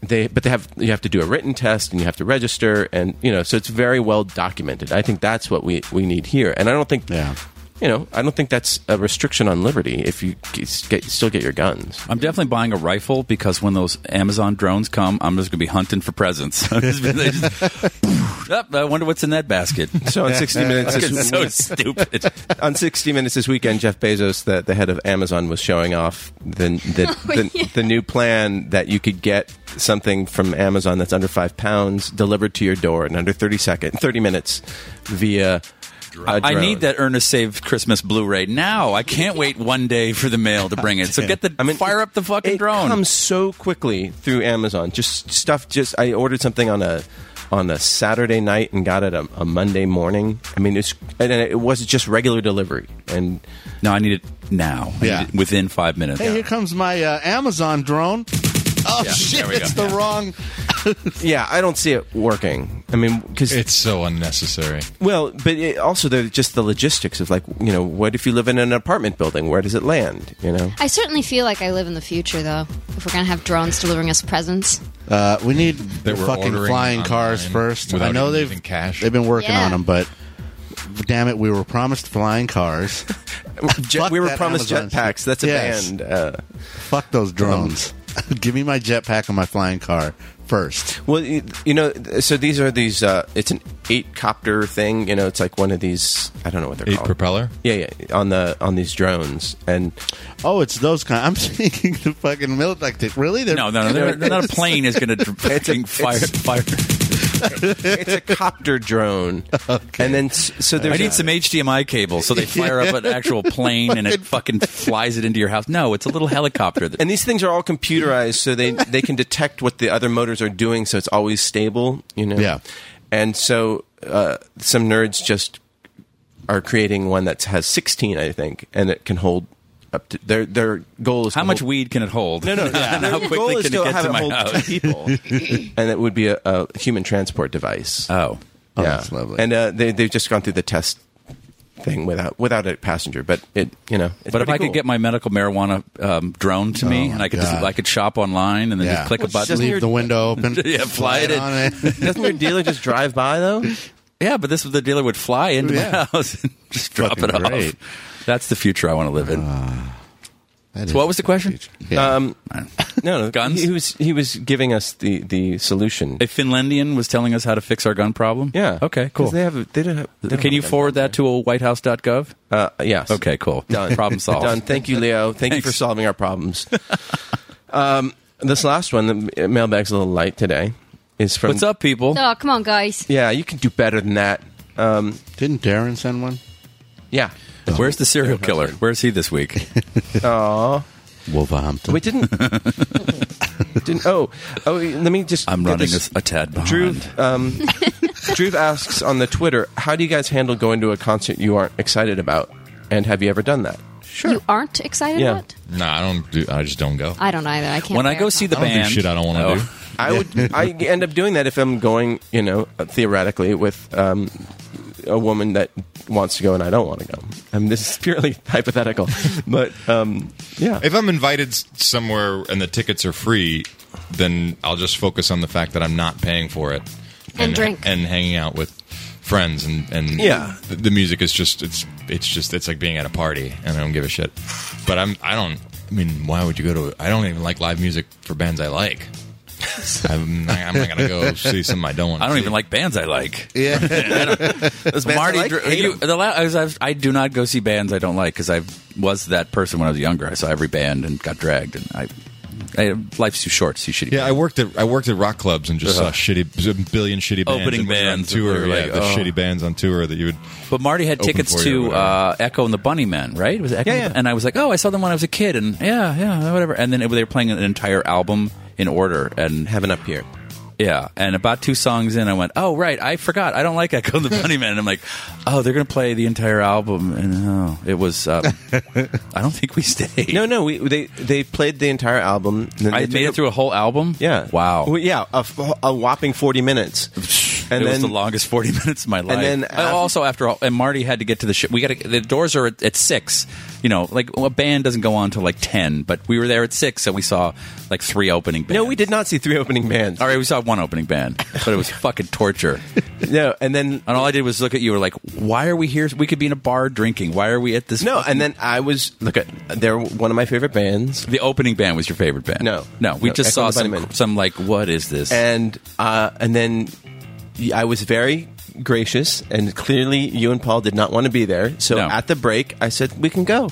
Speaker 3: they, but they have you have to do a written test, and you have to register, and you know, so it's very well documented. I think that's what we we need here, and I don't think,
Speaker 8: Yeah.
Speaker 3: you know, I don't think that's a restriction on liberty if you g- get, still get your guns.
Speaker 5: I'm definitely buying a rifle because when those Amazon drones come, I'm just going to be hunting for presents. I'm just- they just- Up, Oh, I wonder what's in that basket.
Speaker 3: So on sixty minutes,
Speaker 5: It's so stupid.
Speaker 3: on 60 Minutes this weekend, Jeff Bezos, the, the head of Amazon, was showing off the the, the, the new plan that you could get something from Amazon that's under five pounds delivered to your door in under 30 second, 30 minutes via. a
Speaker 5: I
Speaker 3: drone.
Speaker 5: need that Ernest Saved Christmas Blu-ray now. I can't wait one day for the mail to bring it. So get the fire up the fucking
Speaker 3: it
Speaker 5: drone.
Speaker 3: comes so quickly through Amazon. Just stuff. Just I ordered something on a on a Saturday night and got it a, a Monday morning. I mean, it's and it was just regular delivery. And
Speaker 5: no, I need it now. I need
Speaker 8: Yeah.
Speaker 5: it within five minutes.
Speaker 8: Hey, here comes my uh, Amazon drone. Oh shit!
Speaker 5: there we go.
Speaker 8: It's the wrong.
Speaker 3: yeah, I don't see it working. I mean, because
Speaker 6: It's so unnecessary.
Speaker 3: Well, but it, also the, just the logistics of like you know, what if you live in an apartment building? Where does it land? You know,
Speaker 4: I certainly feel like I live in the future, though. If we're gonna have drones delivering us presents,
Speaker 8: Uh, we need
Speaker 6: They were
Speaker 8: fucking
Speaker 6: ordering
Speaker 8: flying cars
Speaker 6: online
Speaker 8: first.
Speaker 6: without
Speaker 8: I know
Speaker 6: even
Speaker 8: they've
Speaker 6: using cash.
Speaker 8: they've been working
Speaker 4: Yeah.
Speaker 8: on them, but damn it, we were promised flying cars.
Speaker 3: Jet- we were
Speaker 8: that
Speaker 3: promised
Speaker 8: Amazon shit.
Speaker 3: jetpacks. That's a
Speaker 8: Yes.
Speaker 3: band. Uh,
Speaker 8: Fuck those drones. Give me my jetpack and my flying car first.
Speaker 3: Well, you, you know, so these are these. Uh, it's an eight copter thing. You know, it's like one of these. I don't know what they're
Speaker 6: Eight
Speaker 3: called.
Speaker 6: propeller?
Speaker 3: Yeah, yeah. On the on these drones, and
Speaker 8: Oh, it's those kind. I'm thinking the fucking military. Like, really? They're-
Speaker 5: No, no, no. they're- they're Not a plane is going to fire. fire.
Speaker 3: it's a copter drone. And then s- so there's
Speaker 5: I
Speaker 3: a-
Speaker 5: need some HDMI cable so they fire up an actual plane and it fucking flies it into your house. No, it's a little helicopter. That,
Speaker 3: And these things are all computerized, so they they can detect what the other motors are doing, so it's always stable. You know.
Speaker 8: Yeah.
Speaker 3: And so uh, some nerds just are creating one that has 16, I think, and it can hold up to their their goal is
Speaker 5: how
Speaker 3: to
Speaker 5: much
Speaker 3: hold-
Speaker 5: weed can it hold?
Speaker 3: No, no,
Speaker 5: And
Speaker 3: yeah.
Speaker 5: how
Speaker 3: Your goal
Speaker 5: quickly
Speaker 3: is
Speaker 5: can it
Speaker 3: to
Speaker 5: get
Speaker 3: have
Speaker 5: to
Speaker 3: it
Speaker 5: my
Speaker 3: hold
Speaker 5: house?
Speaker 3: people, and it would be a, a human transport device.
Speaker 5: Oh,
Speaker 8: Oh, that's lovely.
Speaker 3: And uh, they they've just gone through the test thing without without a passenger, but it you know. It's
Speaker 5: but if
Speaker 3: pretty
Speaker 5: I
Speaker 3: cool.
Speaker 5: could get my medical marijuana um, drone to me,
Speaker 8: Oh,
Speaker 5: and I could just
Speaker 8: God.
Speaker 5: I could shop online and then
Speaker 8: Yeah.
Speaker 5: just click a
Speaker 3: Well, it's
Speaker 5: button.
Speaker 3: just-
Speaker 8: leave the window open.
Speaker 5: Yeah, fly it in.
Speaker 8: on it.
Speaker 3: doesn't your dealer just drive by though?
Speaker 5: yeah, but this the dealer would fly into
Speaker 8: Yeah.
Speaker 5: my house and just drop it
Speaker 8: Fucking
Speaker 5: off.
Speaker 8: great.
Speaker 5: That's the future I want to live in.
Speaker 6: Ah.
Speaker 8: That
Speaker 5: So
Speaker 8: is-
Speaker 5: what was the question? Uh,
Speaker 8: Yeah.
Speaker 3: Um, no, no,
Speaker 5: Guns?
Speaker 3: He was he was giving us the the solution.
Speaker 5: A Finlandian was telling us how to fix our gun problem.
Speaker 3: yeah.
Speaker 5: Okay. Cool.
Speaker 3: 'Cause They have. a- They don't have. they don't
Speaker 5: Can
Speaker 3: have
Speaker 5: you
Speaker 3: guns.
Speaker 5: forward that to a WhiteHouse.gov?
Speaker 3: Uh, yes.
Speaker 5: Okay. Cool.
Speaker 3: Done.
Speaker 5: Problem solved.
Speaker 3: Done. Thank you, Leo. Thank you for
Speaker 5: Thanks.
Speaker 3: solving our problems. um, this last one, the uh, mailbag's a little light today. Is from
Speaker 5: What's up, people?
Speaker 4: Oh, come on, guys.
Speaker 3: Yeah, you can do better than that. Um,
Speaker 8: Didn't Darren send one?
Speaker 3: yeah.
Speaker 5: Where's the serial killer? Where's he this week?
Speaker 8: Wolverhampton.
Speaker 3: We didn't. didn't. Oh, oh. Let me just.
Speaker 5: I'm
Speaker 3: get
Speaker 5: running
Speaker 3: this.
Speaker 5: a, a tad behind.
Speaker 3: Drew, um, Drew asks on the Twitter, "How do you guys handle going to a concert you aren't excited about? And have you ever done that?"
Speaker 4: You aren't excited
Speaker 3: Yeah.
Speaker 4: about?
Speaker 6: No, I don't. Do, I just don't go.
Speaker 4: I don't either. I can't.
Speaker 5: when I
Speaker 4: bear
Speaker 5: go
Speaker 4: it.
Speaker 5: see the
Speaker 6: I don't do
Speaker 5: band,
Speaker 6: shit I don't wanna
Speaker 5: Oh.
Speaker 6: do.
Speaker 3: I would. I end up doing that if I'm going, you know, uh, theoretically with um, a woman that wants to go and I don't want to go. I mean, this is purely hypothetical, but um, yeah,
Speaker 6: If I'm invited s- somewhere and the tickets are free, then I'll just focus on the fact that I'm not paying for it
Speaker 4: And drink.
Speaker 6: and hanging out with friends and and
Speaker 3: Yeah.
Speaker 6: the, the music is just it's it's just it's like being at a party and I don't give a shit. But I'm I don't. I mean, why would you go to? I don't even like live music for bands I like. I'm not, I'm not gonna go see something I don't want.
Speaker 5: I don't even like bands I like.
Speaker 8: yeah.
Speaker 5: Marty,
Speaker 3: I like,
Speaker 5: Drew-
Speaker 3: hate
Speaker 5: you-
Speaker 3: 'em.
Speaker 5: the la- I, was, I've, I do not go see bands I don't like because I was that person when I was younger. I saw every band and got dragged, and I, I life's too short to see shitty.
Speaker 6: Yeah, I
Speaker 5: bands.
Speaker 6: worked at I worked at rock clubs and just saw shitty a billion shitty bands
Speaker 5: Uh-huh. Opening
Speaker 6: and when you're
Speaker 5: bands that
Speaker 6: on tour,
Speaker 5: were
Speaker 6: yeah,
Speaker 5: like,
Speaker 6: the
Speaker 5: oh.
Speaker 6: shitty bands on tour that you would.
Speaker 5: But Marty had
Speaker 6: Open
Speaker 5: tickets
Speaker 6: for you or
Speaker 5: to
Speaker 6: whatever.
Speaker 5: uh, Echo and the Bunnymen, right? It was Echo,
Speaker 3: Yeah,
Speaker 5: and the-
Speaker 3: yeah.
Speaker 5: and I was like, oh, I saw them when I was a kid, and yeah, yeah, whatever. And then it, they were playing an entire album in order, and
Speaker 3: have an up here.
Speaker 5: Yeah, and about two songs in, I went, "Oh right, I forgot. I don't like Echo and the Bunnymen." And I'm like, "Oh, they're gonna play the entire album," and oh, it was. Um, I don't think we stayed.
Speaker 3: No, no, we they they played the entire album. and then
Speaker 5: I
Speaker 3: they
Speaker 5: made
Speaker 3: took
Speaker 5: it through a whole album.
Speaker 3: Yeah.
Speaker 5: wow.
Speaker 3: Well, yeah, a, a whopping forty minutes,
Speaker 5: it
Speaker 3: and
Speaker 5: was
Speaker 3: then
Speaker 5: the longest forty minutes of my life.
Speaker 3: then
Speaker 5: I
Speaker 3: af-
Speaker 5: also after all, and Marty had to get to the ship. We got to the doors are at, at six. You know, like a band doesn't go on till like ten, but we were there at six, so we saw like three opening bands.
Speaker 3: no, we did not see three opening bands.
Speaker 5: All right, we saw one opening band, but it was fucking torture.
Speaker 3: No, and then
Speaker 5: And all I did was look at you. Were like, why are we here? We could be in a bar drinking. Why are we at this?
Speaker 3: no,
Speaker 5: fucking-"
Speaker 3: and then I was look at they're one of my favorite bands.
Speaker 5: the opening band was your favorite band.
Speaker 3: No.
Speaker 5: no, we
Speaker 3: No,
Speaker 5: just
Speaker 3: Echo
Speaker 5: saw
Speaker 3: and the
Speaker 5: some
Speaker 3: Bunnymen.
Speaker 5: some like, what is this?
Speaker 3: and uh, and then I was very gracious, and clearly you and Paul did not want to be there. So
Speaker 5: No.
Speaker 3: at the break, I said we can go,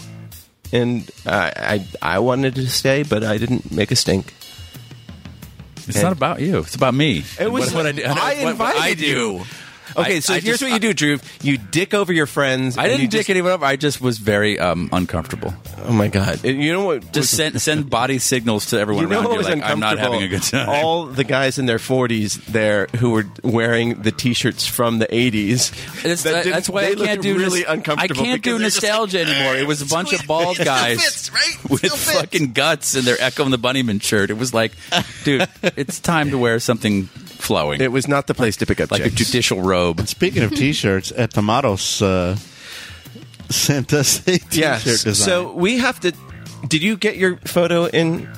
Speaker 3: and uh, I I wanted to stay, but I didn't make a stink.
Speaker 5: it's not about you. It's about me.
Speaker 3: It was-
Speaker 5: what, what I do.
Speaker 3: I
Speaker 5: what- what I
Speaker 3: invited
Speaker 5: do.
Speaker 3: you. Okay,
Speaker 5: I-
Speaker 3: so
Speaker 5: I
Speaker 3: here's
Speaker 5: just-
Speaker 3: what you do, Drew. You dick over your friends.
Speaker 5: I
Speaker 3: and you
Speaker 5: didn't dick
Speaker 3: just-
Speaker 5: anyone up. I just was very um, uncomfortable.
Speaker 3: Oh my god! And You know what?
Speaker 5: Just send send body signals to everyone
Speaker 3: you know
Speaker 5: around
Speaker 3: what
Speaker 5: you.
Speaker 3: was
Speaker 5: Like I'm not
Speaker 3: uncomfortable?
Speaker 5: having a good time.
Speaker 3: All the guys in their 40s there who were wearing the T-shirts from the 80s.
Speaker 5: That's,
Speaker 3: that didn't-
Speaker 5: uh, that's why
Speaker 3: they
Speaker 5: I can't
Speaker 3: looked
Speaker 5: do
Speaker 3: really
Speaker 5: nos-
Speaker 3: uncomfortable.
Speaker 5: I can't do
Speaker 3: because they're just like,
Speaker 5: nostalgia anymore. It was a bunch of bald guys with fucking guts and their Echo and the Bunnyman shirt. It was like, dude, it's time to wear something flowing,
Speaker 3: It was not the place to pick up
Speaker 5: like a
Speaker 3: chicks.
Speaker 5: judicial robe.
Speaker 8: Speaking of t-shirts, at Tomatos uh, sent us a t-shirt
Speaker 3: Yes.
Speaker 8: design.
Speaker 3: So we have to. Did you get your photo in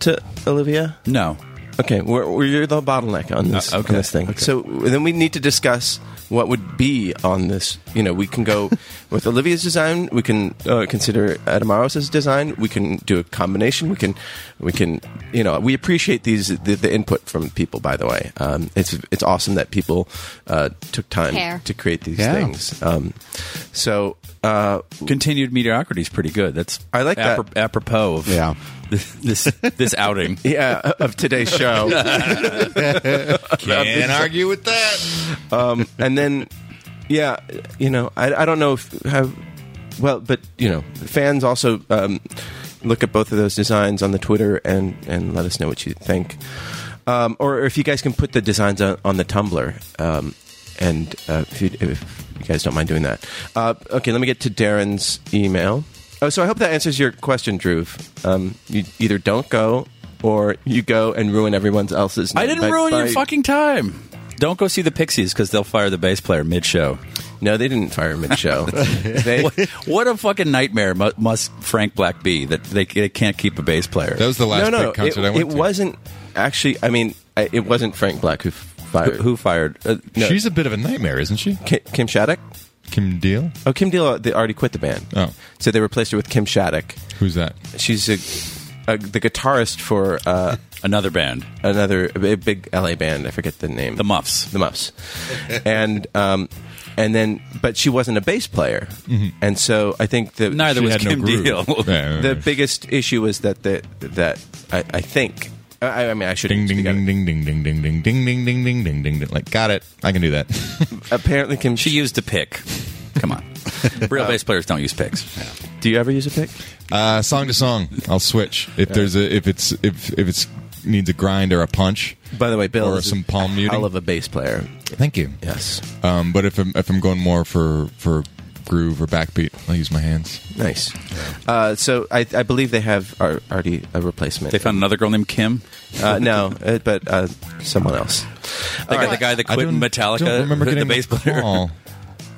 Speaker 3: to Olivia?
Speaker 5: No,
Speaker 3: Okay, we're, we're you're the bottleneck on this
Speaker 5: Uh, okay.
Speaker 3: on this thing. So then we need to discuss what would be on this. You know, we can go with Olivia's design. We can uh, consider Adamaros' design. We can do a combination. We can, we can. You know, we appreciate these the, the input from people. By the way, um, it's it's awesome that people uh, took time
Speaker 4: Care.
Speaker 3: to create these
Speaker 8: Yeah.
Speaker 3: things. Um, so uh,
Speaker 5: Continued mediocrity is pretty good. That's
Speaker 3: I like that.
Speaker 5: aprop- apropos of
Speaker 8: Yeah.
Speaker 5: this this outing.
Speaker 3: yeah, of today's show.
Speaker 6: Can't argue with that.
Speaker 3: um, and then yeah you know i, I don't know if have well but you know fans also um, look at both of those designs on the twitter and and let us know what you think um, or if you guys can put the designs on, on the tumblr um, and uh, if, you, if you guys don't mind doing that uh, okay let me get to darren's email oh so i hope that answers your question drew um, you either don't go or you go and ruin everyone else's
Speaker 5: I
Speaker 3: night
Speaker 5: didn't
Speaker 3: by-
Speaker 5: ruin your
Speaker 3: by-
Speaker 5: fucking time. Don't go see the Pixies because they'll fire the bass player mid show.
Speaker 3: no they didn't fire mid show they
Speaker 5: What, what a fucking nightmare mu- must Frank Black be that they, they can't keep a bass player.
Speaker 6: That was the last
Speaker 3: no, no,
Speaker 6: big concert
Speaker 3: it,
Speaker 6: I went
Speaker 3: it
Speaker 6: to.
Speaker 3: wasn't actually. I mean, I- it wasn't Frank Black who
Speaker 5: who,
Speaker 3: fired
Speaker 5: who fired? Uh,
Speaker 3: no.
Speaker 6: She's a bit of a nightmare, isn't she?
Speaker 3: Ki- Kim Shattuck.
Speaker 6: Kim Deal?
Speaker 3: Oh, Kim Deal they already quit the band.
Speaker 6: Oh.
Speaker 3: so they replaced her with Kim Shattuck.
Speaker 6: Who's that?
Speaker 3: She's a, a the guitarist for uh,
Speaker 5: another band,
Speaker 3: another a big LA band. I forget the name.
Speaker 5: the Muffs.
Speaker 3: the Muffs, and um, and then but she wasn't a bass player, and so I think the
Speaker 5: Mm-hmm. Neither
Speaker 6: She
Speaker 5: was
Speaker 6: had no
Speaker 5: Kim
Speaker 6: groove.
Speaker 5: Deal.
Speaker 6: Yeah, yeah,
Speaker 3: the
Speaker 6: yeah.
Speaker 3: biggest issue was that the that I, I think. I, I mean, I should.
Speaker 6: Ding ding ding ding ding ding ding ding ding ding ding ding ding ding ding. Like, got it. I can do that.
Speaker 3: Apparently, Kim.
Speaker 5: She used a pick. Come on, real bass players don't use picks.
Speaker 3: Do you ever use a pick?
Speaker 6: Uh, song to song, I'll switch if there's a if it's if if it's needs a grind or a punch.
Speaker 3: By the way, Bill
Speaker 6: Or
Speaker 3: is
Speaker 6: some
Speaker 3: a
Speaker 6: palm muting.
Speaker 3: Hell of a bass player.
Speaker 6: Thank you.
Speaker 3: Yes,
Speaker 6: Um, but if I'm if I'm going more for for groove or backbeat, I'll use my hands.
Speaker 3: nice. Uh, so I, I believe they have ar- already a replacement.
Speaker 5: They found another girl named Kim.
Speaker 3: uh, no, uh, but uh, someone else.
Speaker 5: They got the guy that quit in Metallica.
Speaker 6: don't remember
Speaker 5: the
Speaker 6: getting
Speaker 5: bass player.
Speaker 6: call.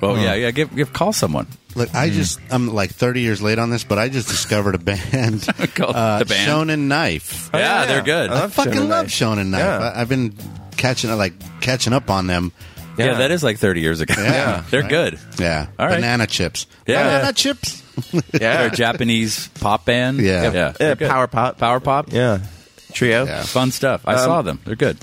Speaker 5: Oh yeah, yeah. Give, give call someone.
Speaker 8: Look,
Speaker 5: Hmm.
Speaker 8: I just I'm like 30 years late on this, but I just discovered a band
Speaker 5: Called
Speaker 8: uh,
Speaker 5: the band.
Speaker 8: Shonen Knife.
Speaker 3: Oh,
Speaker 5: yeah,
Speaker 3: yeah.
Speaker 5: they're good.
Speaker 3: I
Speaker 8: I
Speaker 3: love
Speaker 8: fucking
Speaker 3: Shonen
Speaker 8: love
Speaker 3: Knife.
Speaker 8: Shonen Knife.
Speaker 3: Yeah.
Speaker 8: I, I've been catching like catching up on them.
Speaker 5: yeah.
Speaker 3: Yeah.
Speaker 5: that is like 30 years ago.
Speaker 8: Yeah.
Speaker 5: they're good.
Speaker 8: Yeah,
Speaker 5: All right.
Speaker 8: banana chips.
Speaker 5: Yeah.
Speaker 8: banana chips.
Speaker 5: They're a
Speaker 3: Yeah,
Speaker 5: Japanese pop band.
Speaker 8: Yeah.
Speaker 5: yeah.
Speaker 3: yeah
Speaker 5: they're good.
Speaker 3: power pop,
Speaker 5: power pop.
Speaker 3: Yeah, Um, trio.
Speaker 8: Yeah.
Speaker 5: Fun stuff. I saw them. They're good.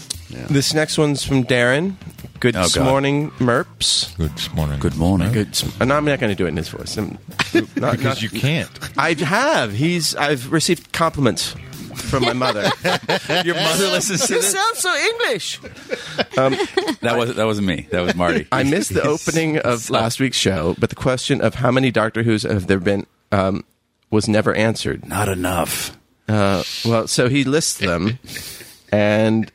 Speaker 3: This next one's from Darren. Good
Speaker 5: Oh, God.
Speaker 3: morning, Merps.
Speaker 6: Good morning.
Speaker 5: Good morning.
Speaker 3: Good. sm- And I'm not going to do it in his voice. I'm- not-
Speaker 6: Because
Speaker 3: not-
Speaker 6: you can't.
Speaker 3: I have. He's. I've received compliments from my mother.
Speaker 5: Your mother listens to
Speaker 3: you
Speaker 5: this.
Speaker 3: sound so English.
Speaker 5: That was that wasn't me. That was Marty.
Speaker 3: I missed the opening of last week's show, but the question of how many Doctor Who's have there been um, was never answered.
Speaker 5: Not enough
Speaker 3: Uh, well, so he lists them, and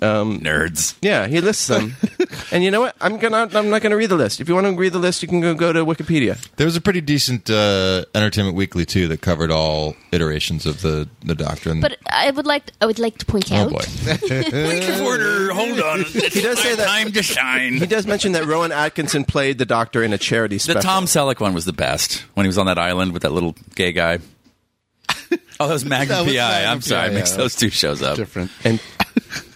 Speaker 5: nerds.
Speaker 3: yeah, he lists them. and you know what? I'm gonna. I'm not gonna read the list. If you want to read the list, you can go go to Wikipedia.
Speaker 6: There was a pretty decent uh, Entertainment Weekly too that covered all iterations of the the Doctor. And
Speaker 4: But I would like I would like to point
Speaker 6: oh
Speaker 4: out
Speaker 6: boy,
Speaker 5: Order. Hold on. It's
Speaker 3: does say that-
Speaker 5: Time to shine.
Speaker 3: He does mention that Rowan Atkinson played the Doctor in a charity
Speaker 5: The
Speaker 3: special.
Speaker 5: Tom Selleck one was the best when he was on that island with that little gay guy. Oh, that was Magnum
Speaker 8: was
Speaker 5: PI.
Speaker 8: Magnum
Speaker 5: I'm sorry, I
Speaker 8: PI,
Speaker 5: mixed
Speaker 8: yeah.
Speaker 5: those two shows up.
Speaker 8: Different.
Speaker 3: and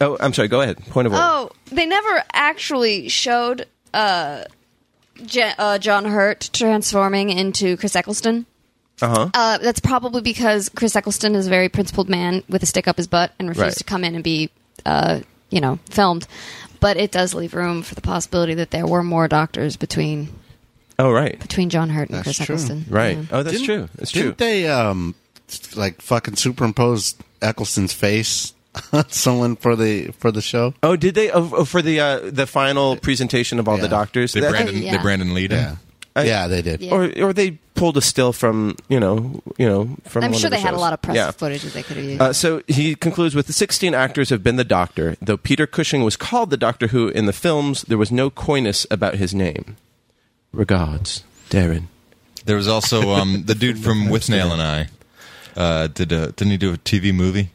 Speaker 3: oh, I'm sorry. Go ahead. Point of order.
Speaker 4: Oh, they never actually showed uh, Je- uh, John Hurt transforming into Chris Eccleston. Uh-huh. That's probably because Chris Eccleston is a very principled man with a stick up his butt and refused
Speaker 3: Right.
Speaker 4: to come in and be, uh, you know, filmed. But it does leave room for the possibility that there were more doctors between
Speaker 3: Oh, right,
Speaker 4: between John Hurt and
Speaker 8: That's
Speaker 4: Chris
Speaker 8: true.
Speaker 4: Eccleston.
Speaker 3: right.
Speaker 4: Yeah.
Speaker 3: Oh, that's true. That's true.
Speaker 8: Didn't they um like fucking superimpose Eccleston's face on someone for the for the show?
Speaker 3: Oh, did they oh, oh, for the uh, the final presentation of all the
Speaker 8: Yeah.
Speaker 3: doctors?
Speaker 6: they
Speaker 3: That-
Speaker 6: Brandon
Speaker 4: Yeah.
Speaker 6: they Brandon Lee. did.
Speaker 3: I-
Speaker 8: yeah, they did.
Speaker 4: Yeah.
Speaker 3: or or they pulled a still from you know you know from.
Speaker 4: I'm
Speaker 3: one
Speaker 4: sure
Speaker 3: of the
Speaker 4: they had a
Speaker 3: shows.
Speaker 4: lot of press
Speaker 3: Yeah.
Speaker 4: footage that they could have used.
Speaker 3: Uh, so he concludes with the 16 actors have been the Doctor. Though Peter Cushing was called the Doctor Who in the films, there was no coyness about his name. Regards, Darren.
Speaker 6: There was also um, the dude from With Nail and I. Uh, did a, didn't he do a TV movie?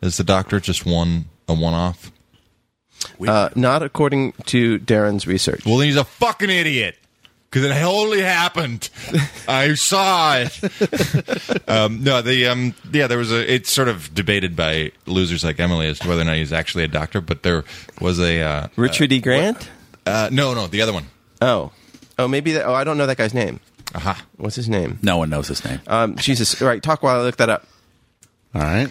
Speaker 6: Is the Doctor just one a one off?
Speaker 3: Uh, not according to Darren's research.
Speaker 6: Well, he's a fucking idiot. Because it only happened. I saw it. um, no, the um, yeah, there was a. It's sort of debated by losers like Emily as to whether or not he's actually a doctor, but there was a uh,
Speaker 3: Richard E. Grant.
Speaker 6: Uh, no, no, the other one.
Speaker 3: Oh, oh, maybe that. Oh, I don't know that guy's name.
Speaker 6: Aha.
Speaker 3: What's his name?
Speaker 5: No one knows his name.
Speaker 3: Um, Jesus. All right, talk while I look that up.
Speaker 8: All right.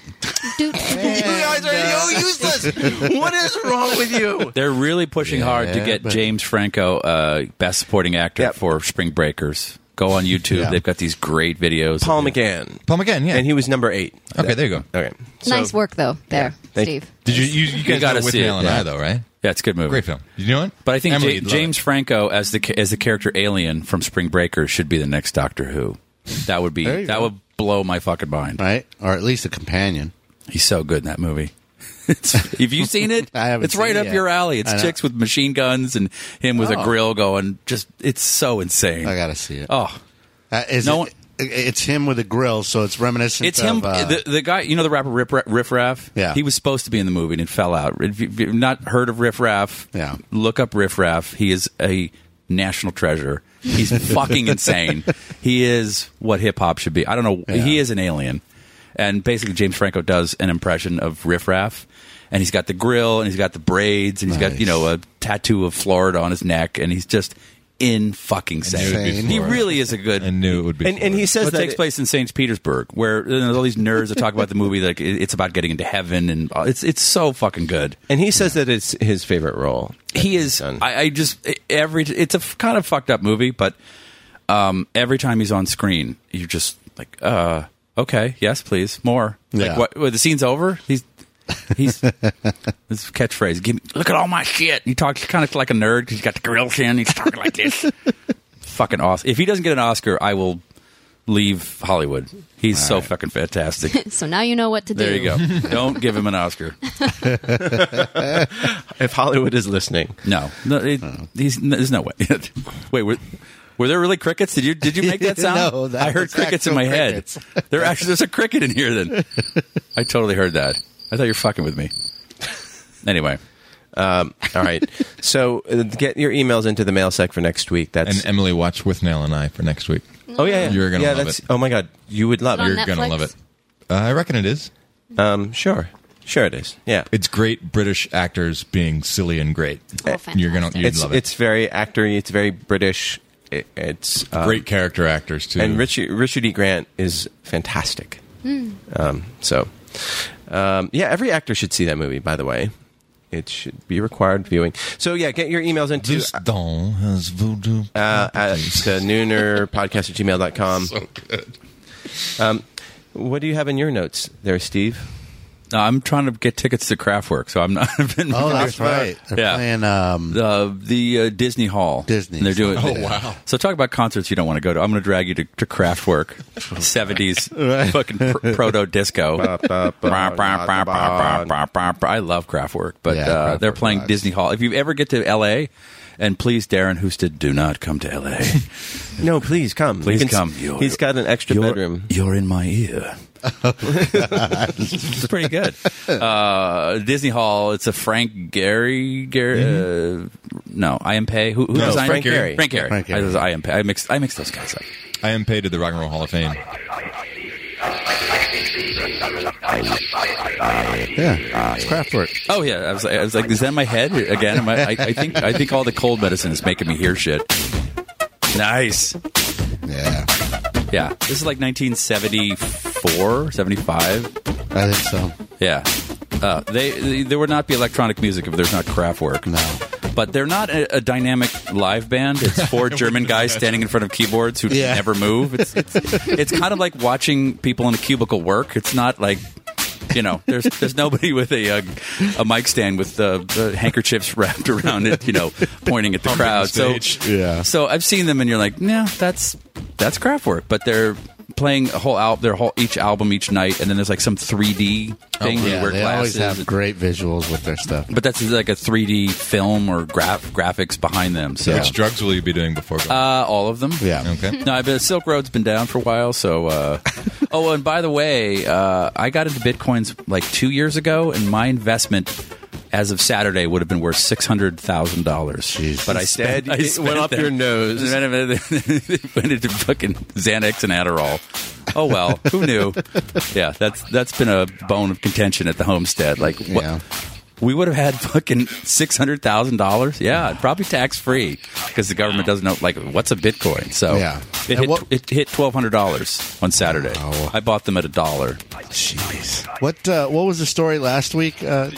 Speaker 3: you guys are so useless. what is wrong with you?
Speaker 5: They're really pushing hard to
Speaker 8: Yeah,
Speaker 5: get
Speaker 8: but-
Speaker 5: James Franco uh, Best Supporting Actor
Speaker 3: Yep.
Speaker 5: for Spring Breakers. Go on YouTube.
Speaker 8: Yeah.
Speaker 5: They've got these great videos.
Speaker 3: Paul
Speaker 5: of-
Speaker 3: McGann,
Speaker 6: Paul McGann, yeah.
Speaker 3: and he was number eight.
Speaker 6: okay, there you go.
Speaker 3: Okay, so-
Speaker 4: nice work though, there,
Speaker 3: Thank-
Speaker 4: Steve.
Speaker 6: Did you you, you guys
Speaker 5: gotta
Speaker 6: got with
Speaker 5: see it,
Speaker 6: Alan
Speaker 5: yeah.
Speaker 6: I though, right?
Speaker 5: Yeah, it's a good movie.
Speaker 6: Great film. You know it?
Speaker 5: But I think
Speaker 6: Emily
Speaker 5: Ja-
Speaker 6: would love
Speaker 5: James
Speaker 6: it.
Speaker 5: Franco as the ca- as the character Alien from Spring Breakers should be the next Doctor Who. That would be
Speaker 8: There
Speaker 5: that
Speaker 8: you go.
Speaker 5: would blow my fucking mind.
Speaker 8: Right? Or at least a companion.
Speaker 5: He's so good in that movie. It's, have you seen it?
Speaker 8: I haven't
Speaker 5: it's right
Speaker 8: seen it
Speaker 5: up
Speaker 8: yet.
Speaker 5: your alley.
Speaker 8: I
Speaker 5: It's
Speaker 8: know.
Speaker 5: chicks with machine guns and him with a
Speaker 8: Oh.
Speaker 5: grill going. Just it's so insane.
Speaker 8: I got to see it.
Speaker 5: oh,
Speaker 8: Uh, is
Speaker 5: No
Speaker 8: it- it's him with a grill, so it's reminiscent
Speaker 5: it's him.
Speaker 8: of, uh,
Speaker 5: the, the guy, you know, the rapper Rip, Ra- Riff Raff.
Speaker 8: Yeah.
Speaker 5: he was supposed to be in the movie and it fell out. If you- if you've not heard of Riff Raff,
Speaker 8: Yeah.
Speaker 5: look up Riff Raff. He is a national treasure. He's fucking insane. He is what hip hop should be. I don't know. He is an alien, and basically James Franco does an impression of Riff Raff. And he's got the grill, and he's got the braids, and he's got
Speaker 8: Nice.
Speaker 5: you know a tattoo of Florida on his neck, and he's just in fucking
Speaker 6: knew
Speaker 5: sane.
Speaker 6: it'd be
Speaker 5: He
Speaker 6: Florida.
Speaker 5: really is a good
Speaker 6: I knew it would be.
Speaker 3: and and he
Speaker 6: Florida.
Speaker 3: says
Speaker 5: it
Speaker 3: that
Speaker 5: takes place in Saint Petersburg, where you know, there's all these nerds that talk about the movie, like it- it's about getting into heaven, and uh, it's it's so fucking good.
Speaker 3: and he says that it's his favorite role.
Speaker 5: He is. I,
Speaker 3: Done.
Speaker 5: I just every. It's a f- kind of fucked up movie, but um, every time he's on screen, you're just like, uh, okay, yes, please, more. Like
Speaker 8: Yeah.
Speaker 5: what? Well, the scene's over. He's he's this catchphrase. Give me look at all my shit. He talks kind of like a nerd because he's got the grill chin. He's talking like this. fucking awesome. If he doesn't get an Oscar, I will leave Hollywood. He's so fucking fantastic.
Speaker 4: So now you know what to do.
Speaker 5: There you go. Don't give him an Oscar.
Speaker 3: If Hollywood is listening,
Speaker 5: No, no, it,
Speaker 8: Oh.
Speaker 5: he's, no there's no way. Wait, were, were there really crickets? Did you did you make that sound?
Speaker 8: No, that
Speaker 5: I heard
Speaker 8: was
Speaker 5: crickets in
Speaker 8: actual
Speaker 5: my
Speaker 8: crickets.
Speaker 5: head. There actually there's a cricket in here. Then I totally heard that. I thought you were fucking with me. Anyway,
Speaker 3: all right. So uh, get your emails into the mail sec for next week. That's
Speaker 6: and Emily watch with Nail and I for next week.
Speaker 3: oh yeah, yeah.
Speaker 6: You're gonna
Speaker 3: yeah,
Speaker 6: love
Speaker 3: that's,
Speaker 6: it.
Speaker 3: Oh my god, you would love
Speaker 4: On
Speaker 6: You're
Speaker 3: it.
Speaker 6: gonna
Speaker 4: Netflix?
Speaker 6: love it. Uh, I reckon it is.
Speaker 3: Um, sure, sure it is. Yeah,
Speaker 6: It's great British actors being silly and great.
Speaker 4: Oh,
Speaker 6: You're gonna
Speaker 4: fantastic.
Speaker 6: you'd
Speaker 3: it's
Speaker 6: love it.
Speaker 3: it's very actory. It's very British. It, it's uh,
Speaker 6: great character actors too.
Speaker 3: and Richard Richard E. Grant is fantastic. Um, so, um, yeah, every actor should see that movie. By the way, it should be required viewing. So yeah, get your emails into
Speaker 6: This doll has voodoo.
Speaker 3: uh, at uh, noonerpodcast at gmail.com.
Speaker 6: so good.
Speaker 3: Um, What do you have in your notes there, Steve?
Speaker 5: no, uh, I'm trying to get tickets to Kraftwerk, so I'm not. I've been
Speaker 8: oh, that's right. They're
Speaker 5: Yeah.
Speaker 8: playing. Um,
Speaker 5: uh, the uh, Disney Hall.
Speaker 8: Disney.
Speaker 5: And they're doing.
Speaker 6: Oh, wow.
Speaker 5: So talk about concerts you don't want to go to. I'm going to drag you to, to Kraftwerk, seventies fucking pr- proto disco.
Speaker 3: ba, ba,
Speaker 5: Bah, bah, bah, bah, bah, bah, bah, bah. I love Kraftwerk, but
Speaker 8: Yeah,
Speaker 5: uh, they're
Speaker 8: Kraftwerk
Speaker 5: playing
Speaker 8: rocks.
Speaker 5: Disney Hall. If you ever get to L.A. And please, Darren Houston, do not come to L.A.
Speaker 3: No, please come.
Speaker 5: Please
Speaker 3: You can s-
Speaker 5: come. You're-
Speaker 3: he's got an extra
Speaker 5: You're-
Speaker 3: bedroom.
Speaker 5: You're in my ear. it's pretty good. Uh, Disney Hall. It's a Frank Gary. Gary uh, no, I am Pay. Who, who
Speaker 3: No,
Speaker 5: designed
Speaker 3: Frank
Speaker 5: it?
Speaker 3: Gary.
Speaker 5: Frank Gary.
Speaker 8: Frank Gary.
Speaker 5: I, was- I am Pei. I mixed. I mixed those guys up.
Speaker 6: I am paid to the Rock and Roll Hall of Fame.
Speaker 8: yeah, it's Kraftwerk.
Speaker 5: Oh yeah, I was, I was like, is that my head again? Am I, I, I think I think all the cold medicine is making me hear shit. Nice.
Speaker 8: Yeah,
Speaker 5: Yeah, this is like 1974, 75.
Speaker 8: I think so.
Speaker 5: Yeah. Uh, they, they there would not be electronic music if there's not Kraftwerk.
Speaker 8: No.
Speaker 5: But they're not a, a dynamic live band. It's four German guys standing in front of keyboards who
Speaker 8: Yeah.
Speaker 5: never move. It's, it's it's kind of like watching people in a cubicle work. It's not like you know, there's there's nobody with a uh, a mic stand with uh, uh, handkerchiefs wrapped around it, you know, pointing at the
Speaker 6: Pumping the
Speaker 5: crowd. so
Speaker 6: stage.
Speaker 8: Yeah.
Speaker 5: so I've seen them, and you're like, no, that's that's craft work. But they're playing a whole album, their whole each album each night, and then there's like some 3D thing where you
Speaker 8: Oh, Yeah,
Speaker 5: wear
Speaker 8: they always
Speaker 5: glasses.
Speaker 8: have great visuals with their stuff.
Speaker 5: but that's like a 3D film or graph graphics behind them. So
Speaker 6: Which drugs will you be doing before? Going?
Speaker 5: uh, all of them.
Speaker 8: Yeah.
Speaker 6: okay.
Speaker 5: No, I've been, Silk Road's been down for a while. So, uh, oh, and by the way, uh, I got into bitcoins like two years ago, and my investment as of Saturday would have been worth six hundred thousand dollars.
Speaker 8: Jeez.
Speaker 5: But I
Speaker 3: Instead,
Speaker 5: spent, I
Speaker 3: it went
Speaker 5: spent
Speaker 3: up
Speaker 5: them-
Speaker 3: your nose.
Speaker 5: It went into fucking Xanax and Adderall. Oh well, who knew? Yeah, that's that's been a bone of contention at the homestead. Like what?
Speaker 8: Yeah.
Speaker 5: we would have had fucking six hundred thousand dollars. Yeah, probably tax free because the government doesn't know. Like, what's a Bitcoin? So
Speaker 8: Yeah.
Speaker 5: it
Speaker 8: And
Speaker 5: hit,
Speaker 8: what-
Speaker 5: it hit twelve hundred dollars on Saturday.
Speaker 8: Wow.
Speaker 5: I bought them at a dollar.
Speaker 8: What uh, What was the story last week, uh,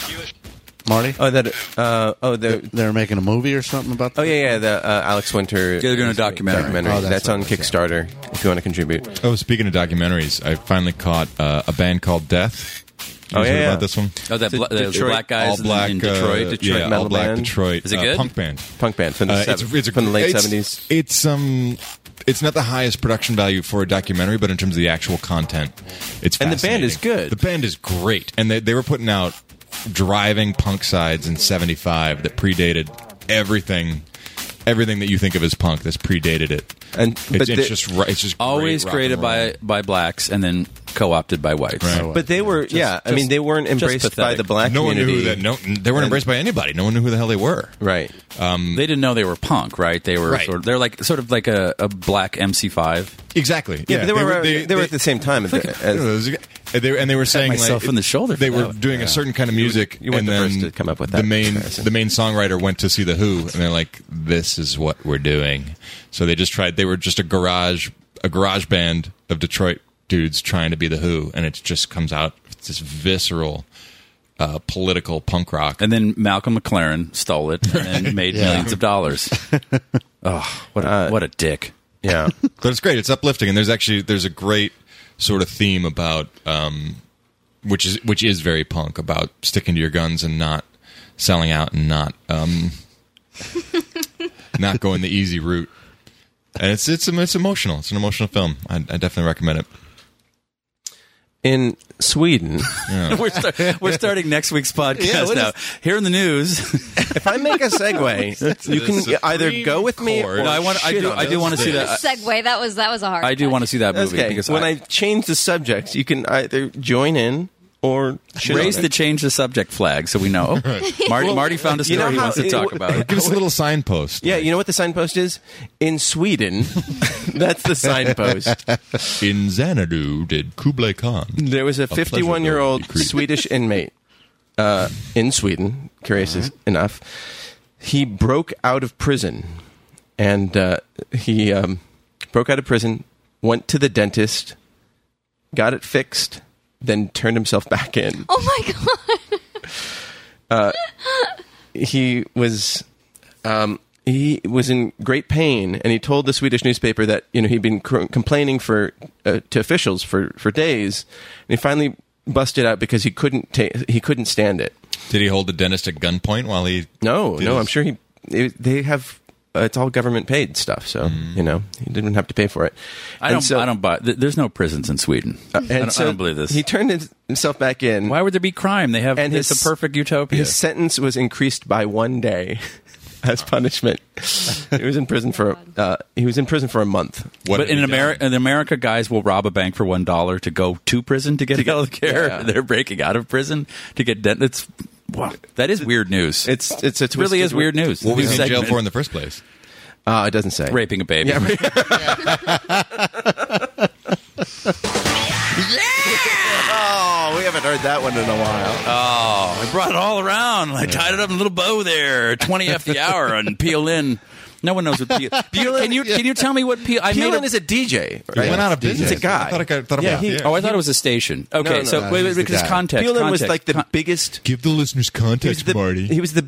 Speaker 8: Marty?
Speaker 3: Oh, that. Uh, oh, the.
Speaker 8: They were making a movie or something about.
Speaker 3: Oh
Speaker 8: That?
Speaker 3: yeah, yeah. The uh, Alex Winter.
Speaker 5: they're doing a documentary.
Speaker 8: Oh, that's
Speaker 3: that's on
Speaker 8: what it was, yeah.
Speaker 3: Kickstarter. If you want to contribute.
Speaker 6: Oh, speaking of documentaries, I finally caught uh, a band called Death. You
Speaker 3: Oh,
Speaker 6: guys
Speaker 3: yeah,
Speaker 6: heard
Speaker 3: yeah.
Speaker 6: about this one?
Speaker 5: Oh, that bla- the
Speaker 3: Detroit,
Speaker 5: black guys
Speaker 6: all
Speaker 5: in-
Speaker 6: black
Speaker 5: in Detroit.
Speaker 6: uh,
Speaker 5: Detroit.
Speaker 6: yeah,
Speaker 3: metal
Speaker 6: all black
Speaker 3: band.
Speaker 6: Detroit.
Speaker 5: Is it
Speaker 6: uh,
Speaker 5: good?
Speaker 6: punk band.
Speaker 3: Punk band from the,
Speaker 6: Uh,
Speaker 3: sev- from the late
Speaker 6: it's-
Speaker 3: seventies.
Speaker 6: It's um, it's not the highest production value for a documentary, but in terms of the actual content, it's
Speaker 3: And the band is
Speaker 6: fascinating.
Speaker 3: good.
Speaker 6: The band is great, and they they were putting out driving punk sides in '75 that predated everything, everything that you think of as punk. That's predated it,
Speaker 3: And-
Speaker 6: it's,
Speaker 3: but
Speaker 6: it's
Speaker 3: the-
Speaker 6: just ri- it's just
Speaker 5: Always
Speaker 6: great rock
Speaker 5: created
Speaker 6: and roll.
Speaker 5: by by blacks and then co opted by whites.
Speaker 6: Right.
Speaker 3: But they were, yeah. I mean, they weren't
Speaker 5: just
Speaker 3: embraced by
Speaker 5: pathetic.
Speaker 3: the black
Speaker 6: no one knew
Speaker 3: community.
Speaker 6: who that. No, they weren't embraced by anybody. No one knew who the hell they were.
Speaker 3: Right.
Speaker 8: Mm-hmm.
Speaker 5: They didn't know they were punk, right? They were
Speaker 6: Right.
Speaker 5: sort of, they're like sort of like a, a black MC5.
Speaker 6: Exactly.
Speaker 3: Yeah, but they, were, they, were at the same time. as-
Speaker 6: I don't
Speaker 3: as-
Speaker 6: know, there's a guy- and they were, and they were saying
Speaker 5: myself
Speaker 6: like,
Speaker 5: in the shoulder for
Speaker 6: They were
Speaker 5: that one.
Speaker 6: doing a certain kind of music,
Speaker 3: you weren't
Speaker 6: and
Speaker 3: the
Speaker 6: then
Speaker 3: first to come up with
Speaker 6: The
Speaker 3: that
Speaker 6: main
Speaker 3: comparison.
Speaker 6: the main songwriter went to see the Who, and they're like, "This is what we're doing." So they just tried. They were just a garage a garage band of Detroit dudes trying to be the Who, and it just comes out it's this visceral uh, political punk rock.
Speaker 5: And then Malcolm McLaren stole it and then made millions of dollars. oh, what a, what a dick.
Speaker 3: yeah.
Speaker 6: but it's great. It's uplifting, and there's actually there's a great sort of theme about um, which is which is very punk about sticking to your guns and not selling out and not um, not going the easy route. And it's it's it's emotional. It's an emotional film. I, I definitely recommend it.
Speaker 3: In Sweden,
Speaker 5: we're, start, we're starting next week's podcast
Speaker 3: Yeah, what
Speaker 5: now.
Speaker 3: is-
Speaker 5: Here in the news.
Speaker 3: if I make a segue, you can
Speaker 6: Supreme
Speaker 3: either go with me
Speaker 6: Court.
Speaker 3: or
Speaker 5: No, I want. I
Speaker 3: shit
Speaker 5: do.
Speaker 3: on
Speaker 5: I do
Speaker 3: us.
Speaker 5: want to see that.
Speaker 4: Segway. That was that was a hard.
Speaker 5: I do
Speaker 4: one.
Speaker 5: want to see that
Speaker 3: That's
Speaker 5: movie
Speaker 3: okay.
Speaker 5: because
Speaker 3: when I,
Speaker 5: I,
Speaker 3: change the subjects, you can either join in or shit on
Speaker 5: raise
Speaker 3: it.
Speaker 5: the change the subject flag so we know. Marty, Marty found a
Speaker 3: you
Speaker 5: story
Speaker 3: know
Speaker 5: he
Speaker 3: how-
Speaker 5: wants to
Speaker 3: it-
Speaker 5: talk about.
Speaker 6: Give us a little signpost.
Speaker 3: Yeah, you know what the signpost is? In Sweden, that's the signpost.
Speaker 6: In Xanadu, did Kublai Khan?
Speaker 3: There was a
Speaker 6: pleasure
Speaker 3: 51 year old
Speaker 6: will be created.
Speaker 3: Swedish inmate uh, in Sweden, curious is enough. He broke out of prison and uh, he um, broke out of prison, went to the dentist, got it fixed, then turned himself back in.
Speaker 4: Oh my god!
Speaker 3: he was um, he was in great pain, and he told the Swedish newspaper that you know he'd been cr- complaining for uh, to officials for, for days, and he finally busted out because he couldn't ta- he couldn't stand it.
Speaker 6: Did he hold the dentist at gunpoint while he?
Speaker 3: No,
Speaker 6: did
Speaker 3: no,
Speaker 6: his-
Speaker 3: I'm sure he it, they have uh, it's all government paid stuff, so
Speaker 6: Mm-hmm.
Speaker 3: you know he didn't have to pay for it.
Speaker 5: I
Speaker 3: And
Speaker 5: don't.
Speaker 3: so- Uh,
Speaker 5: I don't buy. th- There's no prisons in Sweden.
Speaker 3: and
Speaker 5: I, don't,
Speaker 3: so
Speaker 5: I don't believe this.
Speaker 3: He turned his- himself back in.
Speaker 5: Why would there be crime? They have.
Speaker 3: And his-
Speaker 5: it's a perfect utopia.
Speaker 3: His sentence was increased by one day as punishment. he was in prison for uh, he was in prison for a month.
Speaker 6: What
Speaker 5: but
Speaker 6: had
Speaker 5: in
Speaker 6: he done?
Speaker 5: America, in America, guys will rob a bank for one dollar to go to prison to get health care.
Speaker 3: yeah.
Speaker 5: They're breaking out of prison to get dent. It's wow, that is weird news.
Speaker 3: It's it's it's
Speaker 5: it really is weird news.
Speaker 6: what was
Speaker 5: This
Speaker 6: he in jail
Speaker 5: segment-
Speaker 6: for in the first place?
Speaker 3: Uh, it doesn't say
Speaker 5: Raping a baby.
Speaker 3: Yeah, right. Oh, we haven't heard that one in a while.
Speaker 5: I brought it all around. I tied it up in a little bow there. Twenty after the hour on PLN. No one knows what PLN. Can you can you tell me what PLN? I made
Speaker 3: Keelan
Speaker 5: a-
Speaker 3: is a DJ. Right?
Speaker 6: He went out of business.
Speaker 3: He's a guy.
Speaker 6: I thought I got- thought about-
Speaker 3: he-
Speaker 6: yeah.
Speaker 5: Oh, I thought it was a station. Okay,
Speaker 3: No, no,
Speaker 5: so
Speaker 3: no,
Speaker 5: wait,
Speaker 8: he's
Speaker 5: wait,
Speaker 8: the
Speaker 5: because
Speaker 8: guy.
Speaker 5: context.
Speaker 3: Keelan was
Speaker 5: context,
Speaker 3: like the
Speaker 5: con-
Speaker 3: biggest.
Speaker 6: Give the listeners
Speaker 3: He was
Speaker 6: context,
Speaker 3: the,
Speaker 6: Marty.
Speaker 3: he was the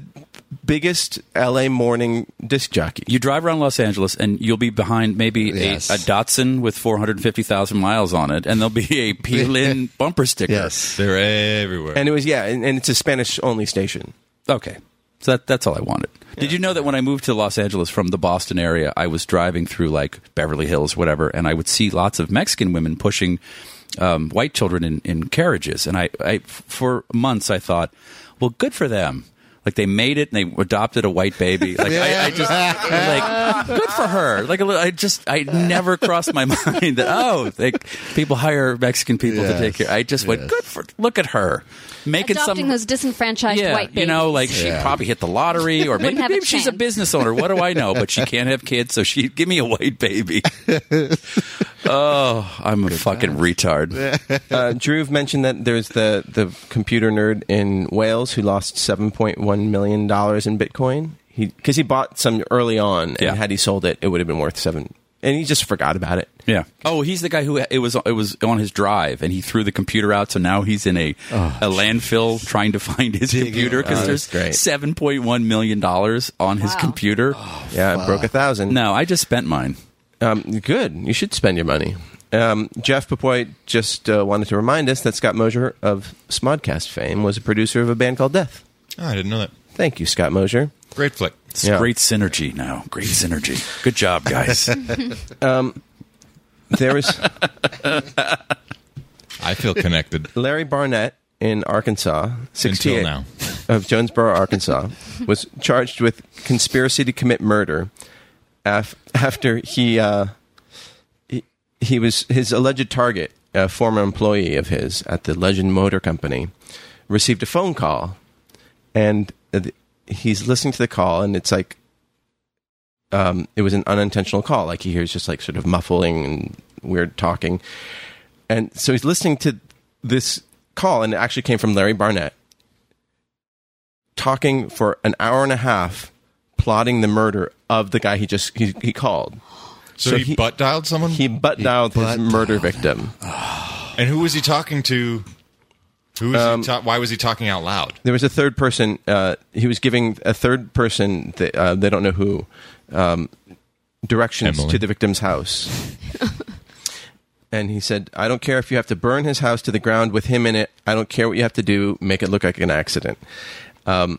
Speaker 3: biggest LA morning disc jockey.
Speaker 5: You drive around Los Angeles and you'll be behind maybe
Speaker 8: Yes.
Speaker 5: a, a Datsun with 450,000 miles on it, and there'll be a Pelin bumper sticker.
Speaker 8: Yes.
Speaker 6: They're everywhere.
Speaker 3: and it was yeah, and, and it's a Spanish only station.
Speaker 5: Okay. So that, that's all I wanted. Did you know that when I moved to Los Angeles from the Boston area, I was driving through like Beverly Hills, whatever, and I would see lots of Mexican women pushing um, white children in, in carriages. And I, I, for months, I thought, well, good for them. Like they made it and they adopted a white baby. Like I, I just I was like good for her. Like a little- I just I never crossed my mind that oh they, people hire Mexican people to
Speaker 8: Yes.
Speaker 5: take care. I just went
Speaker 8: Yes.
Speaker 5: good for look at her making
Speaker 4: Adopting
Speaker 5: some
Speaker 4: those disenfranchised
Speaker 5: yeah,
Speaker 4: white babies.
Speaker 5: you know, like she
Speaker 8: Yeah.
Speaker 5: probably hit the lottery, or maybe,
Speaker 4: Wouldn't have a
Speaker 5: maybe she's a
Speaker 4: chance.
Speaker 5: business owner. What do I know? But she can't have kids, so she give me a white baby. Oh, I'm a fucking retard.
Speaker 3: Uh, Drew mentioned that there's the, the computer nerd in Wales who lost $7.1 million in Bitcoin. Because he, bought some early on, and
Speaker 5: Yeah.
Speaker 3: had he sold it, it would have been worth seven. And he just forgot about it.
Speaker 5: Yeah. Oh, he's the guy who it was it was on his drive, and he threw the computer out. So now he's in a a landfill trying to find his computer
Speaker 3: Oh,
Speaker 5: because
Speaker 3: that's great.
Speaker 5: there's seven point one million dollars on his
Speaker 4: Wow.
Speaker 5: computer.
Speaker 3: Yeah, it broke a thousand.
Speaker 5: No, I just spent mine.
Speaker 3: Um, good. You should spend your money. Um, Jeff Papoy just uh, wanted to remind us that Scott Mosier of Smodcast fame was a producer of a band called Death.
Speaker 6: Oh, I didn't know that.
Speaker 3: Thank you, Scott Mosier.
Speaker 6: Great flick.
Speaker 5: It's
Speaker 3: Yeah.
Speaker 5: great synergy now. Great synergy. Good job, guys.
Speaker 3: There was
Speaker 6: I feel connected
Speaker 3: Larry Barnett in Arkansas, 68,
Speaker 6: until now.
Speaker 3: of Jonesboro, Arkansas, was charged with conspiracy to commit murder af- after he, uh, he he was his alleged target, a former employee of his at the Legend Motor Company, received a phone call, and uh, th- he's listening to the call, and it's like. Um, it was an unintentional call. Like he hears just like sort of muffling and weird talking, and so he's listening to this call, and it actually came from Larry Barnett talking for an hour and a half, plotting the murder of the guy he just he, he called.
Speaker 6: So,
Speaker 3: So
Speaker 6: he,
Speaker 3: he-
Speaker 6: butt dialed someone,
Speaker 3: He butt dialed his
Speaker 8: butt
Speaker 3: murder victim.
Speaker 6: and who was he talking to? Who was
Speaker 3: Um,
Speaker 6: he ta- why was he talking out loud?
Speaker 3: There was a third person. Uh, he was giving a third person. That, uh, they don't know who. Um, directions
Speaker 6: Emily.
Speaker 3: to the victim's house. and he said, "I don't care if you have to burn his house to the ground with him in it. I don't care what you have to do. Make it look like an accident." Um,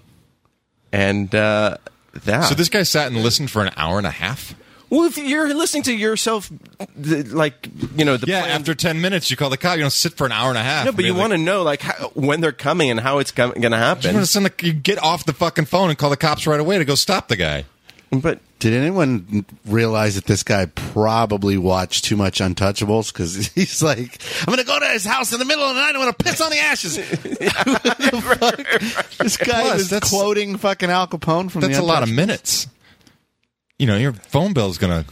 Speaker 3: and uh, that.
Speaker 6: So this guy sat and listened for an hour and a half.
Speaker 3: Well, if you're listening to yourself, the, like you know, the
Speaker 6: Yeah,
Speaker 3: plan-
Speaker 6: after ten minutes, you call the cop. You don't sit for an hour and a half.
Speaker 3: No, but you want to know like how, when they're coming and how it's going to happen.
Speaker 6: to send the, you get off the fucking phone and call the cops right away to go stop the guy.
Speaker 3: But
Speaker 8: Did anyone realize that this guy probably watched too much Untouchables? Because he's like, I'm going to go to his house in the middle of the night. I'm going to piss on the ashes. This guy
Speaker 6: Plus,
Speaker 8: was
Speaker 6: that's-
Speaker 8: quoting fucking Al Capone from
Speaker 6: That's
Speaker 8: the
Speaker 6: a lot of
Speaker 8: Untouchables.
Speaker 6: minutes. You know, your phone bill's gonna.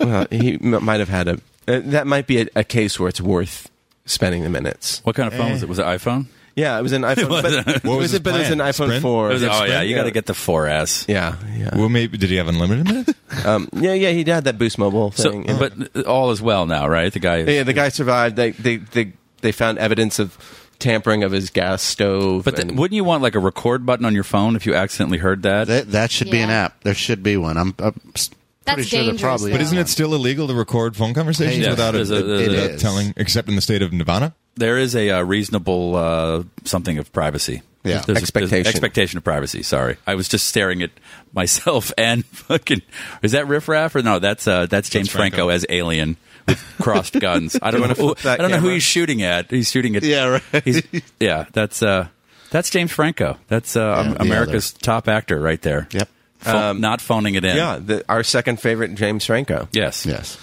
Speaker 3: well, he m- might have had a uh, that might be a, a case where it's worth spending the minutes.
Speaker 5: what kind of phone was it? Was it iPhone?
Speaker 3: Yeah, it was an iPhone.
Speaker 5: was-
Speaker 3: but,
Speaker 5: what
Speaker 3: it was
Speaker 6: was his
Speaker 3: a- but it was an
Speaker 6: plan?
Speaker 3: iPhone
Speaker 6: Sprint?
Speaker 3: four.
Speaker 5: It was- oh
Speaker 6: Explain-
Speaker 5: yeah, you got to get the 4S.
Speaker 3: yeah, yeah,
Speaker 6: Well, maybe did he have unlimited minutes?
Speaker 3: um, yeah, yeah. He had that Boost Mobile
Speaker 5: So,
Speaker 3: thing. yeah.
Speaker 5: but all is well now, right? The guy. Is,
Speaker 3: yeah, the guy survived. They they they they found evidence of tampering of his gas stove.
Speaker 5: But th-
Speaker 3: and-
Speaker 5: wouldn't you want like a record button on your phone if you accidentally heard that?
Speaker 8: That, that should be an
Speaker 4: Yeah.
Speaker 8: app. There should be one. I'm, I'm s-
Speaker 4: That's
Speaker 8: pretty sure there
Speaker 4: dangerous,
Speaker 8: probably
Speaker 4: though.
Speaker 6: But
Speaker 8: is
Speaker 6: isn't
Speaker 8: one.
Speaker 6: it still illegal to record phone conversations
Speaker 8: Yes,
Speaker 6: without a,
Speaker 5: there's a- there's
Speaker 6: without
Speaker 8: a-
Speaker 6: telling, except in the state of Nevada?
Speaker 5: there is a uh, reasonable uh, something of privacy.
Speaker 8: Yeah.
Speaker 5: There's a- there's
Speaker 3: Expectation.
Speaker 5: expectation of privacy. Sorry, I was just staring at myself and fucking. Is that Riff Raff or no? That's uh, that's James Franco.
Speaker 6: Franco.
Speaker 5: as Alien with crossed guns. I don't know. Who,
Speaker 3: flip that
Speaker 5: I don't know who
Speaker 3: camera?
Speaker 5: he's shooting at. He's shooting at.
Speaker 8: Yeah, right.
Speaker 5: He's, yeah, that's uh, that's James Franco. That's uh, um,
Speaker 8: the
Speaker 5: America's top actor right there.
Speaker 8: Yep.
Speaker 5: Pho- not phoning it in.
Speaker 3: Um, yeah, the, our second favorite, James Franco.
Speaker 5: Yes.
Speaker 8: Yes.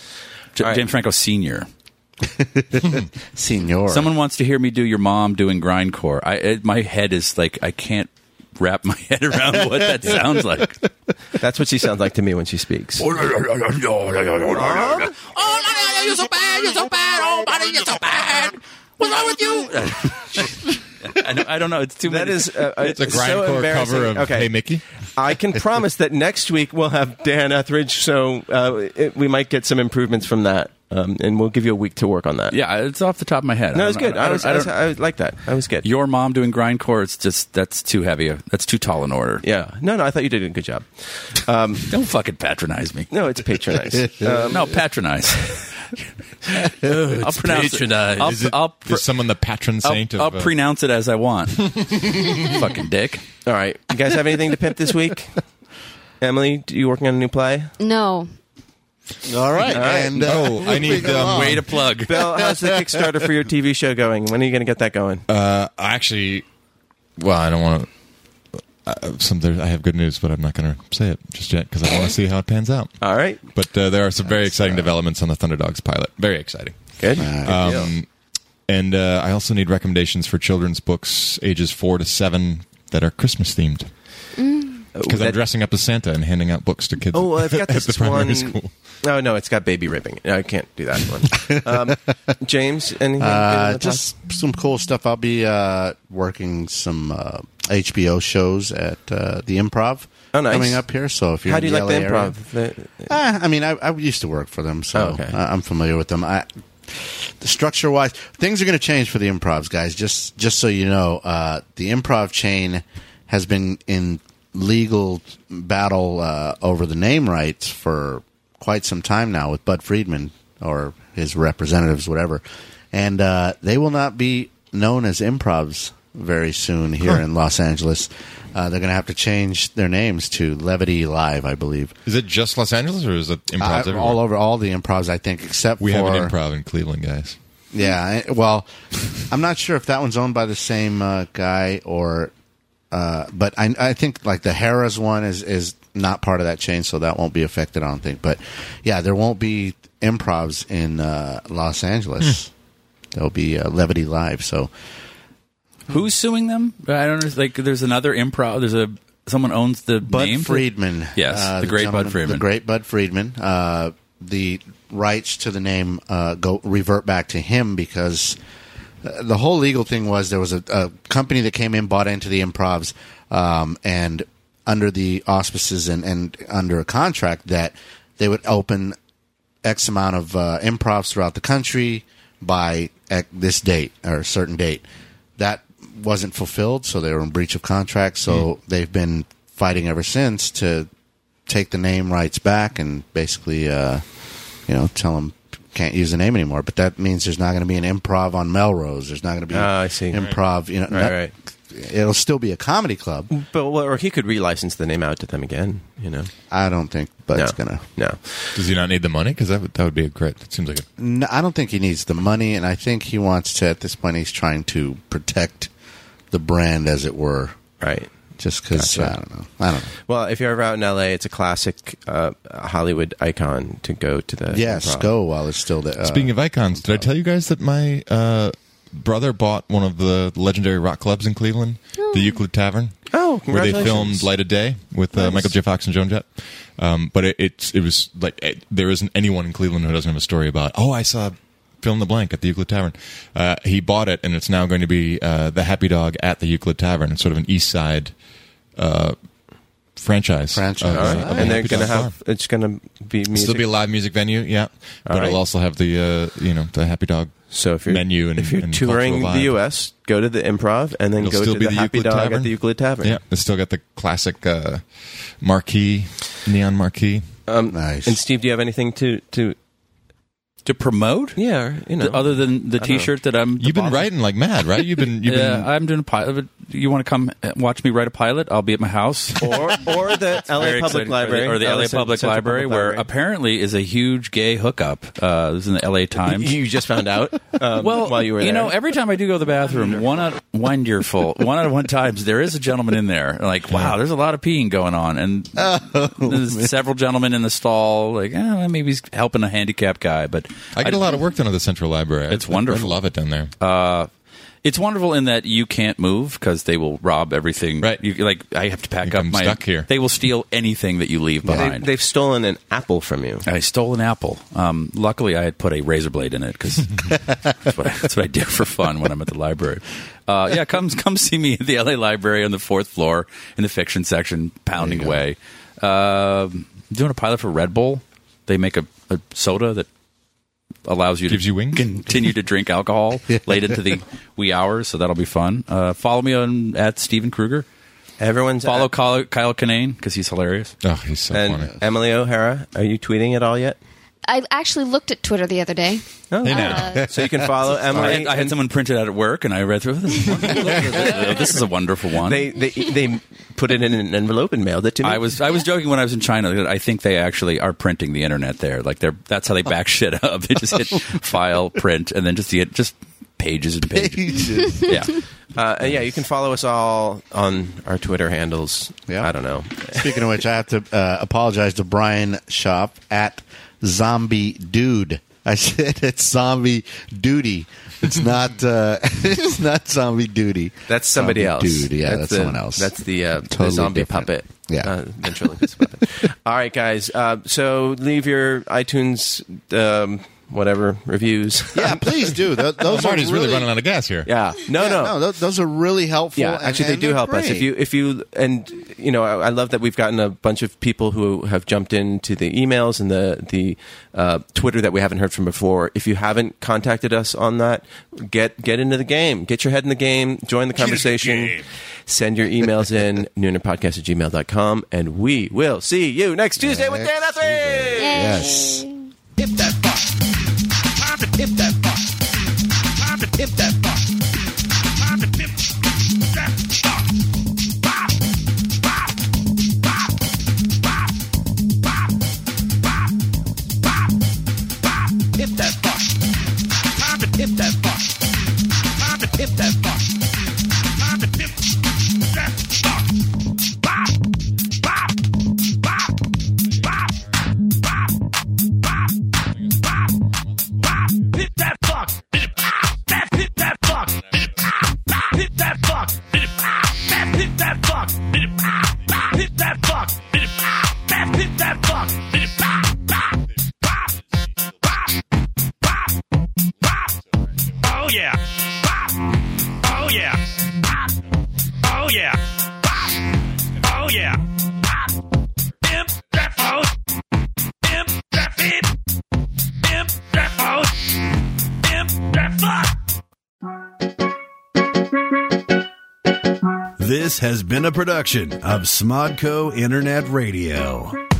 Speaker 5: J-
Speaker 3: All right.
Speaker 5: James Franco Senior.
Speaker 8: Senor.
Speaker 5: Someone wants to hear me do your mom doing grindcore. I it, my head is like I can't wrap my head around what that sounds like.
Speaker 3: That's what she sounds like to me when she speaks.
Speaker 5: Oh my God, you're so bad, you're so bad, oh buddy, you're so bad. What's wrong with you? I don't, I don't know. It's too
Speaker 3: That
Speaker 5: many-
Speaker 3: is uh,
Speaker 6: It's a grindcore cover of Hey Mickey.
Speaker 3: I can promise that next week we'll have Dan Etheridge, so uh, it, we might get some improvements from that, um, and we'll give you a week to work on that.
Speaker 5: yeah, it's off the top of my head.
Speaker 3: no,
Speaker 5: I
Speaker 3: it was
Speaker 5: don't-
Speaker 3: good. I,
Speaker 5: I don't-
Speaker 3: was,
Speaker 5: I
Speaker 3: I, was,
Speaker 5: don't-
Speaker 3: I was like that. I was good.
Speaker 5: your mom doing grindcore. It's just that's too heavy. That's too tall an order.
Speaker 3: yeah, no, no, I thought you did a good job. Um,
Speaker 5: Don't fucking patronize me.
Speaker 3: no, it's patronized. Um,
Speaker 5: no, patronize. I'll pronounce
Speaker 9: patronized.
Speaker 5: It. uh, I'll,
Speaker 6: Is, it,
Speaker 5: I'll pr-
Speaker 6: is someone the patron
Speaker 5: I'll-
Speaker 6: saint
Speaker 5: I'll,
Speaker 6: of? uh,
Speaker 5: pronounce it as I want. Fucking dick.
Speaker 3: all right, you guys have anything to pimp this week? Emily, do you working on a new play?
Speaker 4: No.
Speaker 8: All
Speaker 3: right.
Speaker 8: right. And, uh,
Speaker 6: oh, I need. Um,
Speaker 5: Way to plug.
Speaker 3: Bill, how's the Kickstarter for your TV show going? When are you going to get that going?
Speaker 6: uh, I actually, well, I don't want to. Uh, some there, I have good news, but I'm not going to say it just yet because I want to see how it pans out.
Speaker 5: Oh.
Speaker 3: all right,
Speaker 6: But uh, there are some very exciting developments on the Thunderdogs pilot. Very exciting.
Speaker 3: good.
Speaker 8: Uh,
Speaker 6: Um, and uh, I also need recommendations for children's books ages four to seven that are Christmas themed. Because I'm
Speaker 3: that-
Speaker 6: dressing up as Santa and handing out books to kids.
Speaker 3: Oh, I've got
Speaker 6: at
Speaker 3: this
Speaker 6: the primary
Speaker 3: one.
Speaker 6: school.
Speaker 3: No, no, it's got baby ripping. No, I can't do that one. um, James, anything?
Speaker 8: Uh,
Speaker 3: in the
Speaker 8: just some cool stuff. I'll be uh, working some uh, HBO shows at uh, the Improv.
Speaker 3: Oh, nice.
Speaker 8: Coming up here, so if
Speaker 3: past-
Speaker 8: you're
Speaker 3: How
Speaker 8: in
Speaker 3: do you
Speaker 8: the
Speaker 3: like the
Speaker 8: LA area-
Speaker 3: improv? The-
Speaker 8: Uh, I mean, I, I used to work for them, so
Speaker 3: Oh, okay.
Speaker 8: I, I'm familiar with them. I, the structure wise, things are going to change for the improvs, guys. Just just so you know, uh, the improv chain has been in legal battle uh, over the name rights for quite some time now with Bud Friedman or his representatives, whatever, and uh, they will not be known as improvs very soon here in Los Angeles. Uh, they're going to have to change their names to Levity Live, I believe.
Speaker 6: Is it just Los Angeles or is it
Speaker 3: Uh,
Speaker 8: I-
Speaker 6: improv everywhere?
Speaker 8: all over all the improvs, I think, except
Speaker 6: we
Speaker 8: for
Speaker 6: have an improv in Cleveland, guys.
Speaker 8: Yeah, I- well, I'm not sure if that one's owned by the same uh, guy or, uh, but I, I think like the Harrah's one is is not part of that chain, so that won't be affected. I don't think, but yeah, there won't be improvs in uh, Los Angeles.
Speaker 6: Hmm.
Speaker 8: There'll be uh, Levity Live, so
Speaker 5: Who's suing them? I don't know. Like, there's another improv. There's a someone owns the
Speaker 8: Bud
Speaker 5: name.
Speaker 8: Friedman. Uh,
Speaker 5: Yes, the great Bud
Speaker 8: gentleman-
Speaker 5: Friedman.
Speaker 8: The great Bud Friedman. Uh, the rights to the name uh, go revert back to him because uh, the whole legal thing was there was a, a company that came in, bought into the Improvs, um, and under the auspices and, and under a contract that they would open X amount of uh, improvs throughout the country by at this date or a certain date. That wasn't fulfilled, so they were in breach of contract.
Speaker 3: Hmm.
Speaker 8: So they've been fighting ever since to take the name rights back and basically, uh, you know, tell them can't use the name anymore. But that means there's not going to be an improv on Melrose. There's not going to be
Speaker 3: Ah, I see.
Speaker 8: improv. You know,
Speaker 3: Right,
Speaker 8: not-
Speaker 3: right.
Speaker 8: it'll still be a comedy club.
Speaker 3: But well, or he could relicense the name out to them again. You know,
Speaker 8: I don't think, but
Speaker 3: no,
Speaker 8: it's gonna.
Speaker 3: no.
Speaker 6: Does he not need the money? Because that would, that would be a great. It seems like a uh,
Speaker 8: No, I don't think he needs the money, and I think he wants to. At this point, he's trying to protect the brand, as it were,
Speaker 3: Right.
Speaker 8: just because
Speaker 3: Gotcha.
Speaker 8: I don't know. I don't know.
Speaker 3: Well, if you're ever out in LA, it's a classic uh, Hollywood icon to go to the.
Speaker 8: Yes,
Speaker 3: improv.
Speaker 8: go while it's still there. Uh,
Speaker 6: Speaking of icons, did I tell you guys that my uh, brother bought one of the legendary rock clubs in Cleveland, the Euclid Tavern?
Speaker 3: Oh,
Speaker 6: where they
Speaker 3: congratulations.
Speaker 6: filmed Light of Day with uh, Michael J. Fox and Joan Jett. Um, but it, it's it was like it, there isn't anyone in Cleveland who doesn't have a story about. Oh, I saw fill in the blank at the Euclid Tavern. Uh, he bought it, and it's now going to be uh, the Happy Dog at the Euclid Tavern. It's sort of an East Side. Uh, Franchise,
Speaker 8: Franchise.
Speaker 6: of, uh,
Speaker 3: All right.
Speaker 6: of the
Speaker 3: And they're
Speaker 6: Happy
Speaker 3: gonna
Speaker 6: Dog Bar.
Speaker 3: have. It's gonna be music.
Speaker 6: Still be a live music venue, yeah. but
Speaker 3: right.
Speaker 6: it'll also have the uh, you know the Happy Dog
Speaker 3: so if you're
Speaker 6: menu and
Speaker 3: if you're
Speaker 6: and
Speaker 3: touring
Speaker 6: cultural
Speaker 3: the
Speaker 6: vibe.
Speaker 3: U.S., go to the Improv and then
Speaker 6: It'll
Speaker 3: go
Speaker 6: still
Speaker 3: to
Speaker 6: be
Speaker 3: the,
Speaker 6: the
Speaker 3: Happy
Speaker 6: Euclid
Speaker 3: Dog
Speaker 6: Tavern.
Speaker 3: at the Euclid Tavern.
Speaker 6: Yeah, it's still got the classic uh, marquee, neon marquee.
Speaker 8: nice.
Speaker 3: Um, And Steve, do you have anything to to?
Speaker 5: to promote.
Speaker 3: Yeah, or, you know.
Speaker 5: Other than the
Speaker 3: I don't know.
Speaker 5: T-shirt that I'm. the
Speaker 6: You've been
Speaker 5: boss-
Speaker 6: writing like mad, right? You've been you've
Speaker 5: yeah,
Speaker 6: been
Speaker 5: I'm doing a pilot. You want to come uh, watch me write a pilot? I'll be at my house.
Speaker 3: or or the LA
Speaker 5: Very
Speaker 3: Public
Speaker 5: exciting.
Speaker 3: Library
Speaker 5: or the, or the LA,
Speaker 3: Central
Speaker 5: Public
Speaker 3: Public
Speaker 5: Library, where
Speaker 3: Library.
Speaker 5: apparently is a huge gay hookup. Uh, this is in the LA Times.
Speaker 3: you just found out. Um,
Speaker 5: well,
Speaker 3: while you were there,
Speaker 5: know, every time I do go to the bathroom, one out wonderful, one out of one times there is a gentleman in there. Like, wow, there's a lot of peeing going on, and
Speaker 3: Oh,
Speaker 5: there's several gentlemen in the stall. Like, eh, maybe he's helping a handicapped guy, but
Speaker 6: I get a lot of work done at the Central Library.
Speaker 5: It's
Speaker 6: I-
Speaker 5: wonderful.
Speaker 6: I love it down there.
Speaker 5: It's wonderful in that you can't move because they will rob everything.
Speaker 6: Right.
Speaker 5: You, like I have to pack
Speaker 6: Like,
Speaker 5: up
Speaker 6: I'm
Speaker 5: my.
Speaker 6: stuck here.
Speaker 5: They will steal anything that you leave
Speaker 3: they,
Speaker 5: behind.
Speaker 3: they've stolen an apple from you.
Speaker 5: I stole an apple. Um, luckily, I had put a razor blade in it because that's, what I- that's what I do for fun when I'm at the library. Uh, yeah, come come see me at the LA Library on the fourth floor in the fiction section, pounding away. Um doing a pilot for Red Bull. They make a, a soda that allows you
Speaker 6: Gives
Speaker 5: to
Speaker 6: you wings?
Speaker 5: continue to drink alcohol late into the wee hours, so that'll be fun. Uh, follow me on at Steven Kruger.
Speaker 3: Everyone's
Speaker 5: Follow
Speaker 3: at-
Speaker 5: Kyle, Kyle Kinane because he's hilarious.
Speaker 6: oh, he's so
Speaker 3: and
Speaker 6: funny.
Speaker 3: Emily O'Hara. Are you tweeting at all yet?
Speaker 4: I actually looked at Twitter the other day.
Speaker 3: No.
Speaker 6: Hey, now.
Speaker 4: Uh,
Speaker 3: So you can follow
Speaker 5: I
Speaker 3: Emily.
Speaker 5: had, I had someone print it out at work, and I read through. This is wonderful. this is a wonderful one.
Speaker 3: they, they they put it in an envelope and mailed it to me.
Speaker 5: I was I was joking when I was in China. that I think they actually are printing the internet there. Like they're that's how they back shit up. They just hit file, print, and then just get just pages and pages.
Speaker 8: Jesus.
Speaker 5: Yeah,
Speaker 3: Uh, and yeah, you can follow us all on our Twitter handles.
Speaker 8: Yeah.
Speaker 3: I don't know.
Speaker 8: Speaking of which, I have to uh, apologize to Brian Shop at Zombie Dude. I said it's Zombie Duty. It's not. Uh, it's not Zombie Duty.
Speaker 3: That's somebody
Speaker 8: Zombie
Speaker 3: else.
Speaker 8: Dude. Yeah, that's,
Speaker 3: the-
Speaker 8: someone else.
Speaker 3: That's the, uh, the
Speaker 8: Totally
Speaker 3: zombie
Speaker 8: different.
Speaker 3: puppet.
Speaker 8: Yeah.
Speaker 3: Uh, ventriloquist puppet. All right, guys. Uh, so leave your iTunes, um, whatever, reviews.
Speaker 8: yeah, please do. Th- those are
Speaker 6: Marty's
Speaker 8: really,
Speaker 6: really, running out of gas here.
Speaker 3: yeah. No,
Speaker 8: Yeah,
Speaker 3: no.
Speaker 8: no, th- those are really helpful.
Speaker 3: yeah,
Speaker 8: and-
Speaker 3: actually, they
Speaker 8: and
Speaker 3: do
Speaker 8: they're
Speaker 3: help us. If
Speaker 8: great.
Speaker 3: you, if you, and you know, I, I love that we've gotten a bunch of people who have jumped into the emails and the the uh, Twitter that we haven't heard from before. If you haven't contacted us on that, get get into the game. Get your head in the game. Join the conversation. Send your emails in noonapodcast at gmail and we will see you next Tuesday with Dan Guthrie.
Speaker 8: yes.
Speaker 9: If that box. Time to tip that box. Time to tip that box. Time to tip that box. Bop, bop, bop, bop, bop, bop, bop, bop. Tip that box. Time to tip that box. Time to tip that box. Time to tip that box. Bop, bop, bop, bop, bop, bop bop, bop, hit that fuck, Ah, that hit that fuck, Ah, that hit that fuck, Ah, that hit that fuck, Ah, that hit that fuck, Ah, that hit that fuck, Bop, bop, bop, bop, bop, bop. oh yeah, bop, oh yeah, bop, oh yeah, bop, oh yeah, bop, imp that phone, imp that fit. Imp that out. Imp that fuck.
Speaker 2: This has been a production of Smodco Internet Radio.